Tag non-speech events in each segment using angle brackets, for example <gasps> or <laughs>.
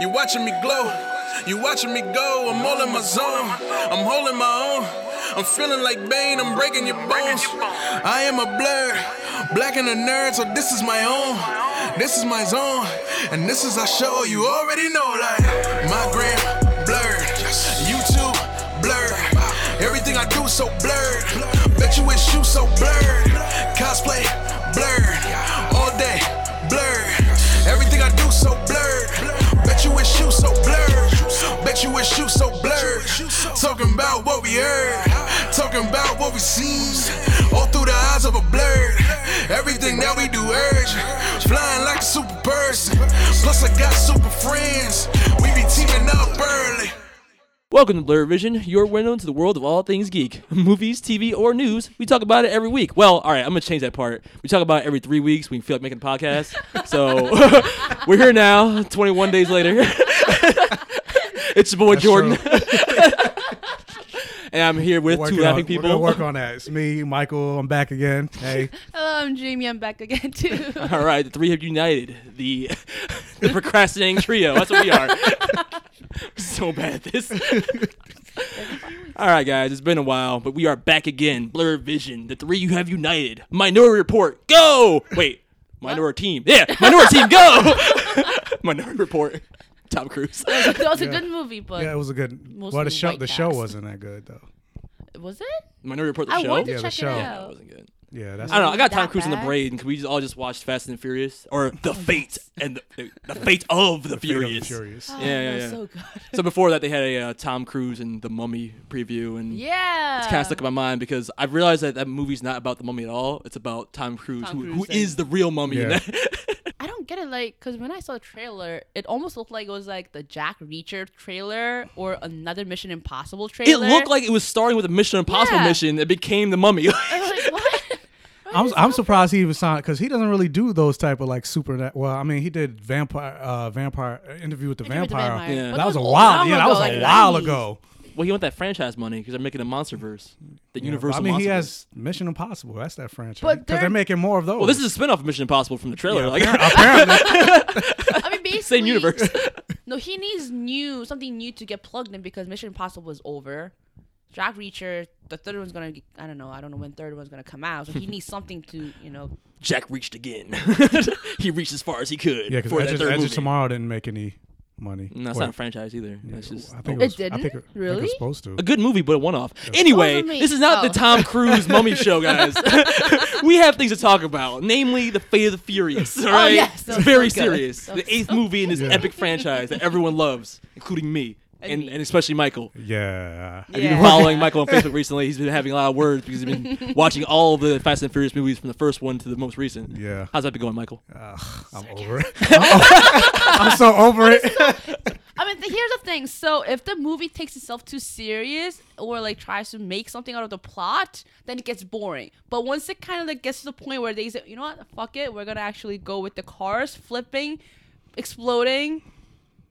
You watching me glow, you watching me go. I'm all in my zone, I'm holding my own. I'm feeling like Bane, I'm breaking your bones. I am a blur, black and a nerd, so this is my own. This is my zone, and this is our show. You already know, like my gram blurred, YouTube blurred, everything I do so blurred. Bet you wish you so blurred. Cosplay blurred, all day blurred, everything I do so blurred. Bet you wish you so blurred. Bet you wish you so blurred. Talking about what we heard. Talking about what we seen. All through the eyes of a blur. Everything that we do urge. Flying like a super person. Plus, I got super friends. We be teaming up early. Welcome to Blur Vision, your window into the world of all things geek. <laughs> Movies, TV, or news, we talk about it every week. Well, all right, I'm going to change that part. We talk about it every three weeks. We feel like making a podcast. So <laughs> we're here now, 21 days later. <laughs> it's your boy Jordan. <laughs> and I'm here with Working two on- laughing We're gonna people. work on that. It's me, Michael. I'm back again. Hey, <laughs> Hello, I'm Dreamy. Um, I'm back again <laughs> <laughs> too. All right, the three have united. The, <laughs> the procrastinating trio. That's what we are. <laughs> so bad at this. <laughs> All right, guys, it's been a while, but we are back again. Blur Vision, the three you have united. Minority Report, go! Wait, Minority Team. Yeah, Minority Team, go! <laughs> Minority Report, Tom Cruise. <laughs> That was a Yeah. good movie, but yeah, it was a good. Mostly well, the show white the show cast. wasn't that good though. was it? Minority Report, the I show. wanted to Yeah, the check show. it Yeah, That out. wasn't good. Yeah, that's I don't know. I got Tom That Cruise in the bad? braid, and could we just all just watch Fast and the Furious or The Fate and the, the Fate of the, Freedom Furious? Furious. Oh, Yeah, yeah, that was yeah. so good. So before that, they had a uh, Tom Cruise and the Mummy preview, and Yeah. it's kind of stuck in my mind because I've realized that that movie's not about the mummy at all. It's about Tom Cruise, Tom who, who Cruise and- is the real mummy. in Yeah. <laughs> that. I don't get it, like, because when I saw the trailer, it almost looked like it was like the Jack Reacher trailer or another Mission Impossible it trailer. looked like it was starting with a Mission Impossible Yeah. mission that became the mummy. <laughs> I was like, what? I'm I'm surprised he even signed because he doesn't really do those type of like super. Well, I mean, he did vampire uh vampire interview with the Interview with the vampire. Vampire. Yeah. But That was a long while. Yeah, that ago, was like a while 90s. ago. well, he want that franchise money because they're making a MonsterVerse, the Yeah, but Universal. I mean, he Monsterverse. has Mission Impossible. That's that franchise. But because they're- they're making more of those. Well, this is a spin off of Mission Impossible from the trailer. Yeah, like, appar- apparently. I mean, <laughs> basically, same universe. <laughs> No, he needs new something new to get plugged in because Mission Impossible was over. Jack Reacher, the third one's gonna. get- I don't know. I don't know when third one's gonna come out. So <laughs> he needs something to, you know. <laughs> Jack reached again. <laughs> he reached as far as he could. yeah, for that because third Edge movie. of Tomorrow didn't make any money. No, it's Well, not a franchise either. That's just I think It it, was, I didn't? think it- I think it Really? was supposed to. a good movie, but a one-off. Anyway, Oh, me. this is not Oh. the Tom <laughs> Cruise mummy show, guys. <laughs> we have things to talk about, namely the Fate of the Furious. All right, Oh, yes, it's those very look good. serious. Those the eighth movie in this good. epic franchise that everyone loves, including me And and, me. and especially <laughs> Michael. Yeah. If you've been following Michael on Facebook recently, he's been having a lot of words because he's <laughs> been watching all the Fast and Furious movies from the first one to the most recent. Yeah. How's that been going, Michael? Ugh, I'm over <laughs> it. I'm so over it. I mean, th- here's the thing. So if the movie takes itself too serious or like tries to make something out of the plot, then it gets boring. But once it kind of like gets to the point where they say, you know what, fuck it, we're gonna actually go with the cars flipping, exploding,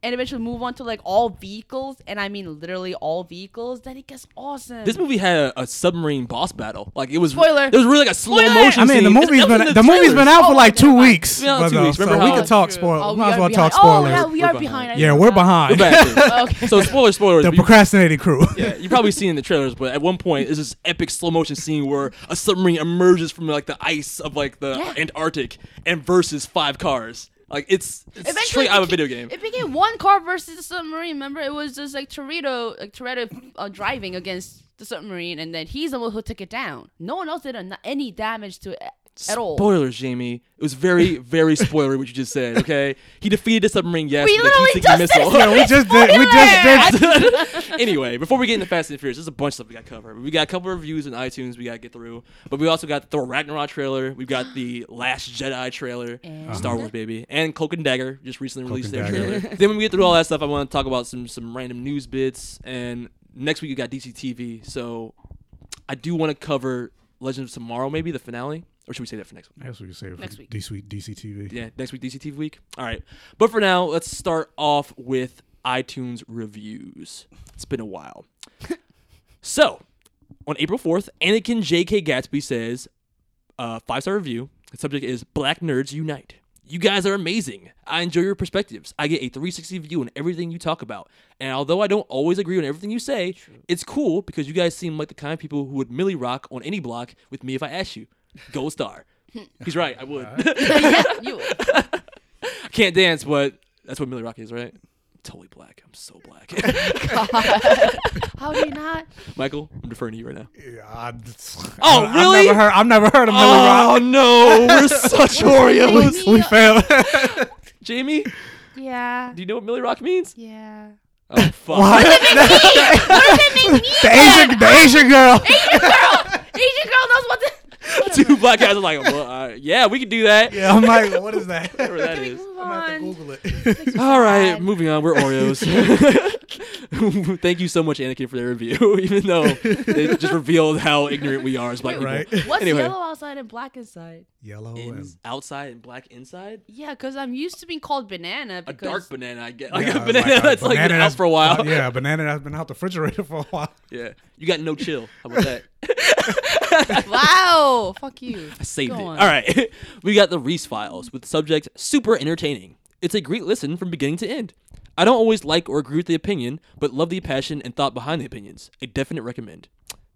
and eventually move on to like all vehicles, and I mean literally all vehicles, then it gets awesome. This movie had a, a submarine boss battle. Like it was Spoiler. There was really like a slow Spoiler. motion. I mean, the scene. movie's That was been in the, movie's been trailers. out Oh, for like never two mind. weeks. Yeah, two brother, weeks. So Remember we how- can talk True. spoilers. Oh, we Might as are well talk behind. Oh, spoilers. yeah, we We're are behind. behind. I yeah, didn't we're know that. behind. We're <laughs> back. Okay. So spoiler, spoilers. The but you- procrastinating crew. <laughs> Yeah, you probably seen it in the trailers, but at one point, there's this epic slow motion scene where a submarine emerges from like the ice of like the Yeah. Antarctic and versus five cars. Like it's, it's Eventually, straight it out of a became- video game. It became one car versus the submarine. Remember, it was just like Toretto, like Toretto uh, driving against the submarine, and then he's the one who took it down. No one else did an- any damage to it a- at <laughs> all. Spoilers, Jamie. It was very, very spoilery what you just said. Okay, he defeated the submarine. Yes, We with a literally heat-seeking just did missile. <laughs> it. Yeah, we just did. We just Spoiler! did. anyway, before we get into Fast and Furious, there's a bunch of stuff we got to cover. We got a couple of reviews on iTunes we got to get through, but we also got the Thor Ragnarok trailer. We've got the Last Jedi trailer, And- Star Wars baby, and Cloak and Dagger just recently released and their Dagger. trailer. then when we get through all that stuff, I want to talk about some some random news bits. And next week we got DC TV, so I do want to cover Legends of Tomorrow, maybe the finale, or should we say that for next week? That's what you say. Next week. DC DC TV. yeah, next week DCT week. All right, but for now, let's start off with iTunes reviews. It's been a while. so, on April fourth, Anakin J.K. Gatsby says, uh, five star review. The subject is Black Nerds Unite. You guys are amazing. I enjoy your perspectives. I get a 360 view on everything you talk about. And although I don't always agree on everything you say, it's cool because you guys seem like the kind of people who would merely rock on any block with me if I asked you. Gold star. He's right. I would. yeah, you. I can't dance, but that's what Millie Rock is, right? Totally black. I'm so black. <laughs> How do you not? Michael, I'm deferring to you right now. Yeah, I, Oh, I've really? never heard. I've never heard of <laughs> Millie Oh Rock. no, <laughs> we're such Oreos. Jamie, We failed. <laughs> Jamie, do Yeah. you know what Millie Rock means? <laughs> Yeah. Oh fuck. <laughs> the Asian, the Asian girl. Asian girl knows what the. Two black guys are like, well, uh, yeah, we could do that. Yeah, I'm like, what is that? I'm Whatever that Can we is. move gonna have to on? Google it. All right, God. moving on. We're <laughs> Oreos. Thank you so much, Anakin, for the review. <laughs> Even though it just revealed how ignorant we are as black Wait, people. right? What's Anyway. yellow outside and black inside? <laughs> Yellow In- and outside and black inside. Yeah, because I'm used to being called banana. A Because <laughs> dark banana, I guess. Like Yeah, a banana like a <laughs> that's like been banana out that's- for a while. uh, yeah, a banana that's been out the refrigerator <laughs> for a <laughs> while. Yeah. You got no chill. How about <laughs> that? Wow. Fuck you. <laughs> I saved Go it. on. All right. <laughs> we got the Reese files with subject super entertaining. It's a great listen from beginning to end. I don't always like or agree with the opinion, but love the passion and thought behind the opinions. A definite recommend.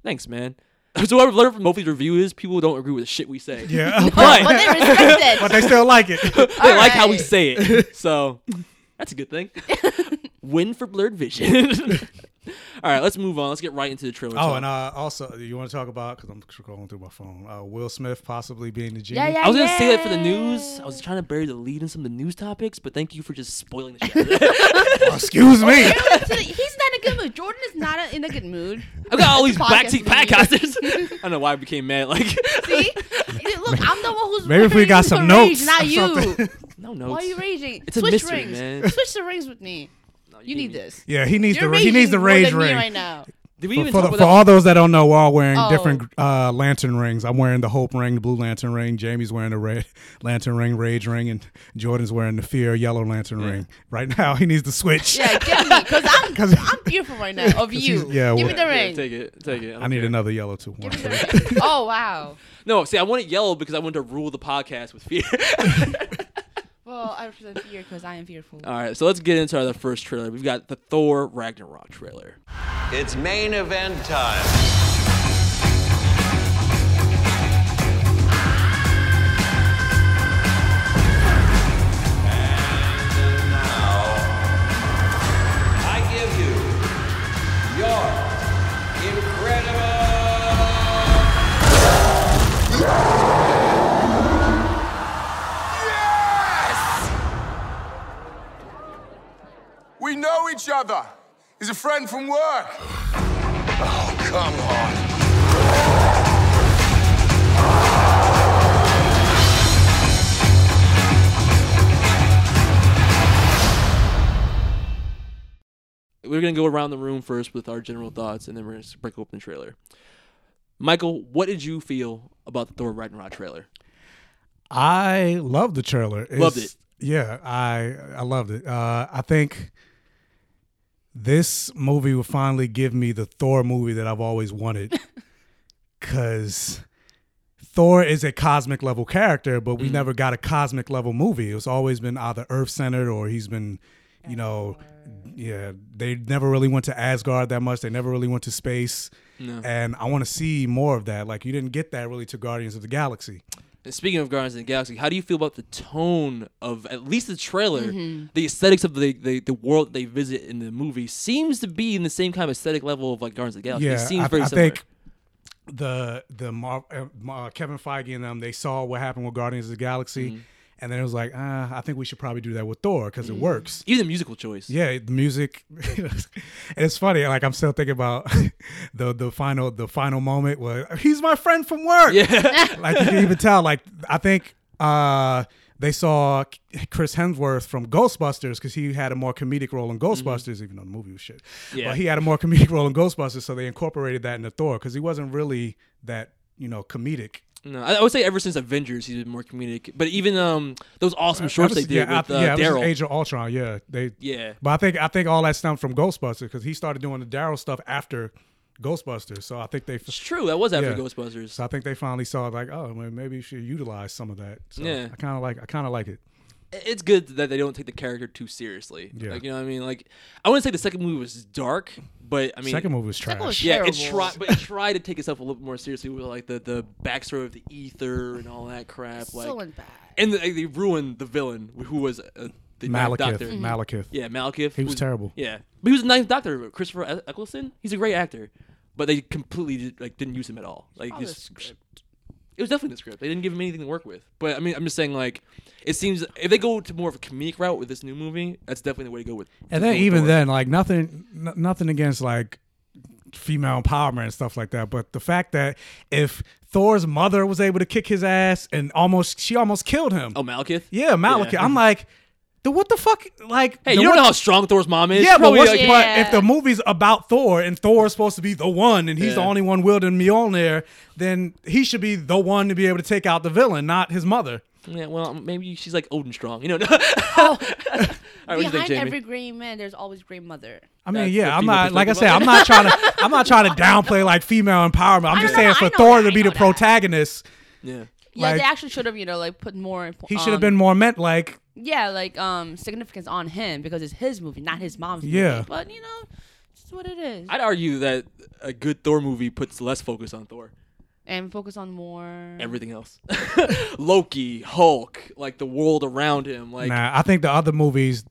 Thanks, man. <laughs> So what I've learned from Mofi's review is people don't agree with the shit we say. <laughs> Yeah, <laughs> But, but they respect it. but they still like it. they like how we Alright. say <laughs> it. So that's a good <laughs> thing. Win for blurred vision. <laughs> All right, let's move on. Let's get right into the trailer. Oh, talk. and uh, also, you want to talk about because I'm scrolling through my phone. Uh, Will Smith possibly being the genie. yeah, yeah. I was gonna say that for the yeah. news. I was trying to bury the lead in some of the news topics, but thank you for just spoiling the shit. <laughs> Oh, excuse <laughs> me. Jordan's in a- He's not in a good mood. Jordan is not a- in a <laughs> good mood. I've got all these black Podcast teeth lead. podcasters. <laughs> I don't know why I became mad. Like, See? Look, I'm the one who's Maybe if we literally got who's some gonna rage, notes, not or you. something. <laughs> no notes. <laughs> Why are you raging? It's a Switch mystery, rings. man. Switch the rings with me. You need this. Yeah, he needs You're the he raging needs the more rage than me ring. <laughs> right now. Did we For, even for talk the- for about all those that don't know, we're all wearing Oh. different uh, lantern rings. I'm wearing the Hope ring, the Blue Lantern ring. Jamie's wearing the Red <laughs> Lantern ring, Rage ring, and Jordan's wearing the Fear Yellow Lantern ring. Right now, he needs to switch. Yeah, get me, cause <laughs> I'm 'Cause- I'm fearful right <laughs> now of you. he's- yeah, give me well- the Yeah, ring. take <laughs> it. Take it. I need another yellow too. Give me the ring. Oh wow. No, see, I want it yellow because I want to rule the podcast with fear. <laughs> Well, I represent fear because I am fearful. all right, so let's get into our first trailer. We've got the Thor Ragnarok trailer. It's main event time. And now, I give you your incredible. We know each other. He's a friend from work. Oh, come on. We're gonna go around the room first with our general thoughts, and then we're gonna break open the trailer. Michael, what did you feel about the Thor Ragnarok trailer? I loved the trailer. It's- Loved it. Yeah, I I loved it. Uh, I think this movie will finally give me the Thor movie that I've <laughs> always wanted, because Thor is a cosmic level character, but Mm-hmm. we never got a cosmic level movie. It's always been either Earth centered or he's been, you know, yeah. They never really went to Asgard that much. They never really went to space. And I want to see more of that. Like you didn't get that really to Guardians of the Galaxy. And Speaking of Guardians of the Galaxy, how do you feel about the tone of at least the trailer? The aesthetics of the, the, the world they visit in the movie seems to be in the same kind of aesthetic level of like Guardians of the Galaxy. it seems I, very I similar. think the the Mar- uh, Mar- Kevin Feige and them they saw what happened with Guardians of the Galaxy, and then it was like, ah, I think we should probably do that with Thor because it works. Even the musical choice. Yeah, the music. <laughs> and it's funny. Like I'm still thinking about <laughs> the the final the final moment where he's my friend from work. Yeah. <laughs> like you can even tell. Like I think uh, they saw Chris Hemsworth from Ghostbusters because he had a more comedic role in Ghostbusters, even though the movie was shit. Mm-hmm. Yeah. But he had a more comedic role in Ghostbusters, so they incorporated that into Thor because he wasn't really that you know comedic. no, I, I would say ever since Avengers he's been more comedic. But even um those awesome shorts Ever they since- did yeah, with after- uh, yeah, ever since Daryl. Age of Ultron. Yeah, they. Yeah. But I think I think all that stemmed from Ghostbusters because he started doing the Daryl stuff after Ghostbusters. So I think they. It's true. That was after Yeah. Ghostbusters. So I think they finally saw like, oh, well, maybe you should utilize some of that. So Yeah. I kind of like I kind of like it. it's good that they don't take the character too seriously. Yeah. Like you know what I mean? Like I wouldn't say the second movie was dark, but I mean Second movie was trash. Second was yeah, it's terrible. try, but it tried to take itself a little bit more seriously with like the, the backstory of the ether and all that crap. Like, so went bad. and the, they ruined the villain who was uh, the Ninth Malekith. Doctor. Mm-hmm. Malekith. Yeah, Malekith. He was who's- terrible. Yeah, but he was the Ninth Doctor. Christopher E- Eccleston. He's a great actor, but they completely did, like didn't use him at all. Like Probably his- the script. it was definitely the script. They didn't give him anything to work with. But I mean, I'm just saying like it seems if they go to more of a comedic route with this new movie, that's definitely the way to go with. And then go with even Thor. then, like nothing, n- nothing against like female empowerment and stuff like that. But the fact that if Thor's mother was able to kick his ass and almost she almost killed him. oh Malekith. yeah, Malekith. I'm like, dude, what the fuck? Like, Hey, you the don't what- know how strong Thor's mom is. Yeah, but, Probably, what's, like, Yeah. but if the movie's about Thor and Thor's supposed to be the one and he's the Yeah. only one wielding Mjolnir, then he should be the one to be able to take out the villain, not his mother. yeah, well, um, maybe she's like Odin strong. You know. <laughs> All right, what do you think, Oh. Behind Jamie? every gray man, there's always gray mother. I mean, That's the yeah, I'm female not like I perspective said, of I'm not trying to I'm not trying to downplay like female empowerment. I'm I just know, saying I for know Thor that, to I be the know that. protagonist, yeah. Yeah, Like- they actually should have, you know, like put more. impo- he should have um, been more meant like Yeah, like um significance on him because it's his movie, not his mom's Yeah. movie. But you know, it's what it is. I'd argue that a good Thor movie puts less focus on Thor. and focus on more. Everything else, <laughs> Loki, Hulk, like the world around him, like Nah, I think the other movies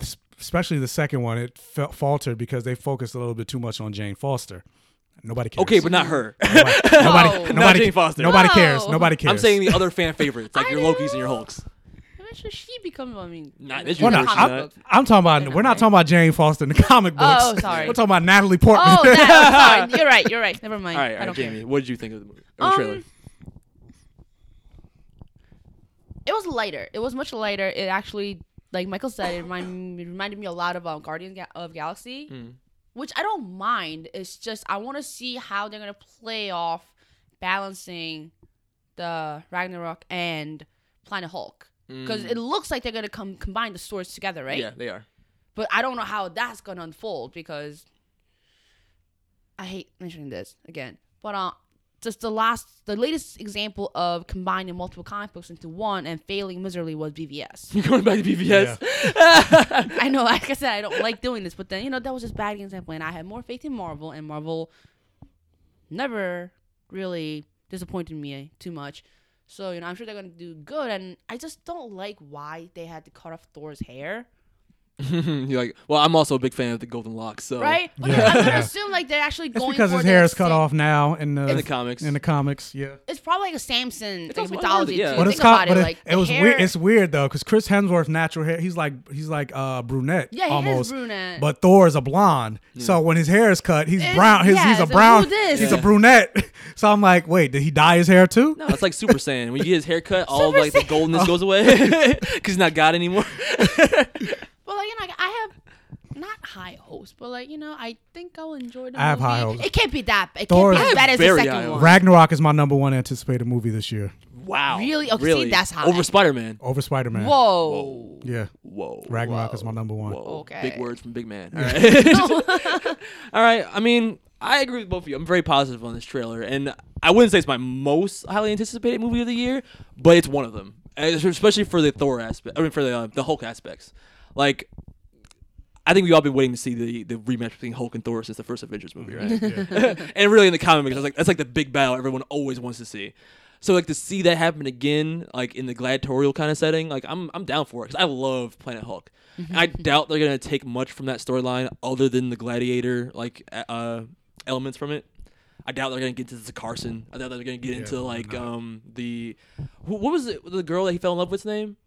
s- especially the second one it felt faltered because they focused a little bit too much on Jane Foster. Nobody cares. okay, but not her. <laughs> <laughs> nobody, nobody, No. nobody, Not Jane Foster. nobody cares. No. Nobody cares. I'm saying the other fan favorites, like I your know. Lokis and your Hulks. Eventually, she becomes. I mean, Not this Well, You're no, not I'm, that. I'm talking about. not we're not right. talking about Jane Foster in the <laughs> comic books. Oh, sorry. We're talking about Natalie Portman. Oh, that, sorry. You're right. You're right. Never mind. All right, all I right, don't Jamie, care. what did you think of the movie or the Um, trailer? It was lighter. It was much lighter. It actually, like Michael said, it remind, it reminded me a lot of um, Guardians Ga- of Galaxy, which I don't mind. It's just I want to see how they're gonna play off balancing the Ragnarok and Planet Hulk because it looks like they're gonna come combine the stories together, right? Yeah, they are. <laughs> But I don't know how that's gonna unfold because I hate mentioning this again. But uh just the last the latest example of combining multiple comic books into one and failing miserably was <laughs> BVS. You're going back to BVS. I know, like I said, I don't like doing this, but then you know, that was just a bad example and I had more faith in Marvel and Marvel never really disappointed me too much. So, you know, I'm sure they're gonna do good and I just don't like why they had to cut off Thor's hair. <laughs> You're like, well, I'm also a big fan of the Golden Locks, so right? But Oh. Yeah. I'm gonna Yeah. assume like they're <laughs> actually It's going because for his hair the is cut same- off now in the, In the comics. In the comics, yeah. It's probably like a Samson like, also mythology. unhealthy, yeah. too. But Think it's co- about it, but like it was hair, weird. It's weird though, because Chris Hemsworth's natural hair, he's like he's like uh brunette. Yeah, he is almost, brunette. But Thor is a blonde, so when his hair is cut, he's It's- brown. His, yeah, he's a it's a brown. blue He's a Yeah. brunette. <laughs> So I'm like, wait, did he dye his hair too? No, it's like Super Saiyan. When you get his haircut, all of, Super like the Saiyan. goldenness goes away <laughs> because he's not God anymore. But like you know, like, I have not high hopes, but like you know, I think I'll enjoy the I have movie. high hopes. It can't be that. It Thor- I can't have be as bad as the very high second hopes. one. Ragnarok is my number one anticipated movie this year wow, Really? Oh, see, that's high. Over Spider Man. over Spider Man. Whoa. Yeah, Whoa, Ragnarok is my number one. Whoa. Okay. Big words from big man. All right. <laughs> All right. I mean, I agree with both of you. I'm very positive on this trailer, and I wouldn't say it's my most highly anticipated movie of the year, but it's one of them, And especially for the Thor aspect. I mean, for the uh, the Hulk aspects. Like, I think we all been waiting to see the the rematch between Hulk and Thor since the first Avengers movie, right? <laughs> and really in the comics, I was like, that's like the big battle everyone always wants to see. So like to see that happen again, like in the gladiatorial kind of setting, like I'm I'm down for it because I love Planet Hulk. Mm-hmm. And I doubt they're gonna take much from that storyline other than the gladiator like a- uh, elements from it. I doubt they're gonna get to the Carson. I doubt they're gonna get into like um the wh- what was it the girl that he fell in love with's name?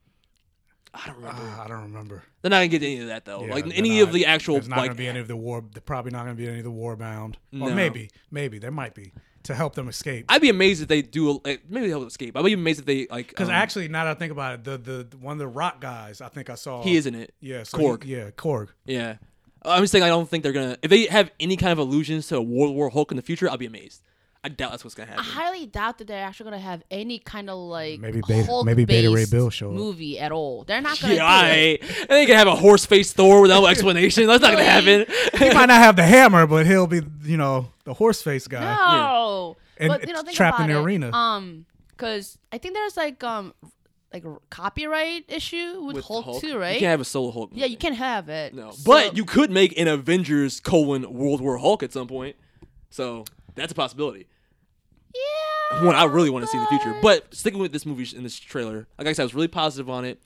I don't remember. Ah, I don't remember. They're not gonna get any of that though. Yeah, like they're any not- of the actual There's not like gonna be any of the war. They're probably not gonna be any of the war bound. No. Or maybe, maybe there might be to help them escape. I'd be amazed if they do a, like, maybe they'll escape. I'd be amazed if they like Because um, actually, now that I think about it, the, the the- one of the rock guys, I think I saw. he is in it. Yeah, so he- Korg. <laughs> yeah, Korg. Yeah. I'm just saying I don't think they're gonna if they have any kind of allusions to a World War Hulk in the future, I'll be amazed. I doubt that's what's gonna I happen. <laughs> highly doubt that they're actually gonna have any kind of like Maybe Beta- Hulk maybe Beta Ray Bill show up. movie at all. They're not gonna. Yeah, do it. I, and they can have a horse faced Thor with <laughs> no explanation. That's not gonna happen. He might not have the hammer, but he'll be you know the horse face guy. No. And but you know, it's think trapped about in the it. arena. Um, because I think there's like um like a copyright issue with, Hulk, too, right? You can't have a solo Hulk. yeah, you movie. can't have it. No, So- but you could make an Avengers colon World War Hulk at some point. So that's a possibility. Yeah. One I really want to see in the future. But sticking with this movie in this trailer, like I said, I was really positive on it.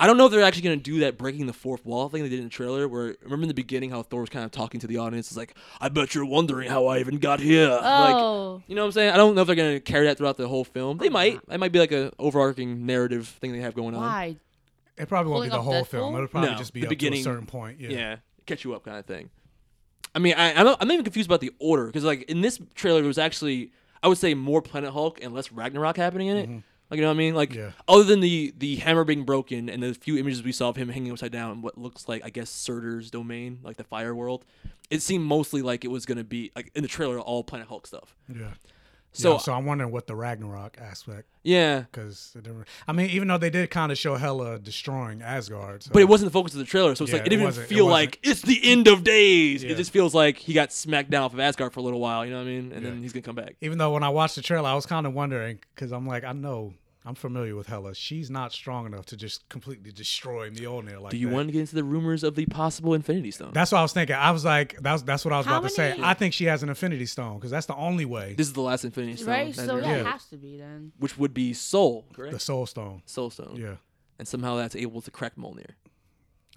I don't know if they're actually going to do that breaking the fourth wall thing they did in the trailer. Where remember in the beginning how Thor was kind of talking to the audience, it's like, "I bet you're wondering how I even got here." Oh. Like, you know what I'm saying? I don't know if they're going to carry that throughout the whole film. They might. It might be like a overarching narrative thing they have going on. Why? It probably won't be Pulling the up whole Deadpool? film. It'll probably No, just be the up beginning. to a certain point. Yeah. yeah. catch you up kind of thing. I mean, I, I'm, not- I'm even confused about the order because like in this trailer, there was actually I would say more Planet Hulk and less Ragnarok happening in it. Like you know what I mean? Like Mm-hmm. Yeah. other than the the hammer being broken and the few images we saw of him hanging upside down, in what looks like I guess Surtur's domain, like the fire world, it seemed mostly like it was gonna be like in the trailer all Planet Hulk stuff. Yeah. So So, so I'm wondering what the Ragnarok aspect, yeah, because I mean, even though they did kind of show Hela destroying Asgard, so. But it wasn't the focus of the trailer, so it's Yeah, like it it didn't wasn't- it feel wasn't. like it's the end of days. Yeah. It just feels like he got smacked down off of Asgard for a little while, you know what I mean? And then he's gonna come back. even though when I watched the trailer, I was kind of wondering because I'm like, I know I'm familiar with Hela. She's not strong enough to just completely destroy Mjolnir like Do you that. want to get into the rumors of the possible Infinity Stone? That's what I was thinking. I was like, that's that's what I was How about to say. many- I think she has an Infinity Stone because that's the only way. this is the last Infinity Stone, Right? that So there- yeah, it Yeah. has to be then. which would be Soul, correct? the Soul Stone. Soul Stone, Yeah. and somehow that's able to crack Mjolnir.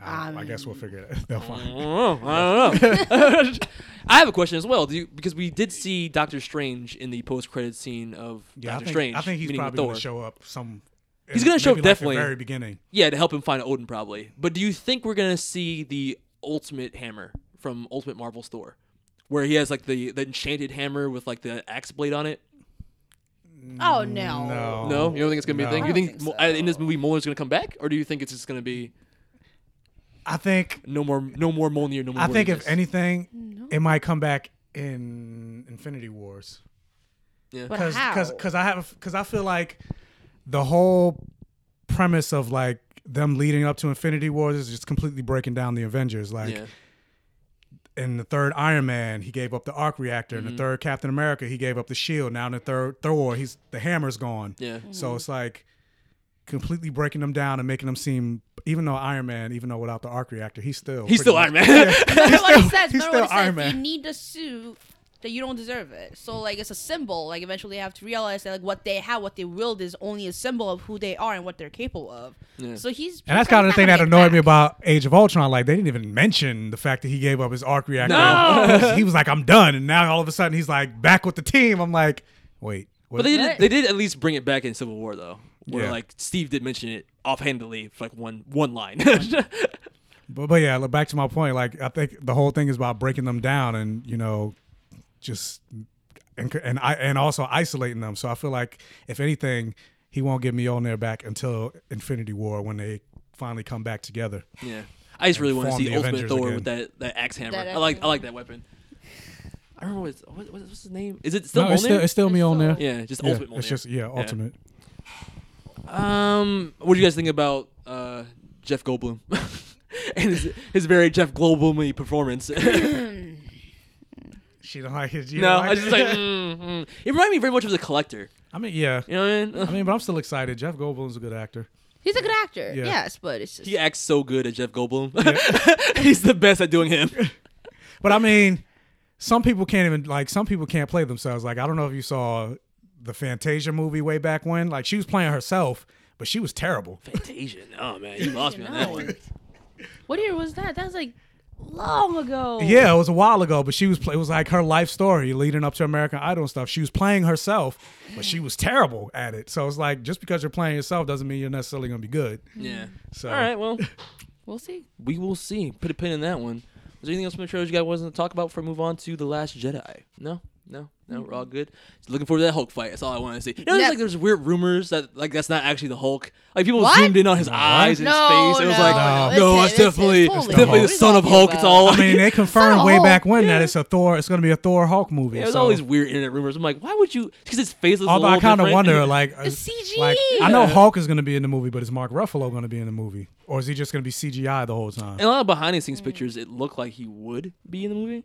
I, I guess we'll figure it <laughs> out. They'll I find. don't know. I don't know. <laughs> I have a question as well. Do you, because we did see Doctor Strange in the post-credit scene of Yeah, I Doctor think, Strange. I think he's meeting with probably going Thor. to show up some. He's gonna show up maybe like the definitely. very beginning. Yeah, to help him find Odin, probably. But do you think we're gonna see the ultimate hammer from Ultimate Marvel's Thor, where he has like the the enchanted hammer with like the axe blade on it? Oh no. Mm, No. No, you don't think it's gonna be a No. thing. I You don't think, think Mo- uh, in this movie Mjolnir's gonna come back, or do you think it's just gonna be I think. no more, no more Mjolnir, no more? I think if Wilderness? anything, it might come back in Infinity Wars. But because how? because I have because I feel like the whole premise of like them leading up to Infinity Wars is just completely breaking down the Avengers. Like yeah, in the third Iron Man, he gave up the arc reactor. Mm-hmm. In the third Captain America, he gave up the shield. Now in the third Thor, he's the hammer's gone. yeah, Mm-hmm. So it's like completely breaking them down and making them seem. Even though Iron Man, even though without the arc reactor, he's still he's pretty still Iron much- Man. <laughs> Remember what he still- says. he's Remember what still he says. Iron If you Man. need the suit, that you don't deserve it. So like it's a symbol. Like eventually you have to realize that like what they have, what they willed is only a symbol of who they are and what they're capable of. So he's And that's kind of the thing that annoyed me about Age of Ultron. Like they didn't even mention the fact that he gave up his arc reactor. No. he was like, "I'm done," and now all of a sudden he's like back with the team. I'm like, wait, what? but they did, What? they did at least bring it back in Civil War though, where Yeah. like Steve did mention it offhandedly for like one one line. but, but yeah, look, back to my point. Like I think the whole thing is about breaking them down and you know, just and and I and also isolating them. So I feel like if anything, he won't get me on there back until Infinity War when they finally come back together. <laughs> Yeah. I just really want to form see the Ultimate Avengers Thor again. with that, that axe hammer. That I like axe I like that weapon. I remember what it's, what, what- what's his name. Is it still it's still, Mjolnir? it's still me on there. yeah, just Yeah, Ultimate Mjolnir. it's just yeah, ultimate. Um, what do you guys think about uh, Jeff Goldblum <laughs> and his, his very Jeff Goldblumy performance? <laughs> no, She don't like it. you don't I was just it? like, mm, mm. it reminded me very much of the Collector. I mean, yeah. You know what I mean? I mean, but I'm still excited. Jeff Goldblum's a good actor. He's a good actor. Yeah. Yes, but it's just <laughs> He acts so good at Jeff Goldblum. <laughs> He's the best at doing him. But I mean, some people can't even like some people can't play themselves. Like I don't know if you saw the Fantasia movie way back when. Like she was playing herself, but she was terrible. Fantasia. Oh man, you lost me on that one. What year was that? That was like long ago. Yeah, it was a while ago, but she was play- it was like her life story leading up to American Idol and stuff. She was playing herself, but she was terrible at it. So it's like just because you're playing yourself doesn't mean you're necessarily gonna be good. Yeah. So All right. Well. <laughs> We'll see. we will see. Put a pin in that one. Was there anything else from the trailers you guys wasn't to talk about before we move on to The Last Jedi? No? No? No, we're all good. Just looking forward to that Hulk fight. That's all I want to see. You know, there's Yeah. like there's weird rumors that like that's not actually the Hulk. Like people What? zoomed in on his eyes and No, his face. It was no, like, no. no, It's- it's, it's- it's definitely, Foley. it's definitely the What are you son of talking Hulk. <laughs> It's all. I mean, they confirmed way Hulk. back when that it's a Thor. It's gonna be a Thor Hulk movie. yeah, there's so. always weird internet rumors. I'm like, why would you? Because his face looks. Although a I little kind of different. <laughs> wonder, like, uh, CG. like, I know Hulk is going to be in the movie, but is Mark Ruffalo going to be in the movie, or is he just going to be CGI the whole time? in a lot of behind the scenes pictures, it looked like he would be in the movie.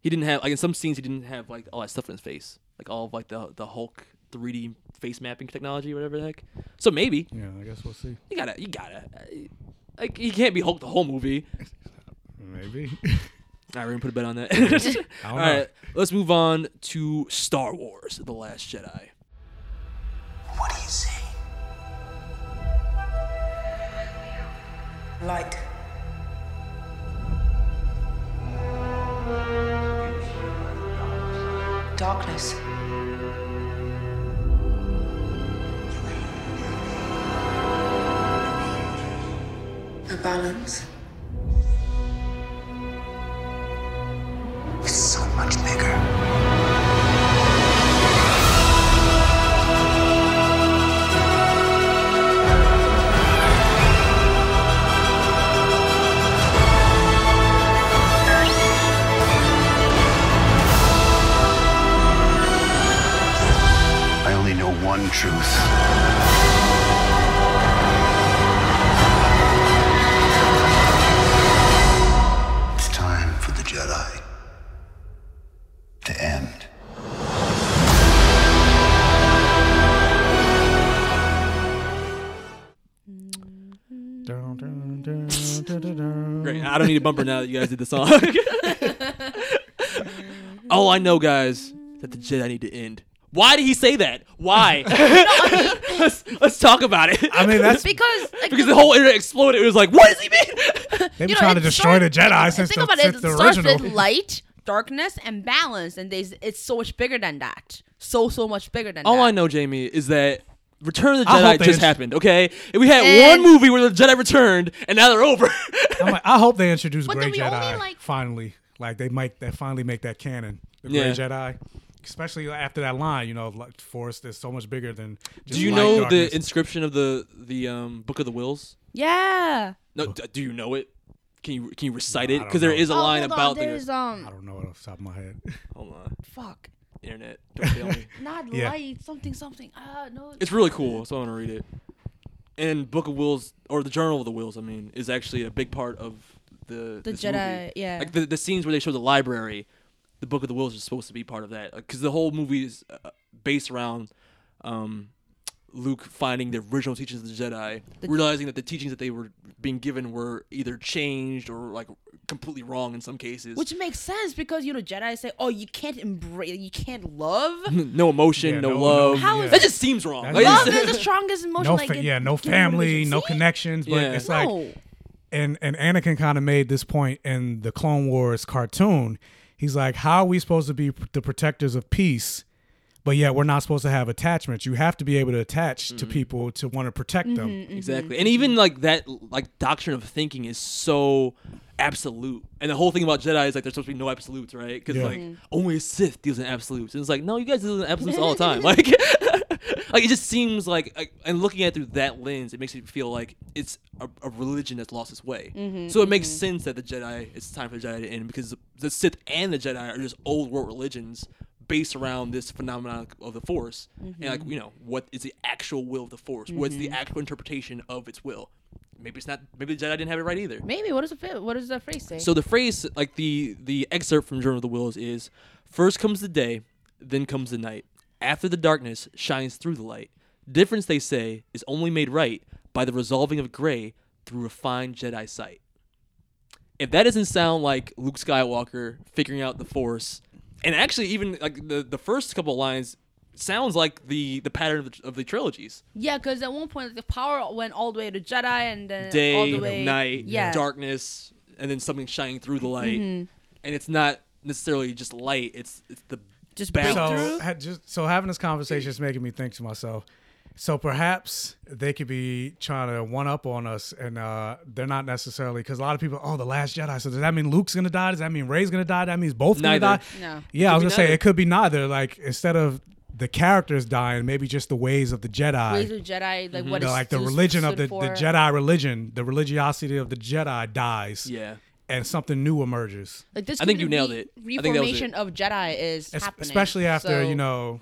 He didn't have like in some scenes he didn't have like all that stuff in his face, like all of like the the Hulk 3D face mapping technology, whatever the heck. So maybe Yeah, I guess we'll see. you gotta, you gotta, uh, like you can't be Hulk the whole movie. Maybe. All right, we're gonna put a bet on that. <laughs> All know. right, let's move on to Star Wars: The Last Jedi. What do you see? Light. Darkness. A balance. It's so much bigger. I only know one truth. It's time for the Jedi to end. <laughs> Dun, dun, dun, dun, dun, dun. Great. I don't need a bumper now that you guys did the <laughs> song. All I know, guys, that the Jedi need to end. Why did he say that? <laughs> Why? let's, let's talk about it. I mean, that's they've because <laughs> like, because <laughs> <laughs> the whole internet exploded. It was like, what does he mean? been you know, trying to it destroy starts- the Jedi since think the, about since it. It the starts original. with light, darkness, and balance, and there's it's so much bigger than that. So so much bigger than All that. I know, Jamie, is that Return of the I hope Jedi they just ins- happened. Okay, and we had And- one movie where the Jedi returned, and now they're <laughs> over. <laughs> I'm like, I hope they introduce But Grey then we only, Jedi like- finally. Like they might they finally make that canon. The Yeah. Grey Jedi. Especially after that line, you know, like force is so much bigger than just Do you light know darkness. the inscription of the the um, Book of the Wills? Yeah. No, d- do you know it? Can you can you recite it? don't Because there know. is a oh, line hold about on. There's the I um don't know it off the top of my head. hold on fuck internet. Don't fail <laughs> me. not Yeah. light something something. Ah no. It's really cool, so I want to read it. And Book of Wills, or the Journal of the Wills, I mean, is actually a big part of the The this Jedi, movie. yeah. Like the, the scenes where they show the library, the Book of the Wills is supposed to be part of that because the whole movie is uh, based around um, Luke finding the original teachings of the Jedi, realizing that the teachings that they were being given were either changed or like completely wrong in some cases. Which makes sense because you know Jedi say, "Oh, you can't embrace, you can't <laughs> love." no emotion, Yeah, no, no- no- love. How is- that just seems wrong. That's Like, just- <laughs> love it's- is the strongest emotion. No, like, fa- it- yeah, no give me what family, you no see? connections. But Yeah. it's No. like, and and Anakin kind of made this point in the Clone Wars cartoon. He's like, how are we supposed to be p- the protectors of peace, but yet we're not supposed to have attachments? You have to be able to attach to people to want to protect Mm-hmm, them. Exactly. And even like that like doctrine of thinking is so absolute. And the whole thing about Jedi is like there's supposed to be no absolutes, right? Cuz Yeah. like only a Sith deals in absolutes. And it's like, no, you guys deal in absolutes all the time. Like <laughs> like it just seems like, like and looking at it through that lens, it makes it feel like it's a, a religion that's lost its way. so it makes sense that the Jedi it's time for the Jedi to end because the Sith and the Jedi are just old world religions based around this phenomenon of the force and like you know what is the actual will of the force what's the actual interpretation of its will maybe it's not maybe the jedi didn't have it right either Maybe what does the fa- what does that phrase say? so the phrase like the the excerpt from journal of the wills is first comes the day then comes the night after the darkness shines through the light difference they say is only made right by the resolving of gray through refined jedi sight if that doesn't sound like Luke Skywalker figuring out the Force, and actually even like the the first couple of lines sounds like the the pattern of the, of the trilogies: yeah, because at one point the power went all the way to Jedi and then all day, the way night, yeah. Mm-hmm. darkness, and then something shining through the light. And it's not necessarily just light; it's it's the Just balance. So ha- just so having this conversation is making me think to myself. So perhaps they could be trying to one up on us, and uh, they're not necessarily because a lot of people. Oh, the Last Jedi. So does that mean Luke's gonna die? Does that mean Ray's gonna die? That means both gonna Neither. die. No. Yeah, I was Could be gonna say neither. it could be neither. Like instead of the characters dying, maybe just the ways of the Jedi, ways of Jedi, like what the, Mm-hmm. is like the stood- religion of stood the, for. the Jedi religion, the religiosity of the Jedi dies, yeah. and something new emerges. Like this, I think could you be nailed it. I think that was it. Reformation of Jedi is Es- happening, especially after so- you know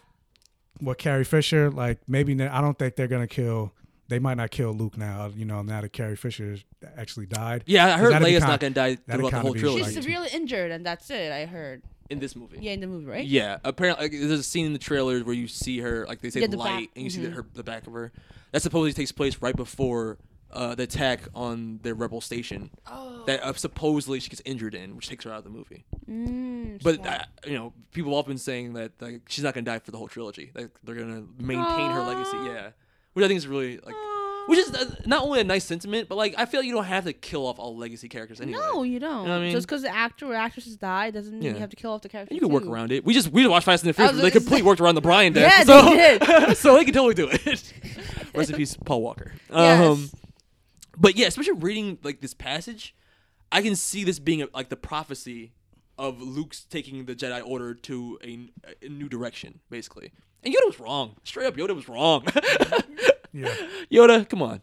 what Carrie Fisher like maybe ne- I don't think they're gonna kill they might not kill Luke now you know now that Carrie Fisher actually died Yeah, I heard that'd be Leia's kin- not gonna die that'd throughout the kinda whole be trilogy. She's like- severely injured, and that's it. I heard. in this movie. Yeah, in the movie, right? Yeah, apparently like, there's a scene in the trailers where you see her, like they say, Yeah, the the light, back- Mm-hmm. and you see the, her, the back of her. That supposedly takes place right before uh, the attack on the rebel station. Oh. That uh, supposedly she gets injured in, which takes her out of the movie. Mm, but uh, you know, people have been saying that like she's not gonna die for the whole trilogy. Like they're gonna maintain her legacy. Yeah, which I think is really like. Which is uh, not only a nice sentiment, but like I feel like you don't have to kill off all legacy characters anyway. No, you don't. You know what I mean? Just because the actor or actresses die doesn't mean Yeah. you have to kill off the character. And you can work too. around it. We just we watched Fast and the Furious. was They gonna completely say- worked around the Brian death. <laughs> so, Yeah, <laughs> they so they can totally do it. <laughs> Rest in peace, Paul Walker. Um, Yes. but yeah, especially reading like this passage, I can see this being like the prophecy of Luke's taking the Jedi Order to a, a new direction, basically. And Yoda was wrong. Straight up, Yoda was wrong. <laughs> Yeah. Yoda, come on.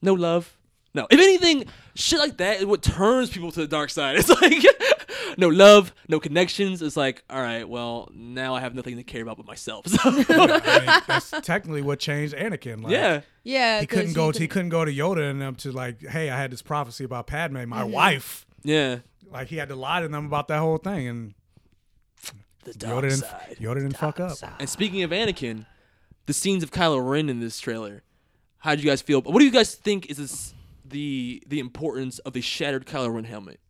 No love. No. If anything, shit like that is what turns people to the dark side. It's like <laughs> no love, no connections. It's like, all right, well, now I have nothing to care about but myself. <laughs> So, I <laughs> mean, that's technically what changed Anakin. Like, yeah. Yeah, he 'cause couldn't go. could- he couldn't go to Yoda and them to like, hey, I had this prophecy about Padme, Mm-hmm. my wife. Yeah. Like he had to lie to them about that whole thing, and The dark Yoda didn't. side. Yoda didn't fuck up. And speaking of Anakin, the scenes of Kylo Ren in this trailer. How did you guys feel? What do you guys think is this, the the importance of the shattered Kylo Ren helmet?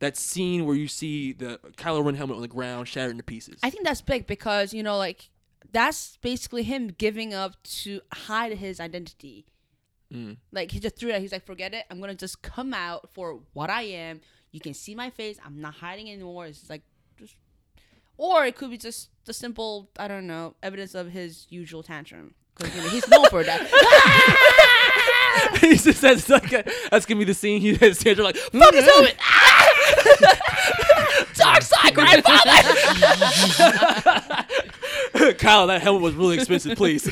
That scene where you see the Kylo Ren helmet on the ground shattered into pieces. I think that's big because you know, like that's basically him giving up to hide his identity. Like he just threw it. He's like, forget it. I'm gonna just come out for what I am. You can see my face. I'm not hiding anymore. It's just like just, or it could be just the simple, I don't know, evidence of his usual tantrum. 'Cause, you know, he's known for <laughs> that. <laughs> he just says like a, that's gonna be the scene. He has Sandra like "Mm-hmm." fuck his helmet. Dark side grandfather. <laughs> Kyle, that helmet was really expensive. <laughs> Please.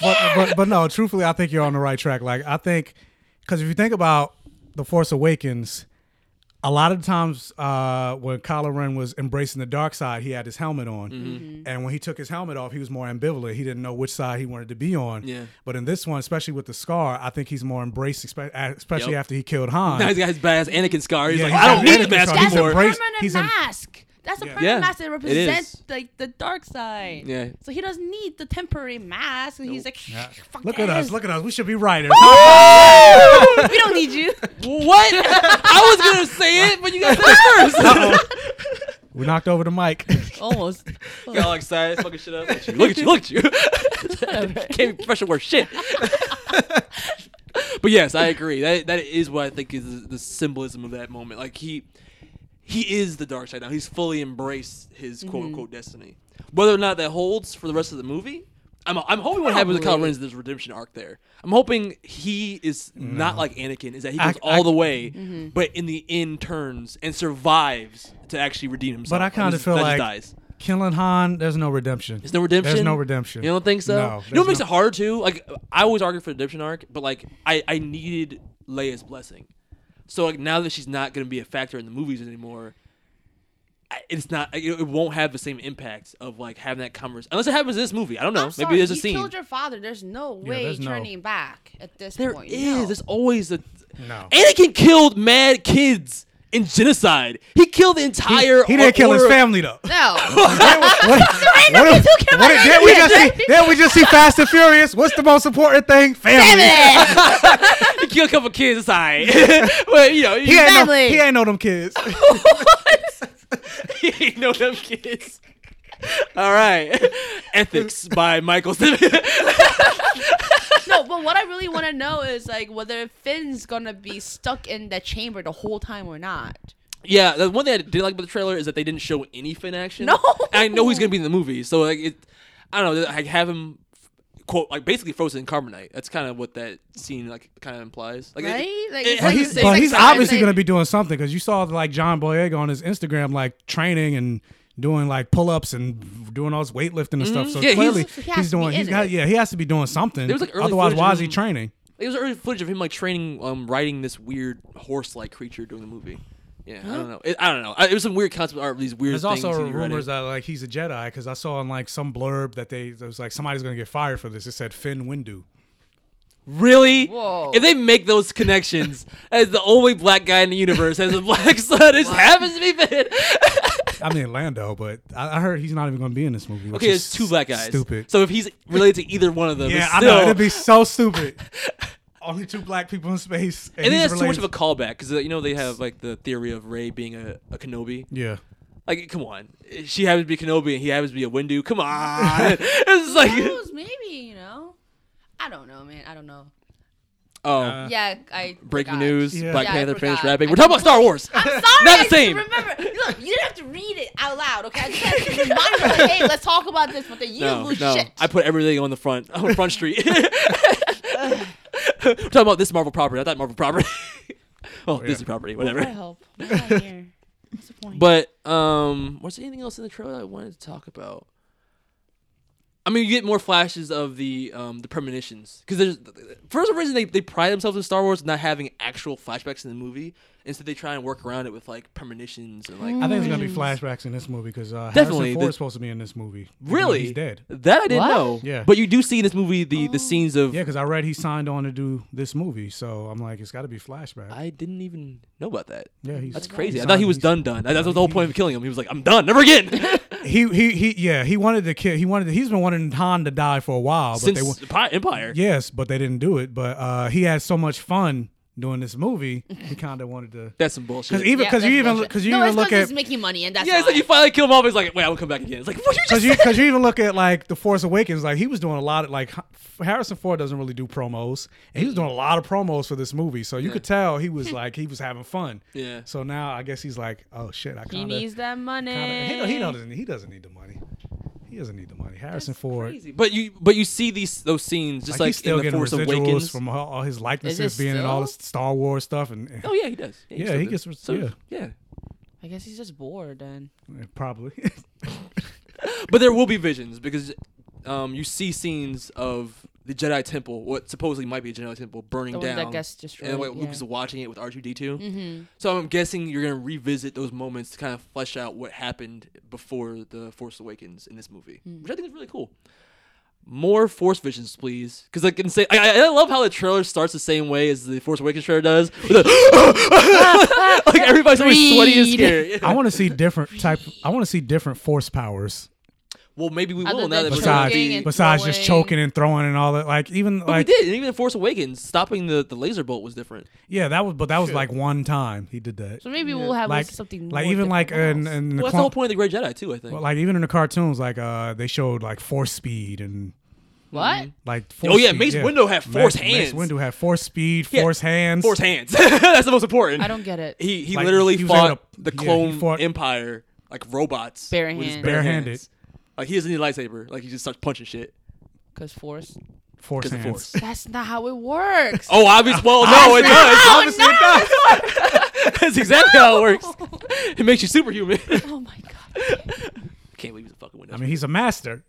but, but but no, truthfully, I think you're on the right track. Like I think, because if you think about the Force Awakens, a lot of times uh, when Kylo Ren was embracing the dark side, he had his helmet on, Mm-hmm. and when he took his helmet off, he was more ambivalent. He didn't know which side he wanted to be on. Yeah. But in this one, especially with the scar, I think he's more embraced, espe- especially Yep. after he killed Han. now he's got his badass Anakin scar. He's Yeah, like, he's I don't got need the Anakin mask scar. He's anymore. <laughs> embraced- permanent he's em- mask. That's a permanent Yeah, mask that it represents is. like the dark side. Yeah. So he doesn't need the temporary mask. And he's like, fuck Look at this. us! Look at us! We should be writers. <laughs> we don't need you. What? <laughs> I was gonna say it, but you guys said it <laughs> 1st we knocked over the mic. <laughs> <laughs> Almost. Got all excited, fucking shit up. Look at you, look at you. <laughs> Look at you. Can't be professional worth shit. <laughs> but yes, I agree. That that is what I think is the symbolism of that moment. Like he he is the dark side now. He's fully embraced his quote unquote destiny. Whether or not that holds for the rest of the movie, I'm I'm hoping what happens with Kylo Ren is this redemption arc there. I'm hoping he is Mm-hmm. not like Anakin, is that he I- goes all I- the way, but in the end turns and survives to actually redeem himself. But I Like, kind of just- feel that just like dies. killing Han. There's no redemption. There's no redemption. There's no redemption. You don't think so? No, you know what there's makes no- it hard too? Like I always argue for the redemption arc, but like I I needed Leia's blessing. So like now that she's not going to be a factor in the movies anymore, I- it's not. It it won't have the same impact of like having that conversation unless it happens in this movie. I don't know. I'm sorry, Maybe there's a you scene. killed your father. There's no way there's no- turning back at this There point. is. No. There's always a. No. Anakin killed mad kids in genocide. He killed the entire. He didn't kill his order of- family though. <laughs> No. what, what, what, what, did we just see? Did we just see Fast and Furious? What's the most important thing? Family. <laughs> He killed a couple kids. It's alright. <laughs> but you know, <laughs> He ain't, know, Family. he ain't know them <laughs> kids. he <laughs> ain't know them kids. All right, <laughs> ethics by Michael Simmons. <laughs> no, but what I really want to know is like whether Finn's gonna be stuck in that chamber the whole time or not. <laughs> yeah, the one thing I did like about the trailer is that they didn't show any Finn action. No. And I know he's gonna be in the movie, so like it, I don't know. Like have him quote like basically frozen in carbonite. That's kind of what that scene like kind of implies. Like, it- Right? Like, it- it- it's but like he's, the but same he's time. obviously Like- going to be doing something because you saw like John Boyega on his Instagram like training and doing like pull ups and doing all this weightlifting and stuff. So Mm-hmm. Yeah, he's- clearly So he's, he has to be doing. in He's got it. yeah. He has to be doing something. There was, like, early Otherwise, footage why of is he him- training? It was early footage of him like training, um, riding this weird horse-like creature during the movie. Yeah, I don't know. It, I don't know. I, it was some weird concept art of these weird There's things. also that he read rumors in. that like he's a Jedi because I saw in like some blurb that they it was like somebody's going to get fired for this. It said Finn Windu. Really? Whoa. If they make those connections, as the only black guy in the universe has a black son, it just happens to be Finn. I mean Lando, but I, I heard he's not even going to be in this movie. which Okay, is it's two black guys. Stupid. So if he's related to either one of them, yeah, it's I still, know it'd be <laughs> so stupid. Only two black people in space, and, and then he's that's too much of related- a callback because you know they have like the theory of Ray being a, a Kenobi. yeah. Like, come on, she happens to be Kenobi and he happens to be a Windu. Come <laughs> on, <laughs> it's like, Who's maybe you know? I don't know, man. I don't know. oh, yeah, I breaking forgot. news: Uh, Yeah. Black Yeah, I Panther finished forgot. rapping. I We're talking about Star Wars. I'm <laughs> sorry. Not the I just same. Remember, look, you didn't have to read it out loud, okay? I just had to remind you, like, hey, let's talk about this. But then you no, lose no, shit. I put everything on the front on Front Street. <laughs> We're talking about this Marvel property. I thought Marvel property. <laughs> oh, Disney property, What whatever. help? I'm <laughs> not here. What's the point? But um, was there anything else in the trailer I wanted to talk about? I mean, you get more flashes of the um the premonitions because there's for some reason they, they pride themselves in Star Wars not having actual flashbacks in the movie, instead they try and work around it with like premonitions and like Mm. I think there's gonna be flashbacks in this movie because uh, Mm. Definitely, Harrison the- Ford is supposed to be in this movie. even though really he's dead. That I didn't What? know. Yeah. but you do see in this movie the the scenes of Yeah, because I read he signed on to do this movie, so I'm like, it's got to be flashback. I didn't even know about that. yeah, he's, That's crazy. I he's thought he on- was he's- done, done. That, that was the whole point of killing him. He was like, I'm done, never <laughs> again. <laughs> He he he. Yeah, he wanted to kill. He wanted. To, he's been wanting Han to die for a while, but Since they wa- Empi- Empire. yes, but they didn't do it. But uh, he had so much fun doing this movie, <laughs> he kind of wanted to. That's some bullshit. Because even because you even because you no, even it's 'cause look at it's making money and that's yeah, it's like why. you finally kill him off. He's like, wait, I will come back again. It's like, what you just because <laughs> you because you even look at like the Force Awakens, like he was doing a lot of like Ha- Harrison Ford doesn't really do promos, and he was doing a lot of promos for this movie, so you could tell <laughs> he was like he was having fun. Yeah. So now I guess he's like, oh shit, I he kind needs of that money. he, he doesn't he doesn't need the money. He doesn't need the money. Harrison Ford. Crazy. But you but you see these those scenes just Like, like, he's still in the getting Force residuals Awakens. from all, all his likenesses it being in all this still? Star Wars stuff, and, and- oh yeah, he does. Yeah, still he does. gets res- so, yeah. yeah. I guess he's just bored then. and probably But there will be visions because um you see scenes of the Jedi Temple, what supposedly might be a Jedi Temple, burning The one down. that gets destroyed, And like, yeah. Mm-hmm. Luke is watching it with R two D two. So I'm guessing you're gonna revisit those moments to kind of flesh out what happened before the Force Awakens in this movie, Hmm. which I think is really cool. More Force visions, please, because I can say I, I- I love how the trailer starts the same way as the Force Awakens trailer does. <laughs> with the <laughs> like everybody's always sweaty and Read. scared. <laughs> I want to see different type. I want to see different Force powers <laughs> well, maybe we Other will now than that we're gonna besides Choking be- and besides just throwing. choking and throwing and all that. Like even But like we did, and even in Force Awakens, stopping the, the laser bolt was different. Yeah, that was, but that was like one time he did that. So maybe we'll have like something like more even like different in, else. in the Well, that's the clone- whole point of the Great Jedi too, I think. like even in the cartoons, like uh, they showed like force speed and what? like force Oh, yeah, speed, Mace Windu had force hands. Mace Windu had force speed, Yeah, force hands, Force hands. <laughs> that's the most important. I don't get it. He he Like, literally he was fought able to- the yeah, he clone fought- empire like robots. Bare with his hands. Barehanded. hands. Like he doesn't need a lightsaber. Like he just starts punching shit. Cause force. force 'Cause of hands. force. That's not how it <laughs> works. Oh, obviously. Well, no, it Oh, does. Obviously, it <laughs> does. That's exactly how it <laughs> works. It makes you superhuman. Oh my god. Can't believe he's a fucking window. <laughs> I mean, he's a master.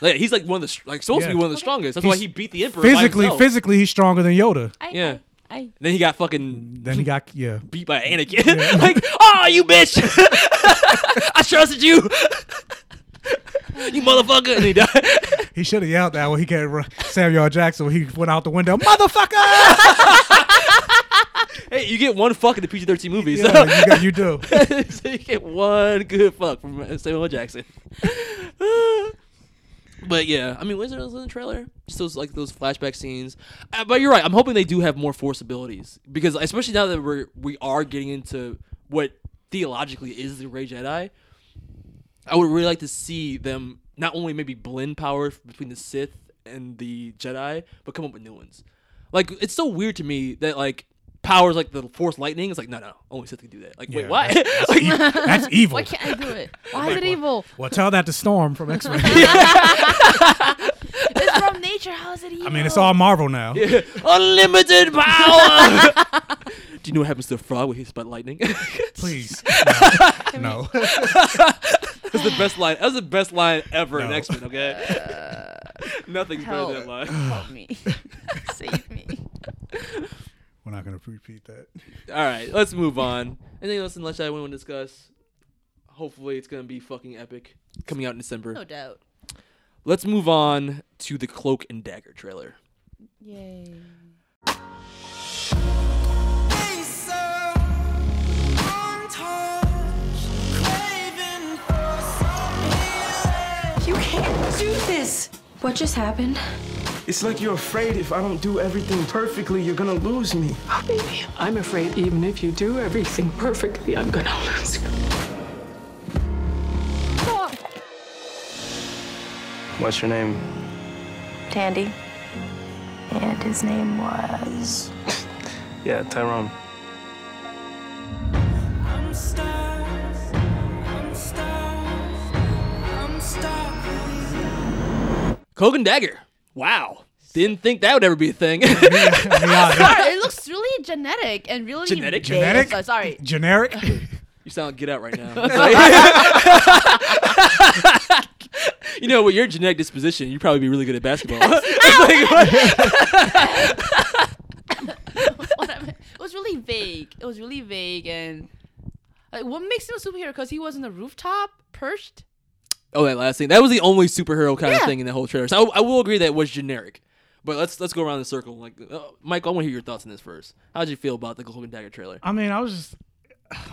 like, he's like one of the str- like supposed to Yeah. be one of the strongest. That's why He's he beat the emperor. by physically, himself. physically, he's stronger than Yoda. I, Yeah. I, I, Then he got fucking Then he got yeah. beat by Anakin. <laughs> like, oh, you bitch! <laughs> I trusted you. you motherfucker! And he died. <laughs> He should have yelled that when he came run- Samuel L. Jackson when he went out the window, motherfucker! <laughs> hey, you get one fuck in the PG thirteen movie, so- yeah, you, got, you do. <laughs> so, you get one good fuck from Samuel L. Jackson. <laughs> but yeah, I mean, was there else in the trailer? Just those like those flashback scenes. Uh, but you're right. I'm hoping they do have more force abilities because especially now that we're we are getting into what theologically is the Grey Jedi. I would really like to see them not only maybe blend power f- between the Sith and the Jedi, but come up with new ones. Like it's so weird to me that like powers like the Force lightning is like no no only Sith can do that. Like wait Yeah, what? like, e-, That's evil. why can't I do it? Why is it evil? Well, tell that to Storm from X Men. It's from nature. How is it evil? I mean, it's all Marvel now. <laughs> unlimited power. <laughs> do you know what happens to a frog when he's hit by lightning? <laughs> That's <laughs> Please, no. <laughs> no. the best line. That was the best line ever in No. X Men. Okay. <laughs> Nothing's better than that line. Help me. Save me. We're not gonna repeat that. All right, let's move on. Anything else in Lunch I want to discuss? Hopefully, it's gonna be fucking epic. Coming out in December. No doubt. Let's move on to the Cloak and Dagger trailer. Yay. Untouched, craving do this? What just happened? It's like you're afraid if I don't do everything perfectly, you're gonna lose me. Oh, baby. I'm afraid even if you do everything perfectly, I'm gonna lose you. Oh, What's your name? Tandy. And his name was. Yeah, Tyrone. I'm stuck. I'm stuck. I'm stuck. Cloak and dagger. Wow. Didn't think that would ever be a thing. <laughs> Sorry, it looks really genetic and really Genetic? big. Genetic? So- sorry. <laughs> Generic. You sound get out right now. <laughs> you know, with your genetic disposition, you'd probably be really good at basketball. <laughs> What I meant- it was really vague. It was really vague and like what makes him a superhero? Because he was on the rooftop, perched. oh, that last thing. That was the only superhero kind of Yeah. thing in the whole trailer. So I, I will agree that it was generic. But let's let's go around the circle. Like, uh, Michael, I want to hear your thoughts on this first. How did you feel about the Golden Dagger trailer? I mean, I was just,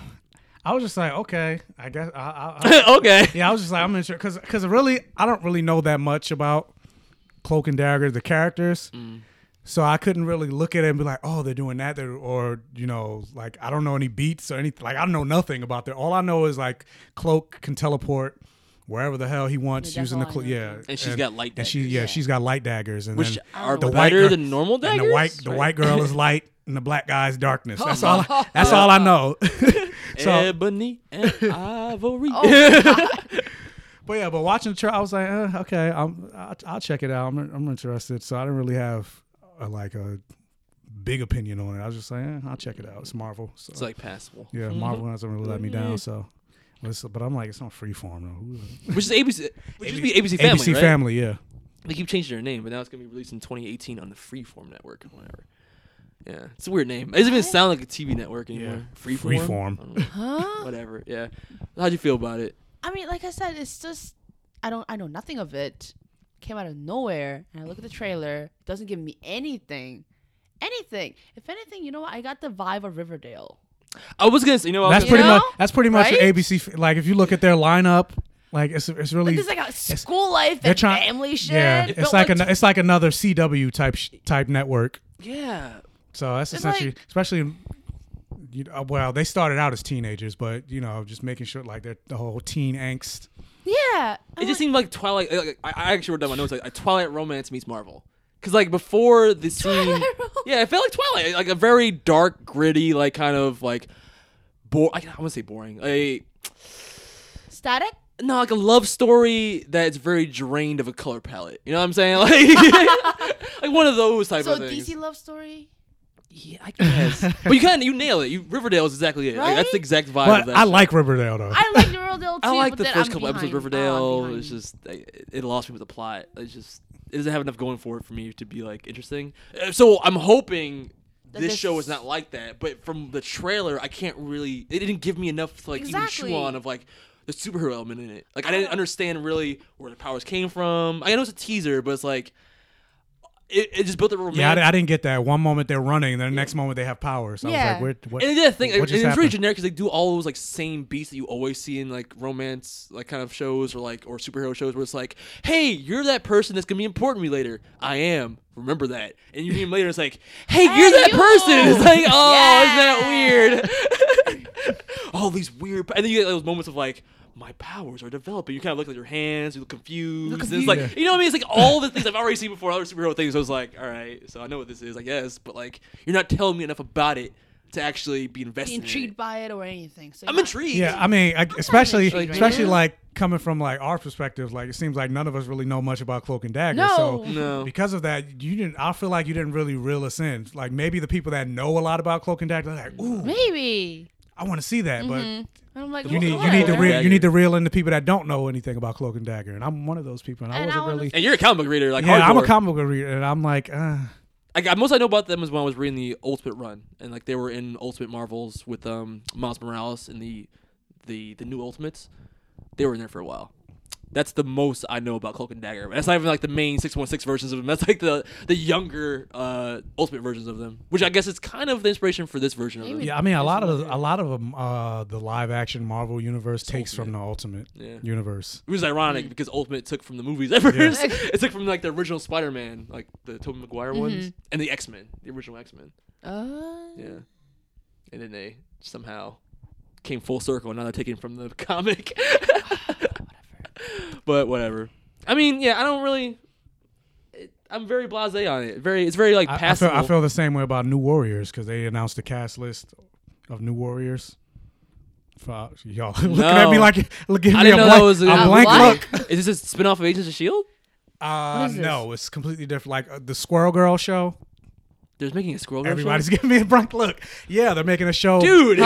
I was just like, okay, I guess, I, I, <laughs> I, okay. <laughs> Yeah, I was just like, I'm not sure, cause, 'cause really, I don't really know that much about Cloak and Dagger, the characters, Mm. so I couldn't really look at it and be like, oh, they're doing that, they're, or you know, like I don't know any beats or anything. Like I know nothing about that. All I know is like Cloak can teleport wherever the hell he wants Yeah, that's using the all I cloak. know. Yeah, And she's got light And she, daggers. yeah, she's got light daggers, and Which then are the better white, than normal And the white, daggers, the right? white <laughs> girl is light. And the black guy's darkness. That's all. I, that's all <laughs> I know. <laughs> so, Ebony <laughs> and Ivory. but yeah, but watching the trailer, I was like, uh, okay, I'm, I'll, I'll check it out. I'm, I'm interested. So I didn't really have a, like a big opinion on it. I was just like, eh, I'll check it out. It's Marvel. So. It's like passable. Yeah, Mhm. Marvel hasn't really let me Yeah. Mm-hmm. down. So, but, it's- but I'm like, it's on Freeform though. Who- Which is ABC. Which used to be ABC ABC Family. right? Family, yeah. They keep changing their name, but now it's gonna be released in 2018 on the Freeform network or whatever. Yeah, it's a weird name. It doesn't even sound like a TV network anymore. Freeform. Freeform. I don't know. Huh? Whatever. Yeah. How'd you feel about it? I mean, like I said, it's just I don't I know nothing of it. Came out of nowhere, and I look at the trailer. Doesn't give me anything, anything. If anything, you know what? I got the vibe of Riverdale. I was gonna say, you know, I was That's gonna- pretty much. That's pretty much your Oh, Right? ABC. Like if you look at their lineup, like it's it's really. Like there's like a school life they're and trying- family shit. Yeah, It it's felt like an, it's like another CW type sh- type network. Yeah. So that's It's essentially, especially, in- you know, uh, well, they started out as teenagers, but you know, just making sure like they're the whole teen angst. Yeah. It just seemed like Twilight. Like, I, I actually wrote down my notes like, Twilight romance meets Marvel. Cause like before the scene, yeah, it felt like Twilight, like a very dark, gritty, like kind of like, bore. I, I want to say boring. A Static. no, like a love story that's very drained of a color palette. You know what I'm saying? <laughs> Like, <laughs> like one of those type So of things. DC love story. Yeah, I guess. <laughs> but you kind of you nail it. You Riverdale is exactly it. Like, that's the exact vibe. of But that I show. like Riverdale though. I like Riverdale too. I like but the then 1st I'm couple episodes of behind. Riverdale. I'm it's just it, it lost me with the plot. It's just it doesn't have enough going for it for me to be like interesting. Uh, So I'm hoping That this this- show is not like that. But from the trailer, I can't really. It didn't give me enough to like even Exactly. chew on of like the superhero element in it. Like I didn't understand really where the powers came from. I know it's a teaser, but it's like. It, it just built a romance. yeah, I, di- I didn't get that. One moment they're running, then the next moment they have powers. I Yeah. was like, Where, what? and the other thing, it, what just it's really happened? generic because they do all those like same beats that you always see in like romance, like kind of shows or like or superhero shows where it's like, hey, you're that person that's gonna be important to me later. I am. Remember that. And you meet him later. It's like, hey, you're that person. <laughs> It's like, oh, isn't that weird? <laughs> all these weird, and then you get those moments of like. My powers are developing. You kind of look at your hands. You look confused. and It's like confused. you know what I mean. It's like all the things I've already seen before, other superhero things. I was like, all right, so I know what this is, I guess. But like, you're not telling me enough about it to actually be invested. be in it. intrigued by it or anything. So I'm yeah. intrigued. Yeah, I mean, I, especially intrigued right especially now. like coming from like our perspective, like it seems like none of us really know much about Cloak and Dagger. No. So No. because of that, you didn't. I feel like you didn't really reel us in. Like maybe the people that know a lot about Cloak and Dagger, they're like, ooh, Maybe. I want to see that, Mhm. And I'm like, but. You need you what? need to Cloak and reel you Dagger. need to reel in the people that don't know anything about Cloak and Dagger, and I'm one of those people, and I And I wasn't wanna really. And you're a comic book reader, like Yeah, I'm a hardcore. comic book reader, and I'm like, uh, I got- most I know about them is when I was reading the Ultimate Run, and like they were in Ultimate Marvels with um Miles Morales and the the the new Ultimates. They were in there for a while. That's the most I know about Cloak and Dagger. That's not even like the main 616 versions of them. That's like the the younger uh, ultimate versions of them, which I guess is kind of the inspiration for this version of them. Yeah, I mean a lot of a lot of 'em, uh, the live action Marvel universe takes from the Ultimate Yeah. universe. It was ironic because Ultimate took from the movies at first. <laughs> it took from like the original Spider-Man, like the Tobey Maguire ones, Mhm. and the X-Men, the original X-Men. Uh, Yeah, and then they somehow came full circle, and now they're taking from the <laughs> comic. but whatever. I mean, yeah, I don't really. It, I'm very blasé on it. Very, it's very like I- I, passive. feel, I feel the same way about New Warriors because they announced the cast list of New Warriors. Fuck, y'all <laughs> looking at me No. like look at I me a didn't know that blank, was a a- blank look. Is this a spin-off of Agents of Shield? Uh, no, it's completely different. Like uh, the Squirrel Girl show. There's making a Squirrel Girl show? Everybody's <laughs> giving me a blank look. Yeah, they're making a show. Dude, can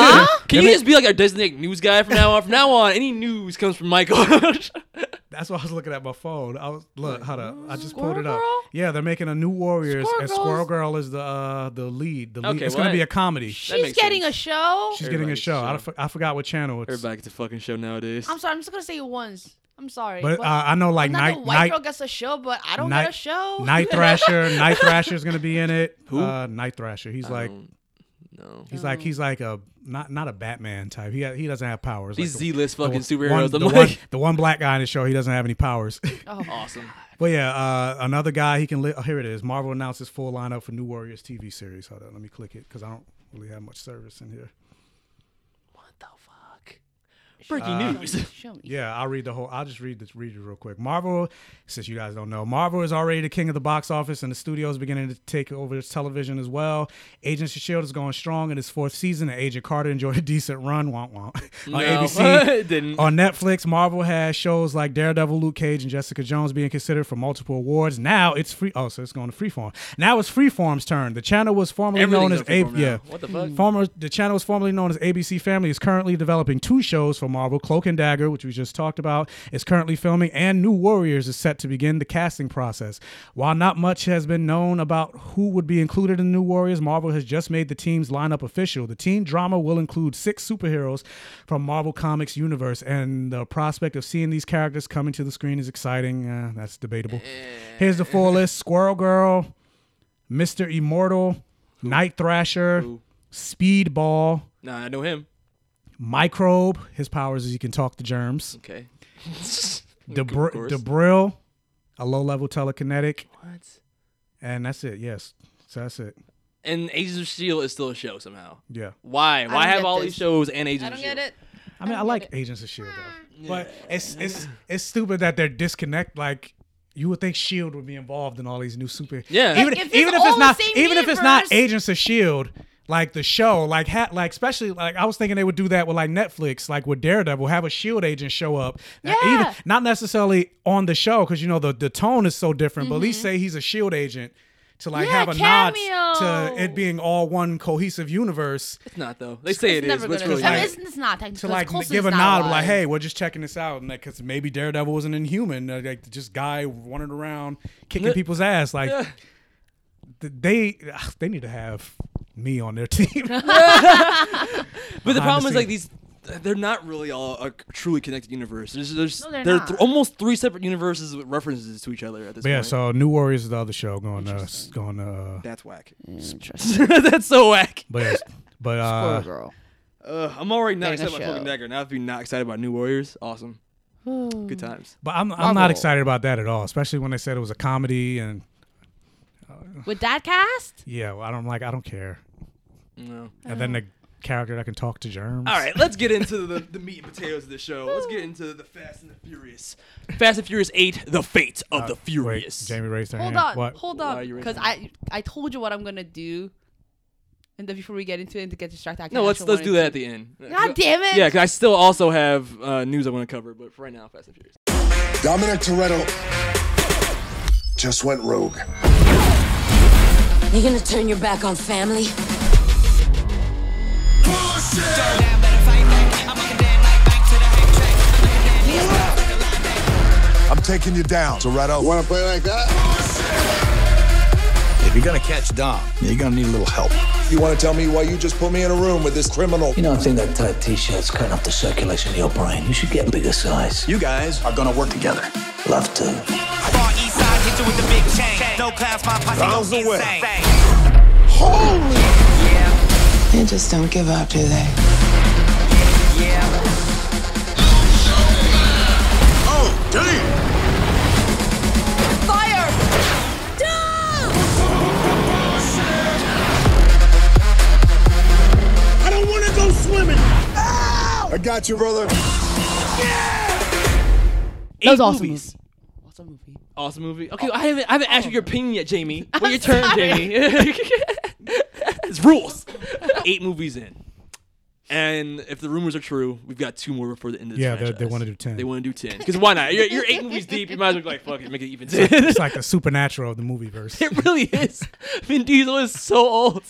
They're you ma- just be like our designated news guy from now on? From now on, any news comes from Michael. <laughs> That's why I was looking at my phone. I was look, hold up. I just pulled it up. Yeah, they're making a new Warriors, and Squirrel Girl is the uh, the lead. The lead. Okay, it's well, gonna be that- a comedy. She's getting a show. She's getting a show. I, f- I forgot what channel it's. Everybody gets a fucking show nowadays. I'm sorry. I'm just gonna say it once. I'm sorry. But, uh, I know, like, I'm not Night- the white Night- girl gets a show, but I don't Night, get a show. <laughs> Night Thrasher. Night Thrasher's gonna be in it. Who? Uh, Night Thrasher. He's like. No. He's like he's like a not not a Batman type. He ha- he doesn't have powers. These like Z-list the fucking one- superheroes, the I'm one, like- the one black guy in the show. He doesn't have any powers. <laughs> Oh. Awesome. But yeah, uh, another guy he can. Li- oh, here it is. Marvel announces full lineup for New Warriors TV series. Hold on, let me click it because I don't really have much service in here. Breaking Uh, news. Yeah, I'll read the whole. I'll just read this. Read it real quick. Marvel, since you guys don't know, Marvel is already the king of the box office, and the studio is beginning to take over its television as well. Agents of Shield E is going strong in its fourth season, and Agent Carter enjoyed a <laughs> decent run. Womp womp. <laughs> No, on <laughs> ABC, it didn't. on Netflix, Marvel has shows like Daredevil, Luke Cage, and Jessica Jones being considered for multiple awards. Now it's free. Oh, so it's going to Freeform. Now it's Freeform's turn. The channel was formerly known as Everything's on Freeform now. A- yeah. What the fuck? Former the channel was formerly known as ABC Family is currently developing two shows for Marvel: Cloak and Dagger, which we just talked about, is currently filming, and New Warriors is set to begin the casting process. While not much has been known about who would be included in New Warriors, Marvel has just made the team's lineup official. The team drama will include six superheroes from Marvel Comics universe, and the prospect of seeing these characters coming to the screen is exciting. Uh, that's debatable. Here's the full list: Squirrel Girl. Mr. Immortal, Night Thrasher, Speedball, Nah, I know him. Microbe. His powers is he can talk to germs. <laughs> Okay. Debr- course. Debril, a low level telekinetic. What? And that's it. Yes. So that's it. And Agents of Shield E is still a show somehow. Yeah. Why? I Why don't have get all this. these shows and Agents? I of don't Shield? get it. I mean, I, like Agents of Shield though, but it's it's it's stupid that they're disconnect. Like you would think Shield E would be involved in all these new super. Yeah. Even If- if if it's even if all it's the not same even if it's not universe- Agents of Shield. E Like the show, like hat, like especially like I was thinking they would do that with like Netflix, like with Daredevil, have a Shield E agent show up, yeah. even not necessarily on the show because you know the the tone is so different, but at least say he's a Shield E agent to like Yeah, have a nod cameo. to it being all one cohesive universe. It's not though. They say it is, but it's gonna really happen. not. It's, it's not to technically like Coulson's give a not nod, like, alive. hey, we're just checking this out, and like, cause maybe Daredevil was an Inhuman, uh, like just guy running around kicking Yeah. people's ass. Like, Yeah. th- they ugh, they need to have me on their <laughs> team. But the Behind problem is like scenes. these. They're not really all a truly connected universe. There's, there's, No, they're they're not. th- almost three separate universes with references to each other at this But yeah, point. so New Warriors is the other show going uh s- going uh That's whack. <laughs> Interesting. That's so whack. But yes, but uh Uh, I'm already not Dana excited about Show. Cloak Dagger. Now, if you're not excited about New Warriors, awesome. Good times. But I'm I'm not excited about that at all, especially when they said it was a comedy and With that cast? yeah, well, I don't like I don't care. No. And then the character that can talk to germs. All right, let's get into the, the meat and potatoes of the show. Let's get into the Fast and the Furious. Fast and Furious 8, The Fate of Uh, the wait, Furious. Jamie raised her Hold hand. on, What? hold Why are on, you because raising I I told you what I'm gonna do, and then before we get into it and to get distracted, I No, let's actually let's do wanted that at to- the end. God damn it! Yeah, 'cause I still also have uh, news I want to cover, but for right now, Fast and Furious. Dominic Toretto just went rogue. You gonna turn your back on family? I'm taking you down, Toretto. Want to play like that? If you're gonna catch Dom, you're gonna need a little help. You want to tell me why you just put me in a room with this criminal? You don't think that tight t-shirt's cutting off the circulation of your brain? You should get a bigger size. You guys are gonna work together. Love to. No clouds, my posse Rounds goes away. insane. Holy! They just don't give up, do they? Oh, damn! Fire! I don't want to go swimming. Ah! I got you, brother. That was awesome Movies. Awesome movie. Oh. Okay, I haven't I haven't asked you your opinion yet, <laughs> Jamie. Wait your turn, Jamie. <laughs> it's rules. Eight movies in, and if the rumors are true, we've got two more before the end of the Yeah, they- they franchise. wanna do 10. They want to do ten because why not? You're, you're eight movies deep. You might as well be like fuck it, make it even It's like, ten. it's like the supernatural of the movie <laughs> verse. It really is. Vin Diesel is so old.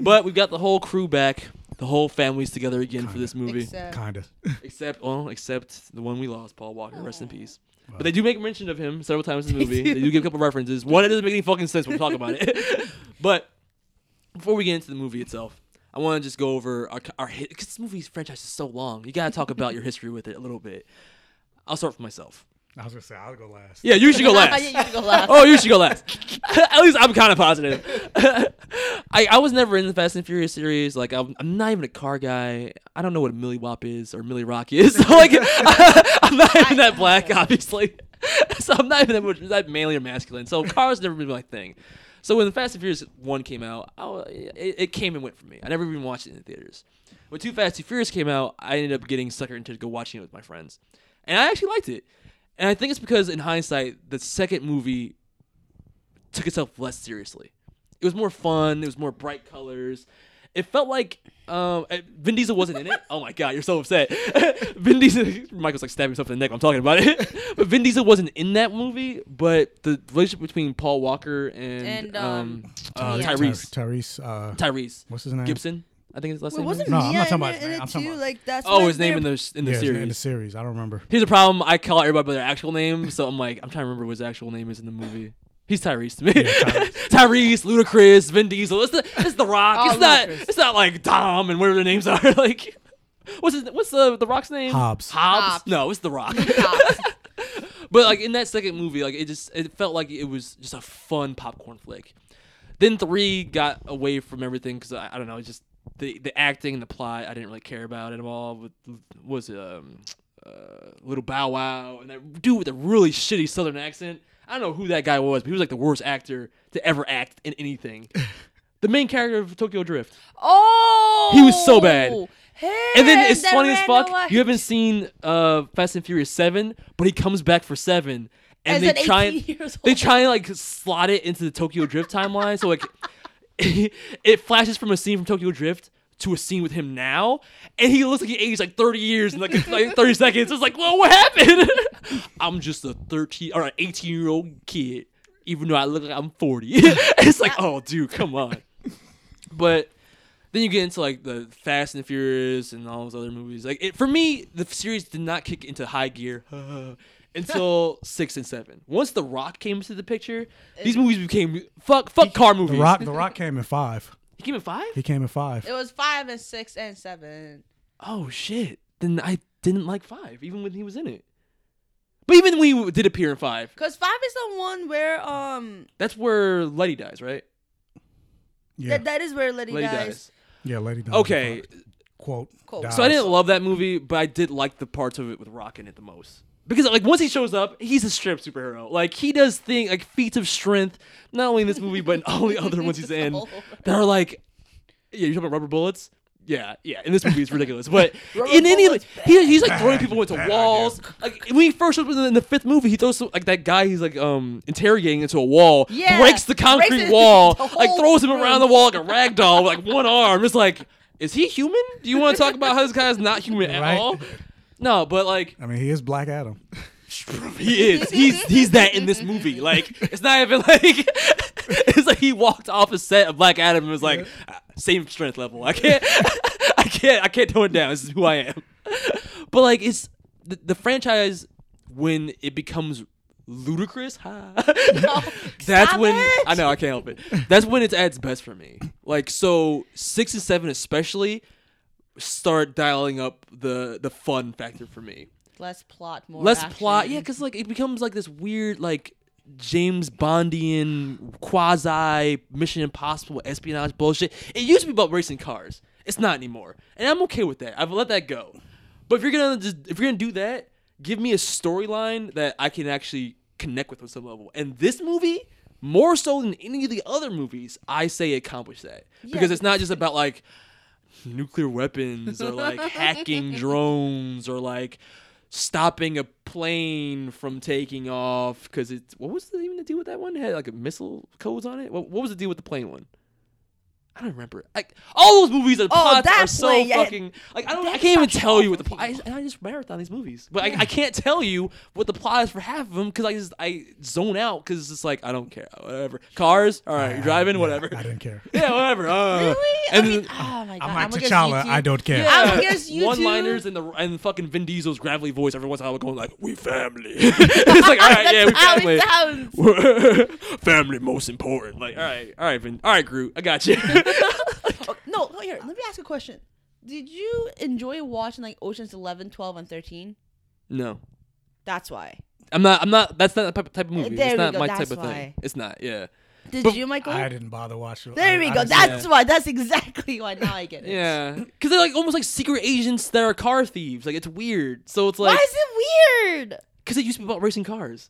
But we've got the whole crew back. The whole family's together again for this movie. Except- Kinda. Except, well, except the one we lost, Paul Walker. Rest in peace. But they do make mention of him several times in the movie. they do give a couple references. One, it doesn't make any fucking sense. We'll talk about it. <laughs> but before we get into the movie itself, I want to just go over our, our hit because this movie's franchise is so long. You got to talk about your history with it a little bit. I'll start for myself. I was gonna say I'll go last. Yeah, you should go last. <laughs> Yeah, you <laughs> should go last. oh, you should go last. At least I'm kind of positive. <laughs> I, I was never in the Fast and Furious series. Like I'm, I'm not even a car guy. I don't know what a Millie Wop is or Millie Rock is. <laughs> So, like I'm not even that black, obviously. <laughs> So I'm not even that much that manly or masculine. So cars never been my thing. So when the Fast and Furious one came out, I, wa- it, it came and went for me. I never even watched it in the theaters. When Too Fast Too Furious came out, I ended up getting suckered into go watching it with my friends, and I actually liked it. And I think it's because in hindsight, the second movie took itself less seriously. It was more fun. It was more bright colors. It felt like um, eh, Vin Diesel wasn't in it. Oh my god, you're so upset. <laughs> Vin Diesel, <laughs> Michael's like stabbing himself in the neck. when I'm talking about it, <laughs> but Vin Diesel wasn't in that movie. But the relationship between Paul Walker and, And, um, um, uh, Ty- Tyrese, Tyrese. Uh, Tyrese, What's his name? Gibson, I think his last Wait, name. wasn't is? No, I'm not Mia talking in about it- his in name. it I'm talking too? about- Like, that's oh, what his name in they're- the in the Yeah, his name series. in the series. I don't remember. Here's the problem. I call everybody by their actual name, so I'm like, I'm trying to remember what his actual name is in the movie. He's Tyrese to me. <laughs> Tyrese. Ludacris, Vin Diesel. It's the it's the Rock. Oh, it's not Ludacris. it's not like Dom and whatever their names are. <laughs> Like, what's his, what's the the Rock's name? Hobbs. Hobbs. No, it's the Rock. <laughs> but like in that second movie, like it just it felt like it was just a fun popcorn flick. Then three got away from everything because I, I don't know, it's just the the acting and the plot I didn't really care about at all. With what was it, um, uh, little Bow Wow and that dude with a really shitty Southern accent. I don't know who that guy was, but he was like the worst actor to ever act in anything. the main character of Tokyo Drift. Oh, He was so bad. and then it's that funny as random fuck. one. You haven't seen uh, Fast and Furious Seven, but he comes back for Seven, As and they an try 18 and <laughs> years they old. try and like slot it into the Tokyo Drift timeline. So like, <laughs> it flashes from a scene from Tokyo Drift to a scene with him now, and he looks like he aged like thirty years in like, like thirty seconds. It's like, whoa, what happened? <laughs> I'm just a thirteen or an eighteen year old kid, even though I look like I'm forty. <laughs> it's like, oh, dude, come on. But then you get into like the Fast and the Furious and all those other movies. Like it, for me, the series did not kick into high gear <laughs> until six and seven. Once The Rock came into the picture, these movies became fuck fuck car movies. The Rock. The Rock came in five. He came in five. He came in five. It was five and six and seven. Oh shit! Then I didn't like five, even when he was in it. But even when he did appear in five, Cause five is the one where um that's where Letty dies, right? that, that is where Letty, dies. Yeah, Lady Diana. Okay, Quote. Quote. So I didn't love that movie, but I did like the parts of it with Rock in it the most. Because like once he shows up, he's a strip superhero. Like he does thing like feats of strength, not only in this movie but in all the other ones <laughs> he's in. That are like, yeah, you talking about rubber bullets? Yeah, yeah. In this movie, it's ridiculous. But <laughs> Rubber in any of bullets, he, he's like throwing people into walls. Like when he first shows up in the, in the fifth movie, he throws some, like that guy he's like um interrogating into a wall, Yeah, breaks the concrete breaks it- <laughs> wall, the like whole throws him room. around the wall like a rag doll, with, like one arm. It's like, is he human? Do you want to talk about how this guy is not human at all? No, but like I mean, he is Black Adam. <laughs> he is. He's he's that in this movie. Like it's not even like <laughs> it's like he walked off a set of Black Adam and was like "Ah, same strength level. I can't <laughs> I can't I can't tone it down. This is who I am. But like it's the, the franchise when it becomes <laughs> ludicrous. Ha. that's when I know I can't help it. That's when it's at its best for me. Like so, six and seven especially start dialing up the the fun factor for me. Less plot, more Less action. plot, yeah, because like it becomes like this weird like James Bondian quasi Mission Impossible espionage bullshit. It used to be about racing cars. It's not anymore, and I'm okay with that. I've let that go. But if you're gonna just, if you're gonna do that, give me a storyline that I can actually connect with on some level. And this movie, more so than any of the other movies, I say accomplished that because it's not just about like nuclear weapons or <laughs> like hacking drones or like stopping a plane from taking off because it's what was the, even the deal with that one? It had like a missile codes on it. What, what was the deal with the plane one? I don't remember. Like all those movies, the Oh, plots that are so plane, yeah. fucking like I don't. I That's can't even such tell you what the plot. I, and I just marathon these movies, but I, I can't tell you what the plot is for half of them because I just I zone out because it's just like I don't care. Whatever. Cars. All right, you're driving. whatever. I didn't <laughs> care. Yeah, whatever. Uh, Really? And I then, mean, oh my god. I'm like against T'Challa, YouTube. I don't care. Yeah. I'm against Um, you One two. liners and the and fucking Vin Diesel's gravelly voice every once in a while going like, "We <laughs> family." <laughs> it's like, all right, yeah, we That's how it family. sounds. <laughs> family most important. Like, all right, all right, Vin, all right, Groot, I got you. <laughs> No, oh, here, let me ask you a question. Did you enjoy watching like Ocean's 11, 12, and 13? no, That's why. I'm not. I'm not. That's not the type- type of movie. There it's we not go, my that's type of why. thing. It's not. Yeah. Did But- you, Michael? I didn't bother watching. there I- we I go. just- That's yeah. why. That's exactly why. Now I get it. Yeah, because they're like almost like secret agents that are car thieves. Like it's weird. So it's like why is it weird? because it used to be about racing cars.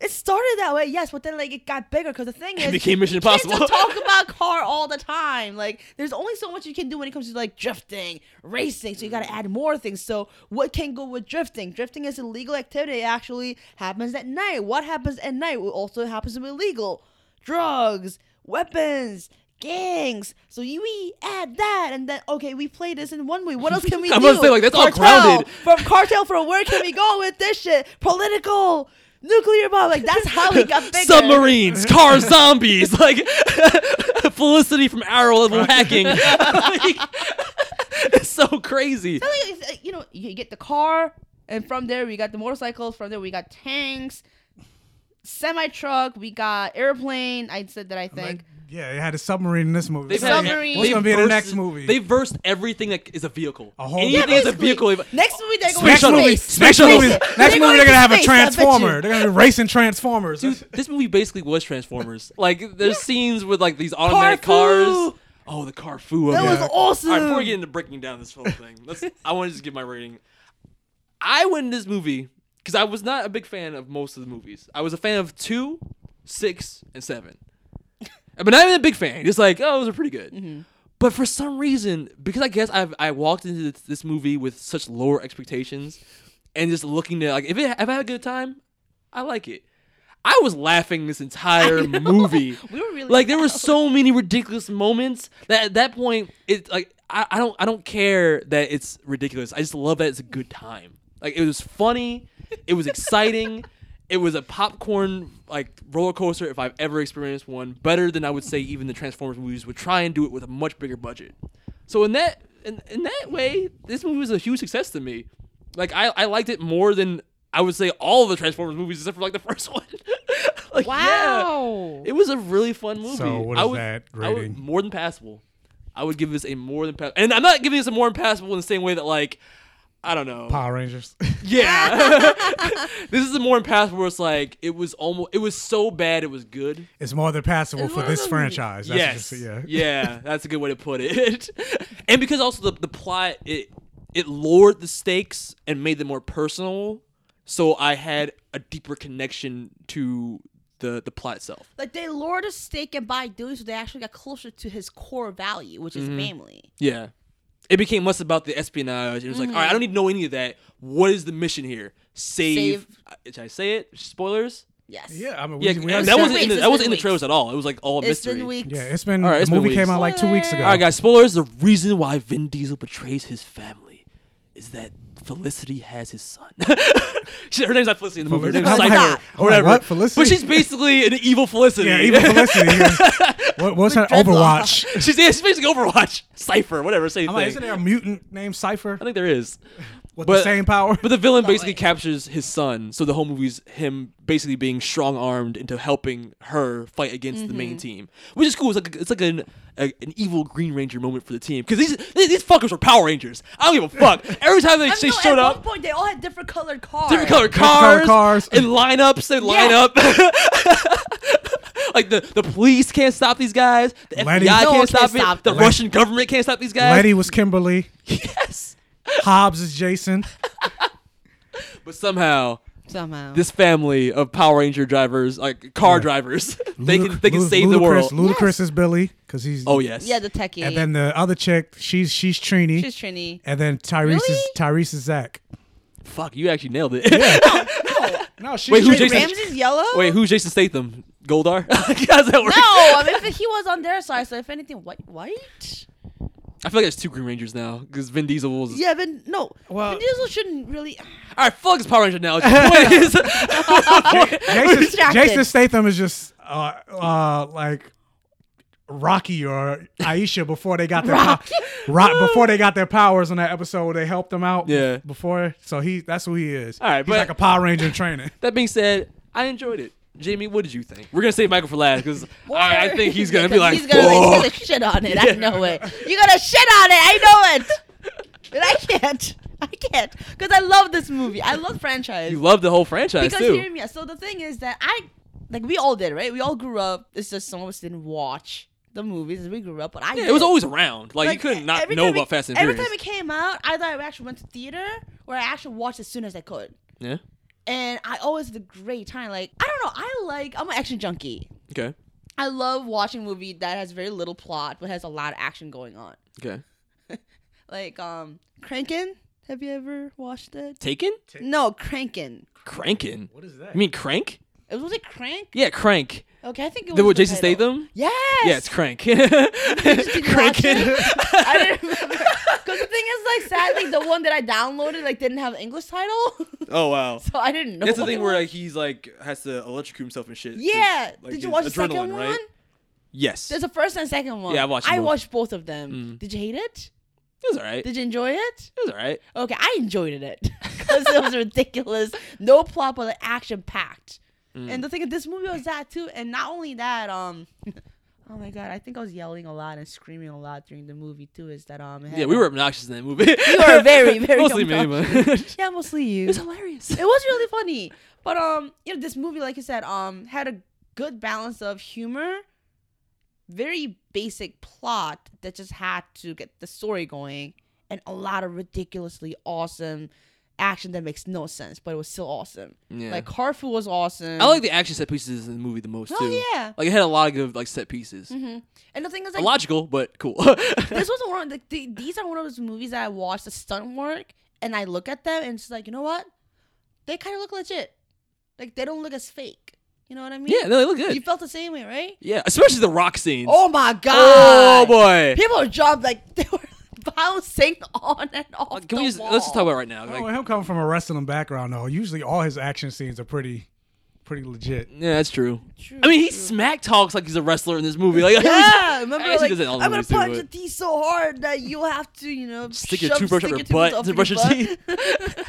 It started that way, yes, but then like it got bigger because the thing is, became Mission kids Impossible. don't <laughs> talk about car all the time. Like, there's only so much you can do when it comes to like drifting, racing. So you got to add more things. So what can go with drifting? Drifting is illegal activity. It actually happens at night. What happens at night will also happens to be illegal. Drugs, weapons. Gangs, so you we add that, and then okay, we play this in one way. What else can <laughs> we I'm do? gonna say, like, that's all grounded. From cartel, from where can we go with this shit? Political, nuclear bomb. Like that's how we got bigger. Submarines, car zombies, like <laughs> Felicity from Arrow level <laughs> hacking. Like, it's so crazy. Really, it's, uh, You know, you get the car, and from there we got the motorcycles. From there we got tanks, semi truck. We got airplane. I said that I think. Yeah, it had a submarine in this movie. They've So, had- Submarine. What's they've gonna be in the versed- next movie? They versed everything that is a vehicle. A whole- Anything Yeah, is a vehicle. Next movie they're going next to movie, space. next Space. movie, They're next movie, going they're to gonna have a space, I bet you. transformer. They're gonna be racing transformers. Dude, this movie basically was Transformers. Like there's scenes with like these automatic cars. Oh, the car foo. That was awesome. All right, before we get into breaking down this whole thing, let's. I want to just give my rating. I went in this movie because I was not a big fan of most of the movies. I was a fan of two, six, and seven. but not even a big fan. Just like, oh, those are pretty Mm-hmm. good. But for some reason, because I guess I've, I walked into this, this movie with such lower expectations, and just looking to like, if it, if I had a good time, I like it. I was laughing this entire movie. <laughs> We were really like there were so many ridiculous moments that at that point it like I, I don't I don't care that it's ridiculous. I just love that it's a good time. Like it was funny, it was exciting, it was a popcorn like roller coaster if I've ever experienced one. Better than I would say even the Transformers movies would try and do it with a much bigger budget. So in that in, in that way, this movie was a huge success to me. Like I, I liked it more than I would say all of the Transformers movies except for like the first <laughs> one. like, Wow. Yeah, it was a really fun movie. So what I is would, that I would- rating? more than passable. I would give this a more than passable. And I'm not giving this a more than passable in the same way that like I don't know. Power Rangers. <laughs> Yeah. <laughs> this is a more impassable where it's like it was almost it was so bad it was good. It's more than passable for this franchise. That's yes. Just, yeah. yeah. that's a good way to put it. <laughs> and because also the, the plot it it lowered the stakes and made them more personal, so I had a deeper connection to the the plot itself. Like they lowered a stake, and by doing so, they actually got closer to his core value, which is Mm-hmm. Mhm. family. Yeah. It became less about the espionage. It was like, Mhm. all right, I don't need to know any of that. What is the mission here? Save. Did I say it? Spoilers. Yes. Yeah, I mean, we- Yeah, we and that already said- wasn't in the, It's that been wasn't in the weeks. trailers at all. It was like all a It's been mystery. weeks. Yeah, it's been- All right, the it's been movie came weeks. out like two weeks ago. All right, guys, spoilers. The reason why Vin Diesel betrays his family is that Felicity has his son. <laughs> She- her name's not Felicity in the movie. Her name's Felicity- I'm Cypher like- I'm or like, whatever. what? Felicity? <laughs> <laughs> But she's basically an evil Felicity. Yeah, evil Felicity. What, what's With that? Overwatch. dreadlocks. She's yeah, she's basically Overwatch, <laughs> Cipher, whatever. Same I'm thing. like, isn't there a mutant named Cipher? I think there is. With the same power. But the villain basically captures his son, so the whole movie's him basically being strong armed into helping her fight against the main Mhm. team, which is cool. It's like it's like an a, an evil Green Ranger moment for the team because these these these fuckers are Power Rangers. I don't give a fuck. Every time they, I they know, showed at up, one point they all had different colored cars. different color cars, and lineups. They line up. <laughs> Like the, the police can't stop these guys. The Letty- FBI No one can't stop can stop it. The them. Russian government can't stop these guys. <laughs> Letty was Kimberly. Yes. Hobbs is Jason. But somehow, Somehow. this family of Power Ranger drivers, like car drivers, <laughs> they can they can Ludic- save the world. Ludacris- Ludacris is Billy because he's Oh, yes. Yeah, the techie. And then the other chick, she's she's Trini. She's Trini. And then Tyrese is Tyrese is Zach. Fuck, you actually nailed it. No, she's Wait, who's Trini. Jason? Ramsey's yellow? <laughs> Wait, who's Jason Statham? Goldar? <laughs> How's that No, work? I mean, if he was on their side, so if anything, white, white. I feel like there's two Green Rangers now because Vin Diesel was. Yeah, but no. Well, Vin Diesel shouldn't really. All right, fuck this Power Ranger now. What <laughs> is- Jason, Distracted. Jason Statham is just uh, uh, like Rocky or Aisha before they got their pow- Ro- before they got their powers on that episode where they helped them out. Yeah. Before, so he that's who he is. All right, he's but- like a Power Ranger in training. that being said, I enjoyed it. Jamie, what did you think? We're gonna save Michael for last because I, I think <laughs> he's gonna be like, he's gonna, he's gonna "Fuck." shit on it. Yeah. I know it. You're gonna shit on it. I know it. But I can't. I can't because I love this movie. I love franchise. You love the whole franchise because too. hear me out. So the thing is that I, like, we all did, right? We all grew up. It's just some of us didn't watch the movies as we grew up, but I. Yeah, did. it was always around. Like, you couldn't not every know time about it- Fast and Every Furious. time it came out, either I actually went to theater or I actually watched as soon as I could. yeah. And I always had a great time. Like I don't know. I like. I'm an action junkie. Okay. I love watching a movie that has very little plot but has a lot of action going on. Okay. Like um Crankin'. Have you ever watched it? Taken? No, Crankin'. Cranking. What is that? You mean crank? It was it Crank? Yeah, crank. Okay, I think it The- was with the Jason title. Statham. Yes. Yeah, it's crank. <laughs> <laughs> Cranking. <laughs> I didn't remember. Because the thing is, like, sadly, the one that I downloaded like didn't have an English title, <laughs> Oh wow. so I didn't know. That's the thing what- where like, he's like has to electrocute himself and shit. 'cause, <laughs> Yeah. like, Did you his watch the second adrenaline, one? right? Yes. There's a first and second one. Yeah, I watched I both. watched both of them. Mhm. Did you hate it? It was alright. Did you enjoy it? It was alright. Okay, I enjoyed it <laughs> because <laughs> it was ridiculous. No plot, but like action packed. Mm. And the thing is, this movie was that too. And not only that, um, <laughs> oh my god, I think I was yelling a lot and screaming a lot during the movie too. Is that um? it had, Yeah, we were um, obnoxious in that movie. You were <laughs> very, very mostly me, but <laughs> obnoxious. yeah, mostly you. It was hilarious. It was really funny. But um, you know, this movie, like you said, um, had a good balance of humor, very basic plot that just had to get the story going, and a lot of ridiculously awesome action that makes no sense, but it was still awesome. Yeah. Like Carfu was awesome. I like the action set pieces in the movie the most Oh, too. yeah. Like it had a lot of good like set pieces. hmm And the thing is, like, Illogical, but <laughs> cool. <laughs> this was one of the, the- these are one of those movies that I watch the stunt work and I look at them and it's like you know what they kind of look legit like they don't look as fake you know what I mean Yeah, no, they look good. you felt the same way right yeah, especially the rock scenes. oh my god Oh, boy. people dropped like <laughs> they were bouncing on and off Can the we just wall. let's just talk about it right now. Oh, <laughs> Like, him coming from a wrestling background though, usually all his action scenes are pretty, pretty legit. yeah, that's true. I mean, he smack talks like he's a wrestler in this movie. Like, yeah, remember actually like, does it in all I'm the gonna movies, too, punch but- the teeth so hard that you'll have to, you know, Stick your shove- toothbrush up stick your butt up to brush your teeth. butt.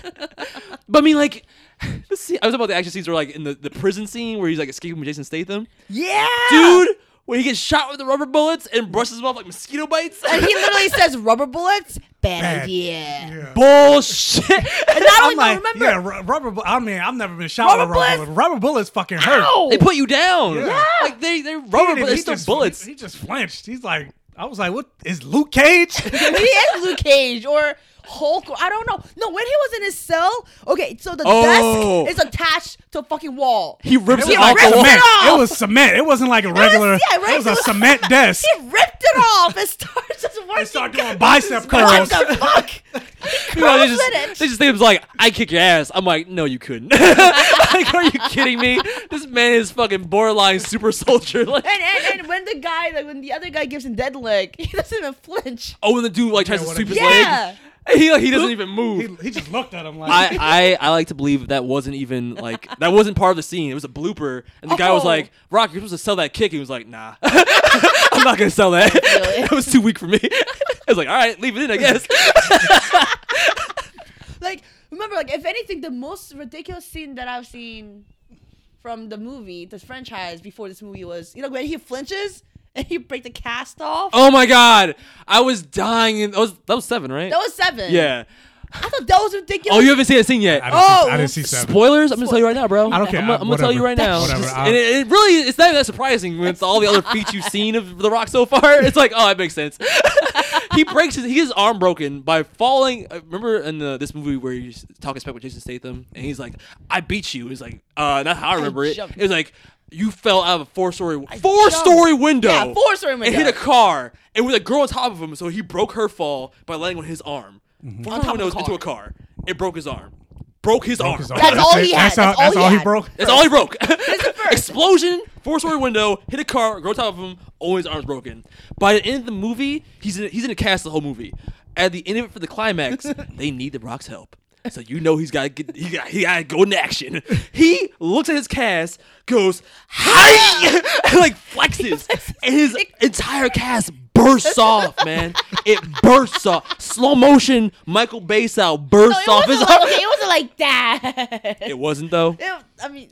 But I mean, like, <laughs> the scene, I was talking about the action scenes where, like, in the, the prison scene where he's like escaping from Jason Statham. <laughs> yeah, Dude, when he gets shot with the rubber bullets and brushes them off like mosquito bites. and he literally says rubber bullets. Bad, Bad. idea. <laughs> Bullshit. And not I'm like, only no, remember, yeah, ru- rubber. Bu- I mean, I've never been shot with rubber bullets. Rubber bullets fucking hurt. Ow! They put you down. Yeah. Like, they, they're He rubber didn't- bullets. he They're just- bullets. He just flinched. He's like, I was like, what is Luke Cage? <laughs> maybe he is Luke Cage or Hulk. Or, I don't know. No, when he was in his cell, okay, so the Oh. desk is attached to a fucking wall. He rips It was it off like <laughs> the wall. cement. It was cement. It wasn't like a regular. yeah, It right? <laughs> was a <laughs> cement desk. He ripped it off and <laughs> starts just working. Start doing bicep What curls. the fuck? You know, they Cross just, it. they just think it was like, I kick your ass. I'm like, no, you couldn't. <laughs> like, are you kidding me? This man is fucking borderline super soldier. Like, And, and, and when the <laughs> guy, like when the other guy gives him dead leg, he doesn't even flinch. oh, and the dude like tries to sweep his Yeah. leg. He like, he doesn't even move. He, he just looked at him like I, I I like to believe that wasn't even like that wasn't part of the scene. It was a blooper, and the guy was Oh. like, "Rock, you're supposed to sell that kick." He was like, "Nah, <laughs> I'm not gonna sell that. <laughs> that was too weak for me." I was like, "All right, leave it in, I guess." like remember like if anything the most ridiculous scene that i've seen from the movie this franchise before this movie was you know when he flinches and he break the cast off Oh my god, I was dying. In, that was that was seven, right? that was seven Yeah. i thought that was ridiculous Oh, you haven't seen that scene yet. I didn't see- I Oh. didn't see seven. Spoilers. I'm gonna tell you right now, bro. I don't care. Uh, I'm, gonna- I'm gonna tell you Whatever. right now. Whatever. Uh, And it, it really it's not even that surprising with all the other feats you've seen of The Rock so far. It's like, oh, that makes sense. <laughs> he breaks his he gets his arm broken by falling. I Remember in the, this movie where he's talking smack with Jason Statham, and he's like, "I beat you." He's like, "Uh, not how I remember it." jumped. It was like. You fell out of a four story four story window. Yeah, four-story window. And hit a car and with a girl on top of him, so he broke her fall by landing on his arm. Mm-hmm. Four story On top of a windows car. into a car. It broke his arm. Broke his arm. arm. That's That's all it. he had. That's That's all- all that's he all he had. <laughs> broke? That's all he broke. <laughs> Explosion, four story window, hit a car, go on top of him, only his arm's broken. By the end of the movie, he's in, he's in a cast the whole movie. At the end of it for the <laughs> climax, they need The Rock's help. So you know he's got to get he got he got to go into action. He looks at his cast, goes hi, <laughs> and like flexes, and his entire cast bursts off, man. It bursts off. Slow motion. Michael Bay style bursts off his like, arm. <laughs> okay, it wasn't like that It wasn't though. <laughs> It- i mean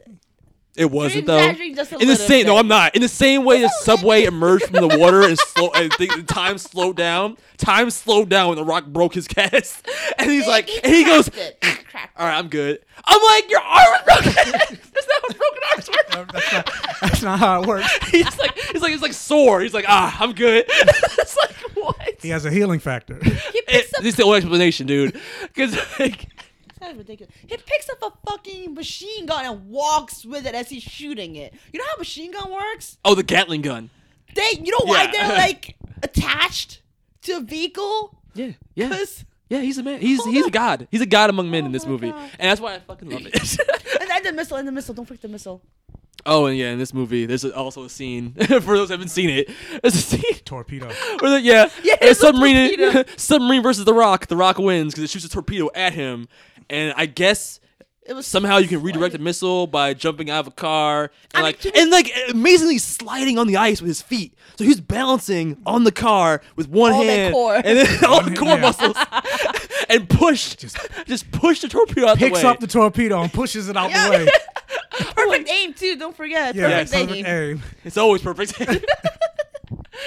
It wasn't You're though. exaggerating just a In the little same, no, bit. I'm not. In the same way the subway emerged from the water <laughs> and slow, and th- time slowed down. Time slowed down when the rock broke his cast, <laughs> and he's like, and he goes, <laughs> "All right, I'm good." I'm like, "Your arm is broken." <laughs> <laughs> That's not how broken arms work. That's not how it works. he's like, he's like, he's like sore. He's like, "Ah, I'm good." <laughs> it's like what? He has a healing <laughs> factor. It- this is the only explanation, dude. Because like, That's ridiculous. He picks up a fucking machine gun and walks with it as he's shooting it. You know how a machine gun works? oh, the Gatling gun. They, you know why Yeah. they're like attached to a vehicle? Yeah, yeah, yeah. He's a man. He's he's a god. He's a Oh god among men in this movie, and that's why I fucking love it. <laughs> and, and the missile, and the missile. Don't forget the missile. Oh, and yeah, in this movie, there's also a scene <laughs> for those who haven't seen it. There's a scene <laughs> torpedo. where the, yeah, Yeah, a it's a submarine, torpedo. <laughs> submarine versus the Rock. The Rock wins because it shoots a torpedo at him, and I guess. Somehow you can redirect a missile by jumping out of a car and like and like amazingly sliding on the ice with his feet. So he's balancing on the car with one All that hand core. and then <laughs> all the core muscles <laughs> and push just, push the torpedo out Picks the way. up the torpedo and pushes it out the <laughs> way. Perfect aim too. Don't forget. Yeah, perfect perfect aim. aim. It's always perfect. <laughs>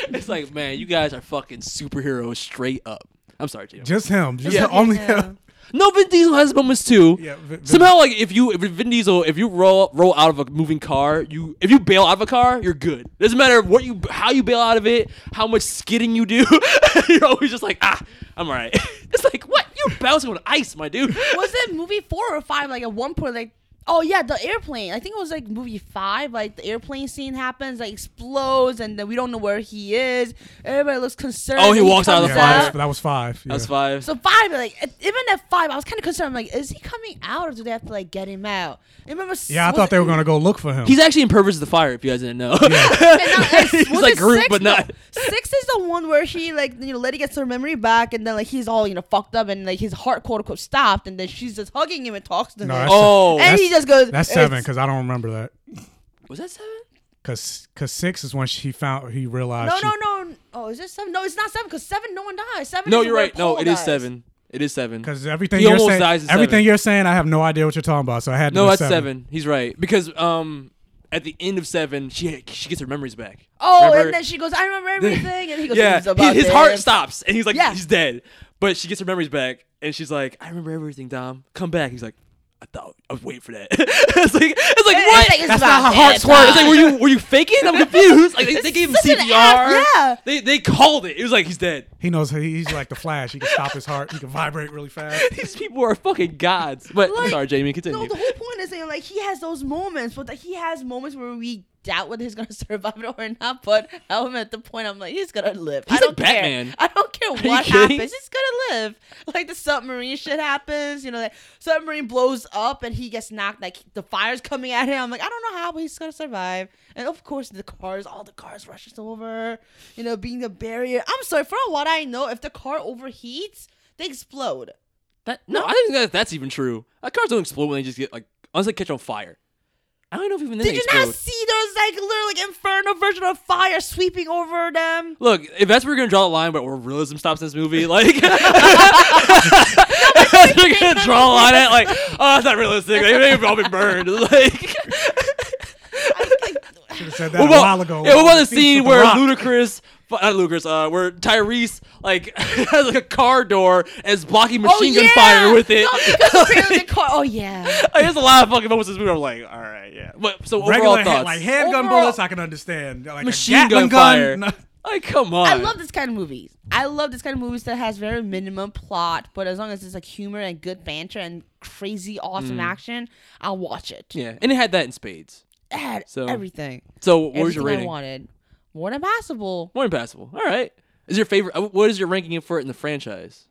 it's like, man, you guys are fucking superheroes straight up. I'm sorry, Jim. Just him. Just only him. No, Vin Diesel has moments too. Yeah, Vin- Vin- Somehow, like if you, if Vin Diesel, if you roll roll out of a moving car, you if you bail out of a car, you're good. Doesn't matter what you, how you bail out of it, how much skidding you do, <laughs> you're always just like, ah, I'm alright. <laughs> it's like what you're bouncing on ice, my dude. was it movie four or five? Like at one point, like oh yeah, the airplane. I think it was like movie five. Like the airplane scene happens, like explodes, and then we don't know where he is. Everybody looks concerned. Oh, he and walks out of comes the fire. That was five. That's five. So five, like at- even at five, I was kind of concerned. I'm like, is he coming out, or do they have to like get him out? I remember. Yeah, I thought they were <laughs> gonna go look for him. He's actually in Purpose of the Fire. If you guys didn't know, he's was like it Groot, six? but No. not. Six is the one where he like you know Letty gets her memory back, and then like he's all you know fucked up, and like his heart quote unquote stopped, and then she's just hugging him and talks to No, him. that's and Oh, that's- he just goes. That's "It's- seven because I don't remember that. <laughs> Was that seven? Cause, cause six is when she found he realized. No, she- no, no. Oh, is this seven? No, it's not seven because seven, no one dies. Seven. No, is you're where right. No, Paul it is dies. seven. It is seven. Because everything he you're almost saying, dies. in everything seven. you're saying, I have no idea what you're talking about. So I had to No, be that's seven. seven. He's right because um, at the end of seven, she she gets her memories back. Oh, Remember? and then she goes, "I remember everything," and he <laughs> goes, yeah, "It's about his heart this." stops and he's like, Yeah. he's dead. But she gets her memories back and she's like, I remember everything, Dom. Come back. He's like, I thought I was waiting for that. <laughs> it's like it's like It's what? like, it's That's not about how hearts hearts that work. It's like were you were you faking? I'm confused. Like they, they gave him such an CPR. ass- yeah. They they called it. It was like he's dead. <laughs> He knows he- he's like the Flash. He can stop his heart. He can vibrate really fast. These people are fucking gods. But Like, sorry, Jamie, continue. No, the whole point is that, like he has those moments, but like, he has moments where we doubt whether he's gonna <laughs> survive it or not. But I'm at the point I'm like, he's gonna live. I He's don't like care. Batman. I <laughs> don't care you what kidding? happens. He's gonna live. Like the submarine shit happens. You know, like submarine blows up and he gets knocked. Like the fire's coming at him. I'm like, I don't know how, but he's gonna survive. And of course, the cars, all the cars rushes over. You know, being the barrier. I'm sorry for what I know. If the car overheats. They explode. That no, I don't think that that's even true. Like, cars don't explode when they just get like unless they catch on fire. I don't know if even then Did they you explode. not see there was like literally like inferno version of fire sweeping over them? Look, if that's where we're gonna draw the line, but where realism stops in this <laughs> movie, like <laughs> we're gonna draw a line at like, oh, it's not realistic. They they've all been burned. <laughs> Like, Should have said that what a while ago. Yeah, what about the Feast with scene the where Rock. Ludacris, fu- not Ludacris, uh, where Tyrese like <laughs> has like a car door and is blocking machine gun fire with it. oh yeah. <laughs> Like, there's a lot of fucking moments in this movie. I'm like, all right, yeah. But so Regular overall hand- thoughts, like handgun Overall- bullets, I can understand. Like a machine gun, Gatling fire. no- <laughs> Like, come on. I love this kind of movies. I love this kind of movies that has very minimum plot, but as long as it's like humor and good banter and crazy awesome Mm. action, I'll watch it. Yeah, and it had that in spades. It had So- everything. So, what was your Everything I rating? wanted more than passable. More Impassable. All right. Is your favorite? uh, What is your ranking for it in the franchise?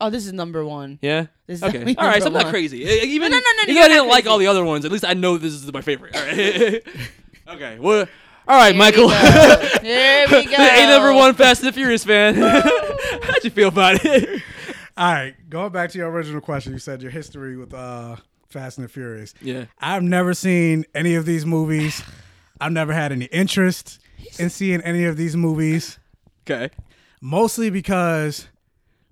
Oh, this is number one. Yeah. This is okay. definitely All right. So I'm number one. not crazy. Uh, uh, Even No, no, no, no, you're even though I didn't not like crazy. all the other ones. At least I know this is my favorite. <laughs> All right. okay. Well. All right, Michael. <laughs> There we go. A number one Fast and the Furious <laughs> fan. How'd you feel about it? <laughs> All right, going back to your original question, you said your history with uh, Fast and the Furious. Yeah. I've never seen any of these movies. I've never had any interest in seeing any of these movies. Okay. Mostly because,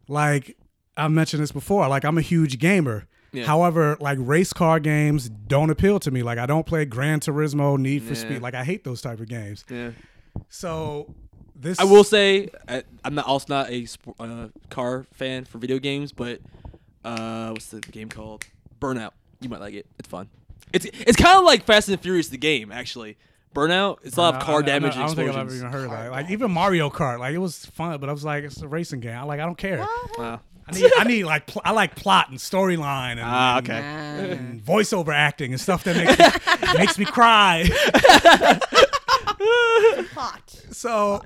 like, I've mentioned this before, like, I'm a huge gamer. Yeah. However, like race car games don't appeal to me. Like I don't play Gran Turismo, Need for Yeah. Speed. Like I hate those type of games. Yeah. So this I will say I, I'm not also not a sp- uh, car fan for video games, but uh, what's the game called? Burnout. You might like it. It's fun. It's it's kind of like Fast and Furious the game actually. Burnout. It's a lot of Uh, I- car I- I- damage I and don't think explosions. I've ever even heard of that. Like even Mario Kart, like it was fun, but I was like, it's a racing game. I like, I don't care. Wow. I need, I need like, pl- I like plot and storyline and, <laughs> Ah, okay. and voiceover acting and stuff that makes me, <laughs> makes me cry. Plot. So,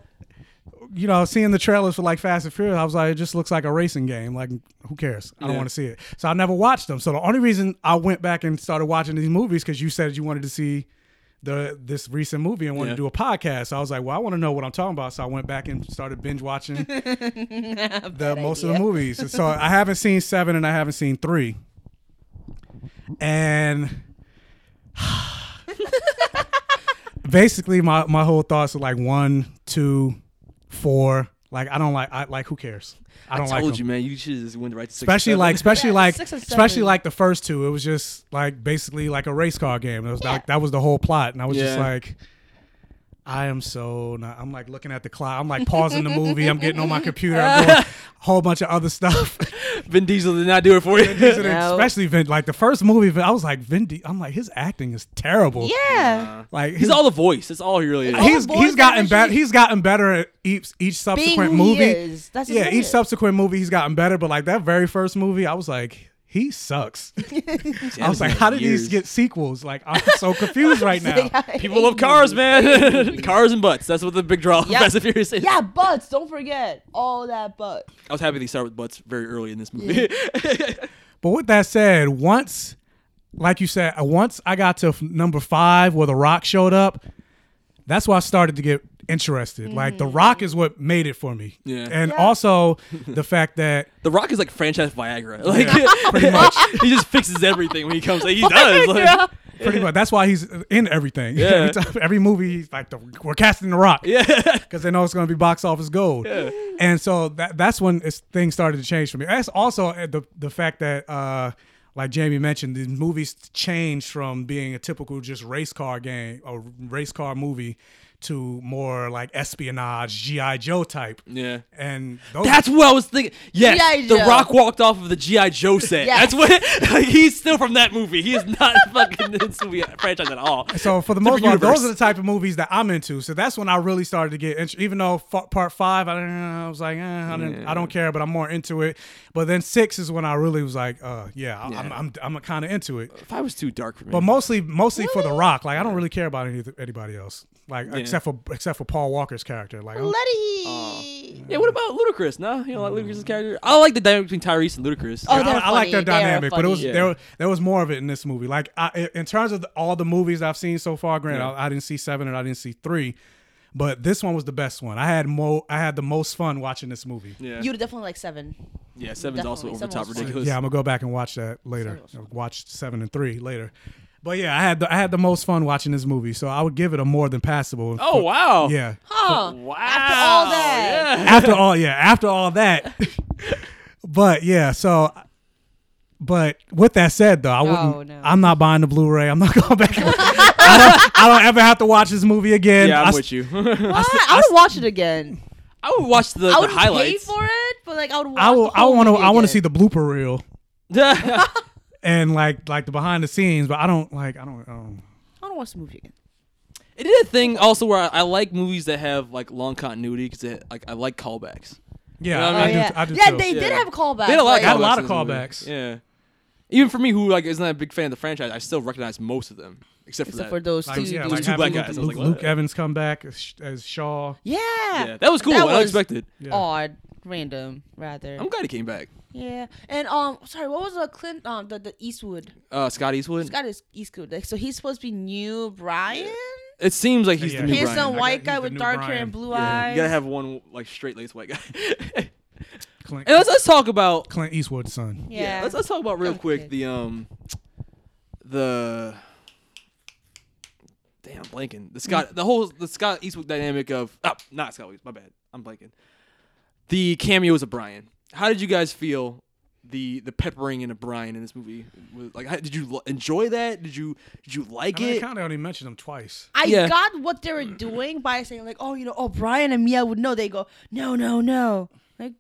you know, seeing the trailers for like Fast and Furious, I was like, it just looks like a racing game. Like, who cares? I don't Yeah. want to see it. So I never watched them. So the only reason I went back and started watching these movies because you said you wanted to see the this recent movie and wanted Yeah. to do a podcast. So I was like, well, I want to know what I'm talking about. So I went back and started binge watching the most of the movies. And so I haven't seen seven and I haven't seen three. And basically my, my whole thoughts are like one, two, four. Like I don't like I like who cares? I don't told like you, them. man. You should just win the right to six or Especially seven. like especially like six and especially seven. like the first two. It was just like basically like a race car game. It was like that was the whole plot. And I was just Yeah. like I am so not, I'm like looking at the clock. I'm like pausing the movie. I'm getting on my computer. <laughs> I'm doing a whole bunch of other stuff. <laughs> <laughs> Vin Diesel did not do it for you. Vin <laughs> Diesel, Especially Vin, like the first movie, Vin- I was like Vin. D- I'm like his acting is terrible. Yeah. like he's all the voice. That's all he really is. he's he's gotten better. He's gotten better at each each subsequent who he movie. is. That's just yeah, it. each subsequent movie he's gotten better. But like that very first movie, I was like, <laughs> he sucks. I was like, how did these get sequels? Like I'm so confused <laughs> right now. <laughs> People love cars, man. <laughs> cars and butts. That's what the big draw. of Yeah. Fast and Furious is. Yeah, butts. Don't forget all that butt. I was happy they started with butts very early in this movie. <laughs> But with that said, once, like you said, uh, once I got to f- number five where The Rock showed up, that's why I started to get interested. Like The Mm. Rock is what made it for me. Yeah. <laughs> And also the fact that the Rock is like franchise Viagra. Like pretty much. <laughs> he just fixes everything when he comes. Like, he does. Like, <laughs> pretty much that's why he's in everything. <laughs> Yeah. every, time, every movie, he's like the, we're casting The Rock. <laughs> Yeah. Because they know it's going to be box office gold. Yeah. And so that that's when it's, things started to change for me. That's also uh, the the fact that. uh like Jamie mentioned, the movies changed from being a typical just race car game or race car movie to more like espionage, GI Joe type. yeah. And those, That's what I was thinking. Yes, G.I. The Joe. Rock walked off of the GI Joe set. Yes. That's what <laughs> like, he's still from that movie. He is not <laughs> fucking this movie franchise at all. so for the Different most part, universe. those are the type of movies that I'm into. So that's when I really started to get int- even though fa- part five, I, don't know, I was like, eh, I, didn't, I don't care, but I'm more into it. But then six is when I really was like, uh, yeah, I, I'm, I'm, I'm kind of into it. Five was too dark for me. But mostly, mostly for The Rock. Like I don't really care about any, anybody else. Like except for except for Paul Walker's character. Like I'm- Oh, yeah, what about Ludacris? No, you don't like Ludacris' character. I like the dynamic between Tyrese and Ludacris. Oh, I, I funny. like their They are dynamic, but it was funny. there. Yeah. was- There was more of it in this movie. Like I, in terms of the- all the movies I've seen so far, granted, Yeah. I, I didn't see seven and I didn't see three, But this one was the best one. I had mo I had the most fun watching this movie. Yeah. You'd definitely like seven. Yeah, seven's also over the top ridiculous. Yeah, I'm gonna go back and watch that later. Watch seven and three later. But yeah, I had the I had the most fun watching this movie, so I would give it a more than passable. Oh wow. Yeah. Oh, wow. After all that. after all, yeah, after all that. <laughs> but yeah, so. But with that said, though, I wouldn't. Oh, I'm not buying the Blu-ray. I'm not <laughs> going back. and- I, don't, I don't ever have to watch this movie again. Yeah, I'm I s- with you. <laughs> What? I, would watch it again. I would watch the, I the would <laughs> pay highlights. for it, but like I would watch. I will. the I whole want to. movie I want to again. see the blooper reel. and like like the behind the scenes, but I don't like. I don't. I don't I don't watch the movie again. It is a thing also where I, I like movies that have like long continuity because like I like callbacks. Yeah, what I do- I do Yeah, too. they did have callbacks, They had a lot, like- Had of, a callbacks lot in of this movie. Yeah, even for me who like isn't a big fan of the franchise, I still recognize most of them except for that. Except for those Like, two yeah, dudes. like two having black guys. I was Luke, like, Luke what? Evans come back as, as Shaw. Yeah. Yeah, that was cool. That was Unexpected. Yeah. Odd, random, rather. I'm glad he came back. Yeah, and um, sorry, what was the Clint um the, the Eastwood? Uh, Scott Eastwood. Scott is Eastwood. Like, so he's supposed to be new Brian, It seems like he's the new handsome Brian. white guy with dark hair and blue eyes. You gotta have one like straight laced white guy. <laughs> Clint, and let's, let's talk about Clint Eastwood's son. yeah. let's let's talk about real quick the um the damn I'm blanking the Scott the whole the Scott Eastwood dynamic of oh, not Scott Eastwood my bad I'm blanking the cameos of Brian. How did you guys feel? The, the peppering in of Brian in this movie, Was- like, how, did you lo- enjoy that? Did you did you like I mean, it? they kind of only mentioned him twice. I got what they were doing by saying like, oh, you know, oh Brian and Mia would know. They go, no, no, no. Like,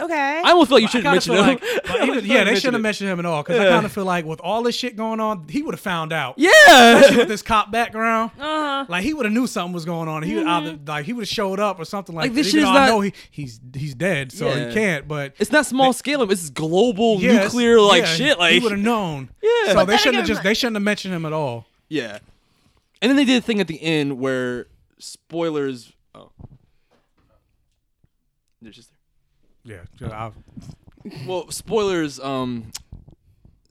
okay. I almost feel like you I should kinda have mentioned feel him. like- <laughs> I almost like, feel either- like yeah, you they should have it. mentioned him at all because I Yeah. kind of feel like with all this shit going on, he would have found out. Yeah. Especially <laughs> with this cop <laughs> background, uh-huh. like he would have knew something was going on. He would either like he would have showed up or something like, Mm-hmm. Like, this that. shit Even is though I not- know he, he's he's dead, so Yeah. he can't. But It's not small scale. It's global yes, nuclear like yeah, shit. Like he would have known. <laughs> Yeah. So But they then shouldn't have again, just they shouldn't have mentioned him at all. Yeah. And then they did a thing at the end where spoilers. Oh. They're just Yeah. <laughs> I- Well, spoilers. Um.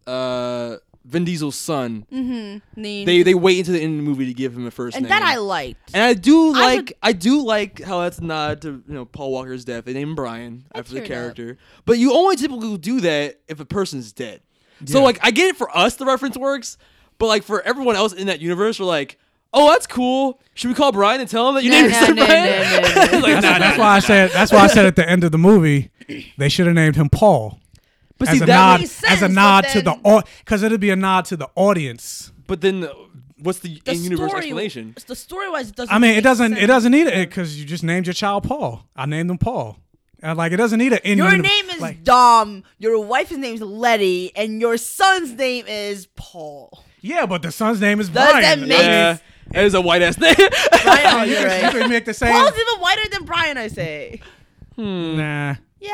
Uh. Vin Diesel's son. Mm-hmm. Name. They they wait until the end of the movie to give him a first and name. that I liked. And I do I like I, do like how that's a nod to you know Paul Walker's death. They named him Brian after the teared up. character, but you only typically do that if a person's dead. So like I get it for us the reference works, but like for everyone else in that universe, we're like, oh that's cool. Should we call Brian and tell him that you named your son Brian? <laughs> that's, that's why I said. That's why I said at the end of the movie, they should have named him Paul. But as see, a that nod, makes as a sense, nod but to the au- because it'd be a nod to the audience. But then, uh, what's the, The in-universe story- explanation? The story wise, it doesn't. I mean, it make doesn't. It sense. doesn't need it because you just named your child Paul. I named him Paul. And like it doesn't need it. in Your univ- name is like- Dom. Your wife's name is Letty, and your son's name is <laughs> Paul. yeah, but the son's name is Does Brian. that make Yeah, that is a white ass <laughs> name. Oh, I mean, you, can, you can make the same. Paul's even whiter than Brian, I say. Nah. Yeah.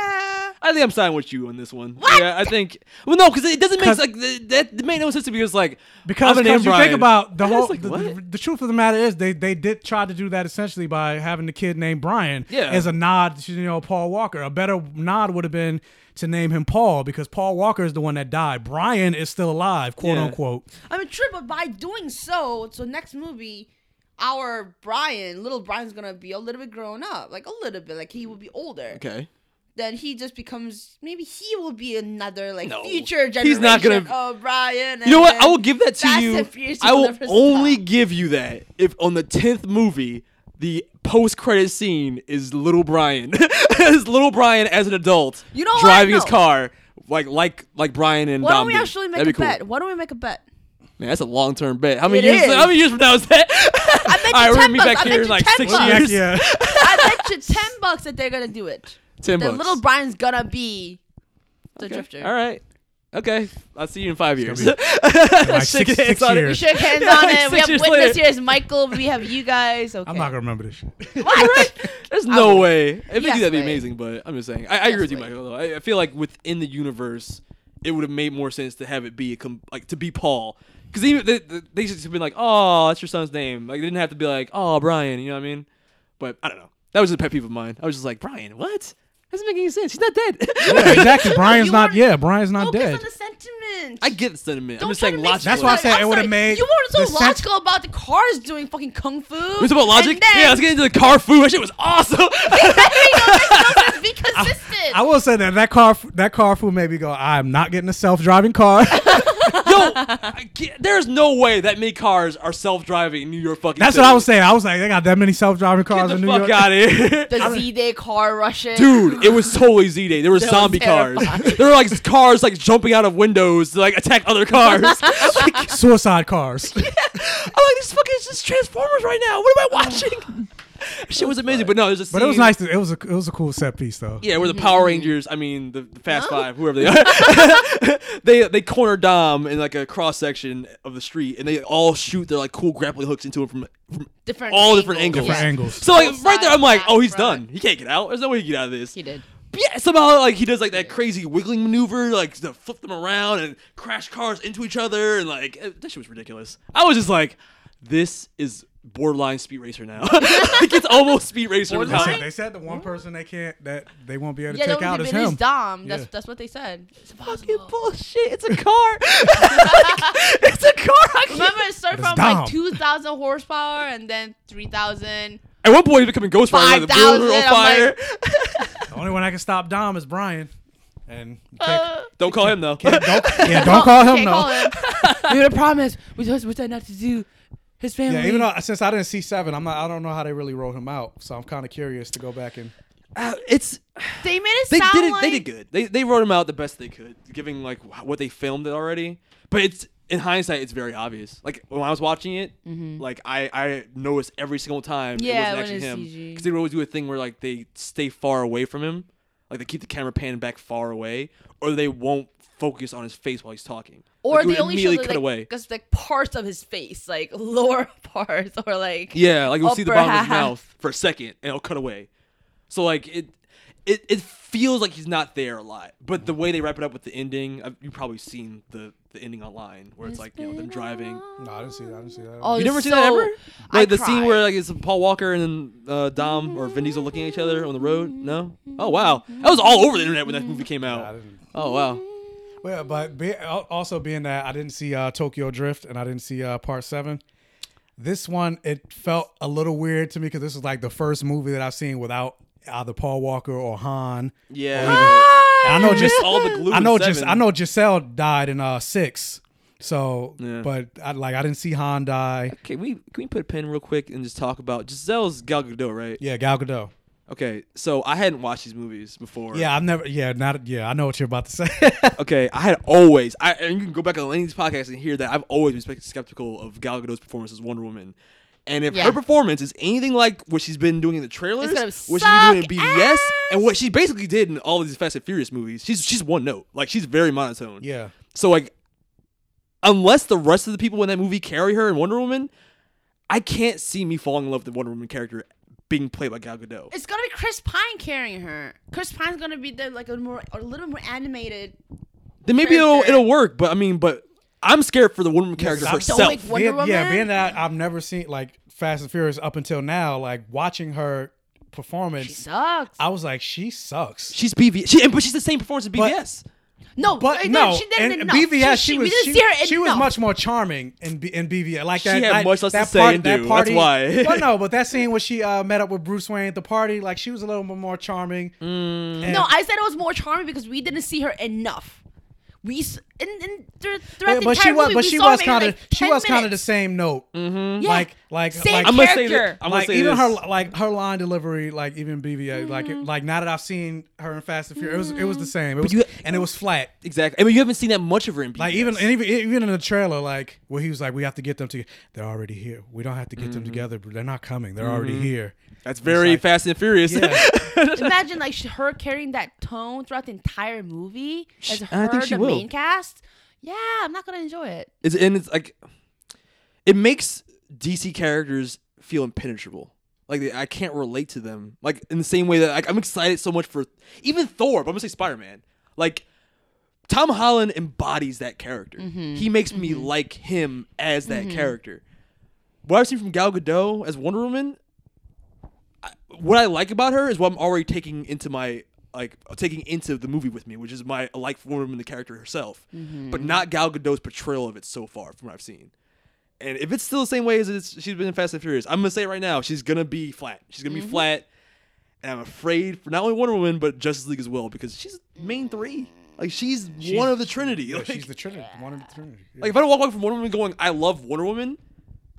I think I'm siding with you on this one. Yeah, I think. Well, no, because it doesn't make like th- that it made no sense to me. Because like Because, I'm gonna name because you Brian. think about the And whole, it's like, the, what? the, the truth of the matter is they they did try to do that essentially by having the kid named Brian Yeah. as a nod to you know Paul Walker. A better nod would have been to name him Paul because Paul Walker is the one that died. Brian is still alive, quote Yeah. unquote. I mean, true, but by doing so, so next movie, our Brian, little Brian's gonna be a little bit grown up, like a little bit, like he will be older. Okay. Then he just becomes maybe he will be another like No. future generation. He's not gonna- of Brian. You know what? and I will give that to Fast and you. Furious I will never only give you that if on the tenth movie the post credit scene is little Brian, <laughs> is little Brian as an adult You know what? driving his No. car like like like Brian and Why Dom don't we did. actually make That'd a be cool. bet? Why don't we make a <laughs> bet? Man, that's a long term bet. How many It years? is. How many years from now is that? <laughs> I bet All right, we're gonna 10 be bucks. back I bet here in you like 10 six bucks. years. <laughs> Yeah. <laughs> I bet you ten bucks that they're gonna do it. 10 that bucks. little Brian's gonna be the Okay. drifter. All right. Okay. I'll see you in five years. six- Shake hands six on it. years. We <laughs> shook hands Yeah, on like it. We six have years witness later. here is Michael. We have you guys. Okay. I'm not gonna remember this shit. <laughs> There's no way. If they do Yes that'd be way. amazing, but I'm just saying. I, I agree with you, Michael. Though. I, I feel like within the universe, it would have made more sense to have it be a com- like to be Paul, because even they, they, they should have been like, "Oh, that's your son's name." Like they didn't have to be like, "Oh, Brian." You know what I mean? But I don't know. That was just a pet peeve of mine. I was just like, "Brian, what?" doesn't make any sense. He's not dead. Yeah, <laughs> exactly. Brian's not. Yeah, Brian's not dead. sentiment. <laughs> I get the sentiment. I'm Don't just try saying to make logical. That's why I said it would have made. You were the so sent- logical about the cars doing fucking kung fu. We talking about logic? And then yeah, <laughs> let's get into the car food. That shit was awesome. <laughs> I will say that that car that car food made me go. I'm not getting a self driving <laughs> car. There's no way that many cars are self-driving in New York fucking. That's City. what I was saying. I was like, they got that many self driving cars in New fuck York. <laughs> outta here. the Z Day car rushing. <laughs> Dude, it was totally Z Day. There were That was zombie cars. There were like cars like jumping out of windows to like attack <laughs> other cars. like, Suicide <laughs> cars. I'm like, this fucking is just Transformers right now. <laughs> What am I watching? Shit was Mm-hmm. amazing, but no, there's a But it was scene- nice. To, it was a it was a cool set piece though. Yeah, where the Power Rangers, I mean the, the Fast Five, whoever <laughs> they are, <laughs> they they corner Dom in like a cross section of the street, and they all shoot their like cool grappling hooks into him from, from Different all different angles. angles. Different angles. So like right there, I'm like, oh, he's done. He can't get out. There's no way he can get out of this. He did. Yeah, somehow like he does like that crazy wiggling maneuver, like to flip them around and crash cars into each other, and like eh, that shit was ridiculous. I was just like, this is borderline speed racer now. <laughs> like it's almost speed racer. with They how- said, they said the one person they can't that they won't be able to Yeah, take that out was is it is him. Dom. That's Yeah. that's what they said. It's fucking bullshit. It's a car. <laughs> it's a car. Remember, it started It's from Dom. like 2,000 horsepower and then 3,000. At one point, he's becoming Ghostfire. 5,000, The building on I'm like- fire. <laughs> The only one I can stop Dom is Brian. And you can't- Don't call him though. <laughs> yeah, don't call him Can't no. call him. <laughs> Dude, I promise. We just we said not to do his family. Yeah, even though since I didn't see seven, I'm not. I don't know how they really wrote him out. So I'm kind of curious to go back and. <laughs> it's they made it they sound did it, like they did good. They they wrote him out the best they could, giving like wh- what they filmed it already. But it's in hindsight, it's very obvious. Like when I was watching it, like I I noticed every single time Mm-hmm. Yeah, it when wasn't it's actually him CG. because they would always do a thing where like they stay far away from him, like they keep the camera panning back far away, or they won't focus on his face while he's talking. or Like, it would they only immediately showed cut like, away. Cause like parts of his face, like <laughs> lower parts, or like Yeah, like you'll see the upper bottom of his half. mouth for a second, and it'll cut away. So like it, it it feels like he's not there a lot. But the way they wrap it up with the ending, I've, you've probably seen the the ending online where it's like you know them driving. No, I didn't see that. I didn't see that. Oh, you never so, seen that ever? I Like the scene cried. where like it's Paul Walker and then uh, Dom or Vin Diesel looking at each other on the road. Mm-hmm. No. Oh wow, that was all over the internet when that movie came out. Oh wow. Well, but be, al- also being that I didn't see uh, Tokyo Drift and I didn't see uh, Part Seven, this one it felt a little weird to me because this is like the first movie that I've seen without either Paul Walker or Han. Yeah. or even- I <laughs> know You just missed all <laughs> the glue I in know just seven. I know Giselle died in uh six, so Yeah. but I, like I didn't see Han die. Okay, we can we put a pin real quick and just talk about Giselle's Gal Gadot, right? Yeah, Gal Gadot. Okay, so I hadn't watched these movies before. Yeah, I've never. Yeah, not. Yeah, I know what you're about to say. okay, I had always, I and you can go back on Lane's podcast and hear that I've always been skeptical of Gal Gadot's performance as Wonder Woman. And if Yeah. her performance is anything like what she's been doing in the trailers, It's gonna what she's been doing suck in BBS, and what she basically did in all of these Fast and Furious movies, she's she's one note. Like she's very monotone. <laughs> yeah, So like, unless the rest of the people in that movie carry her in Wonder Woman, I can't see me falling in love with the Wonder Woman character being played by Gal Gadot. It's gonna be Chris Pine carrying her. Chris Pine's gonna be the like a more a little more animated. then maybe it'll it'll work. But I mean, but I'm scared for the Wonder Woman character Because herself. I'm- being- Yeah, being that I, I've never seen like Fast and Furious up until now, like watching her performance, she sucks. I was like, she sucks. She's BVS, she, and- but she's the same performance as BVS. No, they But didn't- no, she didn't in enough. BVS, she, she, we was didn't she, see her she was enough. much more charming in B, in BVS. Like She that, had that- much less to that say part- and that do, that's Party, why. well, no, <laughs> but that scene where she uh, met up with Bruce Wayne at the party, like she was a little bit more charming. Mm. And- No, I said it was more charming because we didn't see her enough. We s- and, and thr- Yeah, throughout the but she entire was, movie, but we she saw was maybe, kind of, like, she 10 was kind of the minutes. same note. Mm-hmm. Yeah. Like, like, Same like, I'm gonna say character. that. I'm like gonna say even this. her like her line delivery like even BVA like Mm-hmm. it- like now that I've seen her in Fast and Furious it was it was the same it was, and it was flat exactly. I mean, you haven't seen that much of her in BVS. like even and even even in the trailer like where he was like we have to get them to they're already here we don't have to get them together but they're not coming they're already Mhm. here Mm-hmm. that's very Fast and Furious. Yeah. Imagine like sh- her carrying that tone throughout the entire movie as and I her, think she the will. main cast. Yeah, I'm not gonna enjoy it. It's, and it's like it makes DC characters feel impenetrable. Like they, I can't relate to them. Like in the same way that like, I'm excited so much for even Thor, but I'm gonna say Spider Man. Like Tom Holland embodies that character. Mm-hmm. He makes me like him as that character. What I've seen from Gal Gadot as Wonder Woman, I, what I like about her is what I'm already taking into my like taking into the movie with me, which is my like form in the character herself, Mhm. but not Gal Gadot's portrayal of it so far from what I've seen. And if it's still the same way as it's, she's been in Fast and Furious, I'm gonna say it right now, she's gonna be flat. She's gonna be Mhm. flat, and I'm afraid for not only Wonder Woman but Justice League as well because she's main three. Like she's, one of the Trinity. yeah, <laughs> Like, she's the Trinity. One of the Trinity. like if I don't walk away from Wonder Woman going, I love Wonder Woman,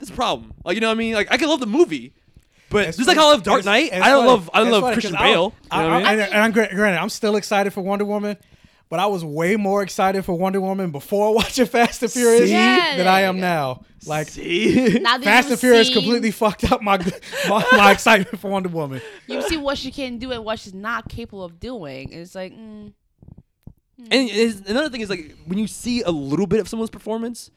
that's a problem. Like you know what I mean? Like I can love the movie, but just like how I love Dark Knight, I don't love I don't love Christian Bale. I, you know what I mean? and, and I'm gra- granted, I'm still excited for Wonder Woman, but I was way more excited for Wonder Woman <laughs> before watching Fast and Furious See? Yeah, than there I you am now. Like Now that Fast you've and Furious seen- completely fucked up <laughs> my, my my excitement for Wonder Woman. You see what she can do and what she's not capable of doing. And it's like, mm, And it's- another thing is like when you see a little bit of someone's performance,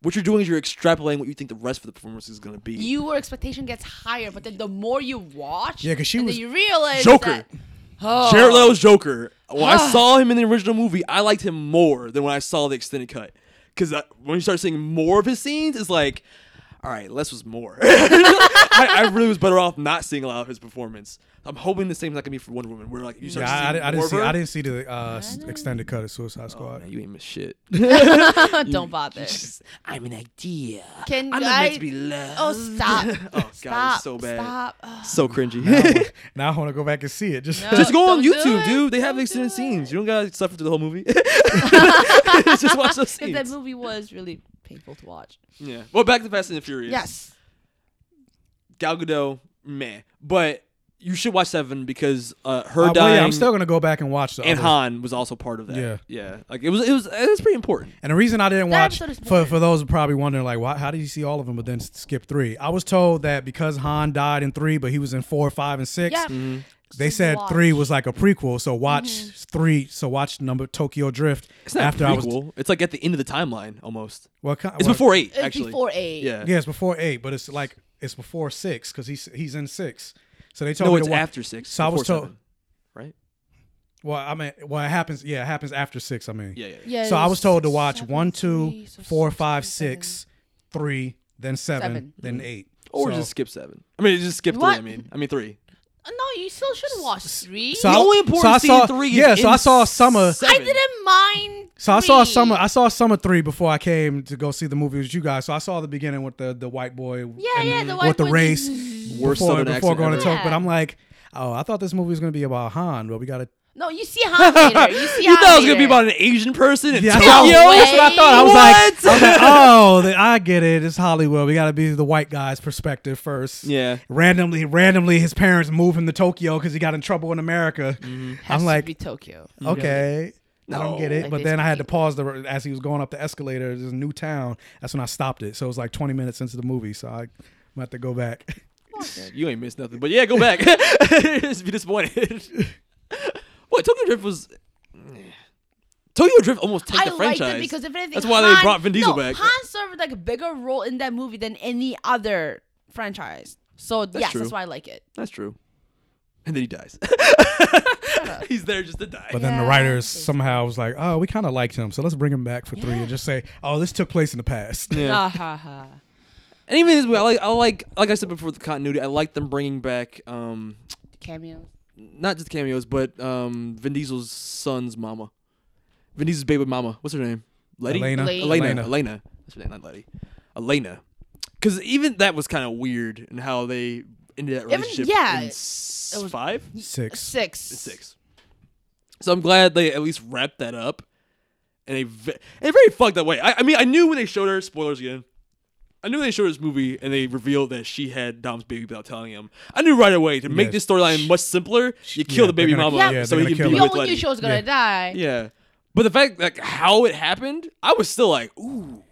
what you're doing is you're extrapolating what you think the rest of the performance is gonna be. your expectation gets higher, but then the more you watch, Yeah, 'cause she and then was- you realize Joker. that- oh. Jared Leto's Joker. When <sighs> I saw him in the original movie, I liked him more than when I saw the extended cut. Because when you start seeing more of his scenes, it's like, all right, less was more. <laughs> I, I really was better off not seeing a lot of his performance. I'm hoping the same's not gonna be for Wonder Woman, where like you Oh, start Yeah, I, I seeing didn't- more I didn't of see. her. I didn't see the uh, s- extended cut of Suicide Squad. you ain't miss <laughs> shit. oh, <laughs> Don't bother. I'm an idea. Can I'm not I? meant to be loved. Oh, <laughs> stop. oh, God, it's stop, so bad. Stop. Oh, So cringy. now I want to go back and see it. Just <laughs> just go on YouTube, dude. They have extended scenes. You don't gotta suffer through the whole <laughs> movie. <laughs> just watch those Because scenes. that movie was really painful to watch. Yeah. Well, back to Fast and the Furious. Yes. Gal Gadot, meh. But you should watch Seven because uh, her Uh, well, dying. yeah, I'm still gonna go back and watch the and others. Han was also part of that. Yeah. Yeah. Like it was. It was. It was pretty important. And the reason I didn't That watch episode is for for those who probably wondering like why how did you see all of them but then s- skip three? I was told that because Han died in three, but he was in four, five, and six. Yeah. Mm. mm-hmm. Mhm. They said watch. three was like a prequel, so watch three. So watch number Tokyo Drift It's not after after prequel. I was It's like at the end of the timeline almost. Well, ki- it's well- before eight. It's actually. Uh, before eight. Yeah. Yeah, it's before eight, but it's like it's before six because he's he's in six. So they told No, me it's to watch- after six, So I was before told, seven, right? Well, I mean, well, it happens. Yeah, it happens after six. I mean, Yeah, yeah, yeah. yeah. so I was Yeah, told to watch one, two, four, five, six, three, then seven, Seven. Mm-hmm. then eight. Or So- just skip seven. I mean, just skip three. I What? mean, I mean three. Uh, No, you still should watch three. I- I saw, Yeah, so I saw summer. I didn't mind. So I saw three. summer. I saw summer three before I came to go see the movie with you guys. So I saw the beginning with the the white boy. Yeah, yeah, the with white the boy race just- Mm-hmm. Worst before, Southern before accent going ever. to talk. But Yeah. I'm like, oh, I thought this movie was going to be about Han, but <laughs> we got to. No, you see Han later. <laughs> You see Han thought it was later. gonna be about an Asian person in Yeah, I Tokyo. <laughs> thought- that's what I thought. I was What? like, I was like, oh, the- I get it. It's Hollywood. We got to be the white guy's perspective <laughs> first. Yeah. Randomly, randomly, his parents move him to Tokyo because he got in trouble in America. Mm-hmm. Has I'm to like, be Tokyo. Okay. I don't get it. Like, but they then I had to pause the as he was going up the escalator. This new town. That's when I stopped it. So it was like 20 minutes into the movie. So I might have to go back. <laughs> You ain't missed nothing. But yeah, go back. <laughs> Just be disappointed. <laughs> what Tokyo Drift was. <sighs> Tokyo Drift almost took I the liked franchise. it because if anything, that's why they Han- brought Vin Diesel no, back. Han served like a bigger role in that movie than any other franchise. So That's yes, true. that's why I like it. That's true. And then he dies. <laughs> He's there just to die. But then the writers somehow was like, oh, we kind of liked him. So let's bring him back for three and just say, oh, this took place in the past. Ah, Yeah. And even this way, I like, I like, like I said before, the continuity. I like them bringing back, um, Cameos. not just cameos, but um, Vin Diesel's son's mama, Vin Diesel's baby mama. What's her name? Letty. Elena. Elena. Elena. Elena. Elena. That's her name, not Letty. Elena. Because even that was kind of weird and how they ended that Even- relationship. yeah, in it s- five, <laughs> Six. Six. six. So I'm glad they at least wrapped that up in a, ve- in a very fucked up way. I, I mean, I knew when they showed her spoilers again. I knew when they showed this movie and they revealed that she had Dom's baby without telling him. I knew right away to make Yeah. this storyline much simpler. You kill yeah, the baby they're gonna- mama yeah, so they're he gonna can kill be her. We with all knew Letty. she was gonna die. Yeah, but the fact like how it happened, I was still like, ooh,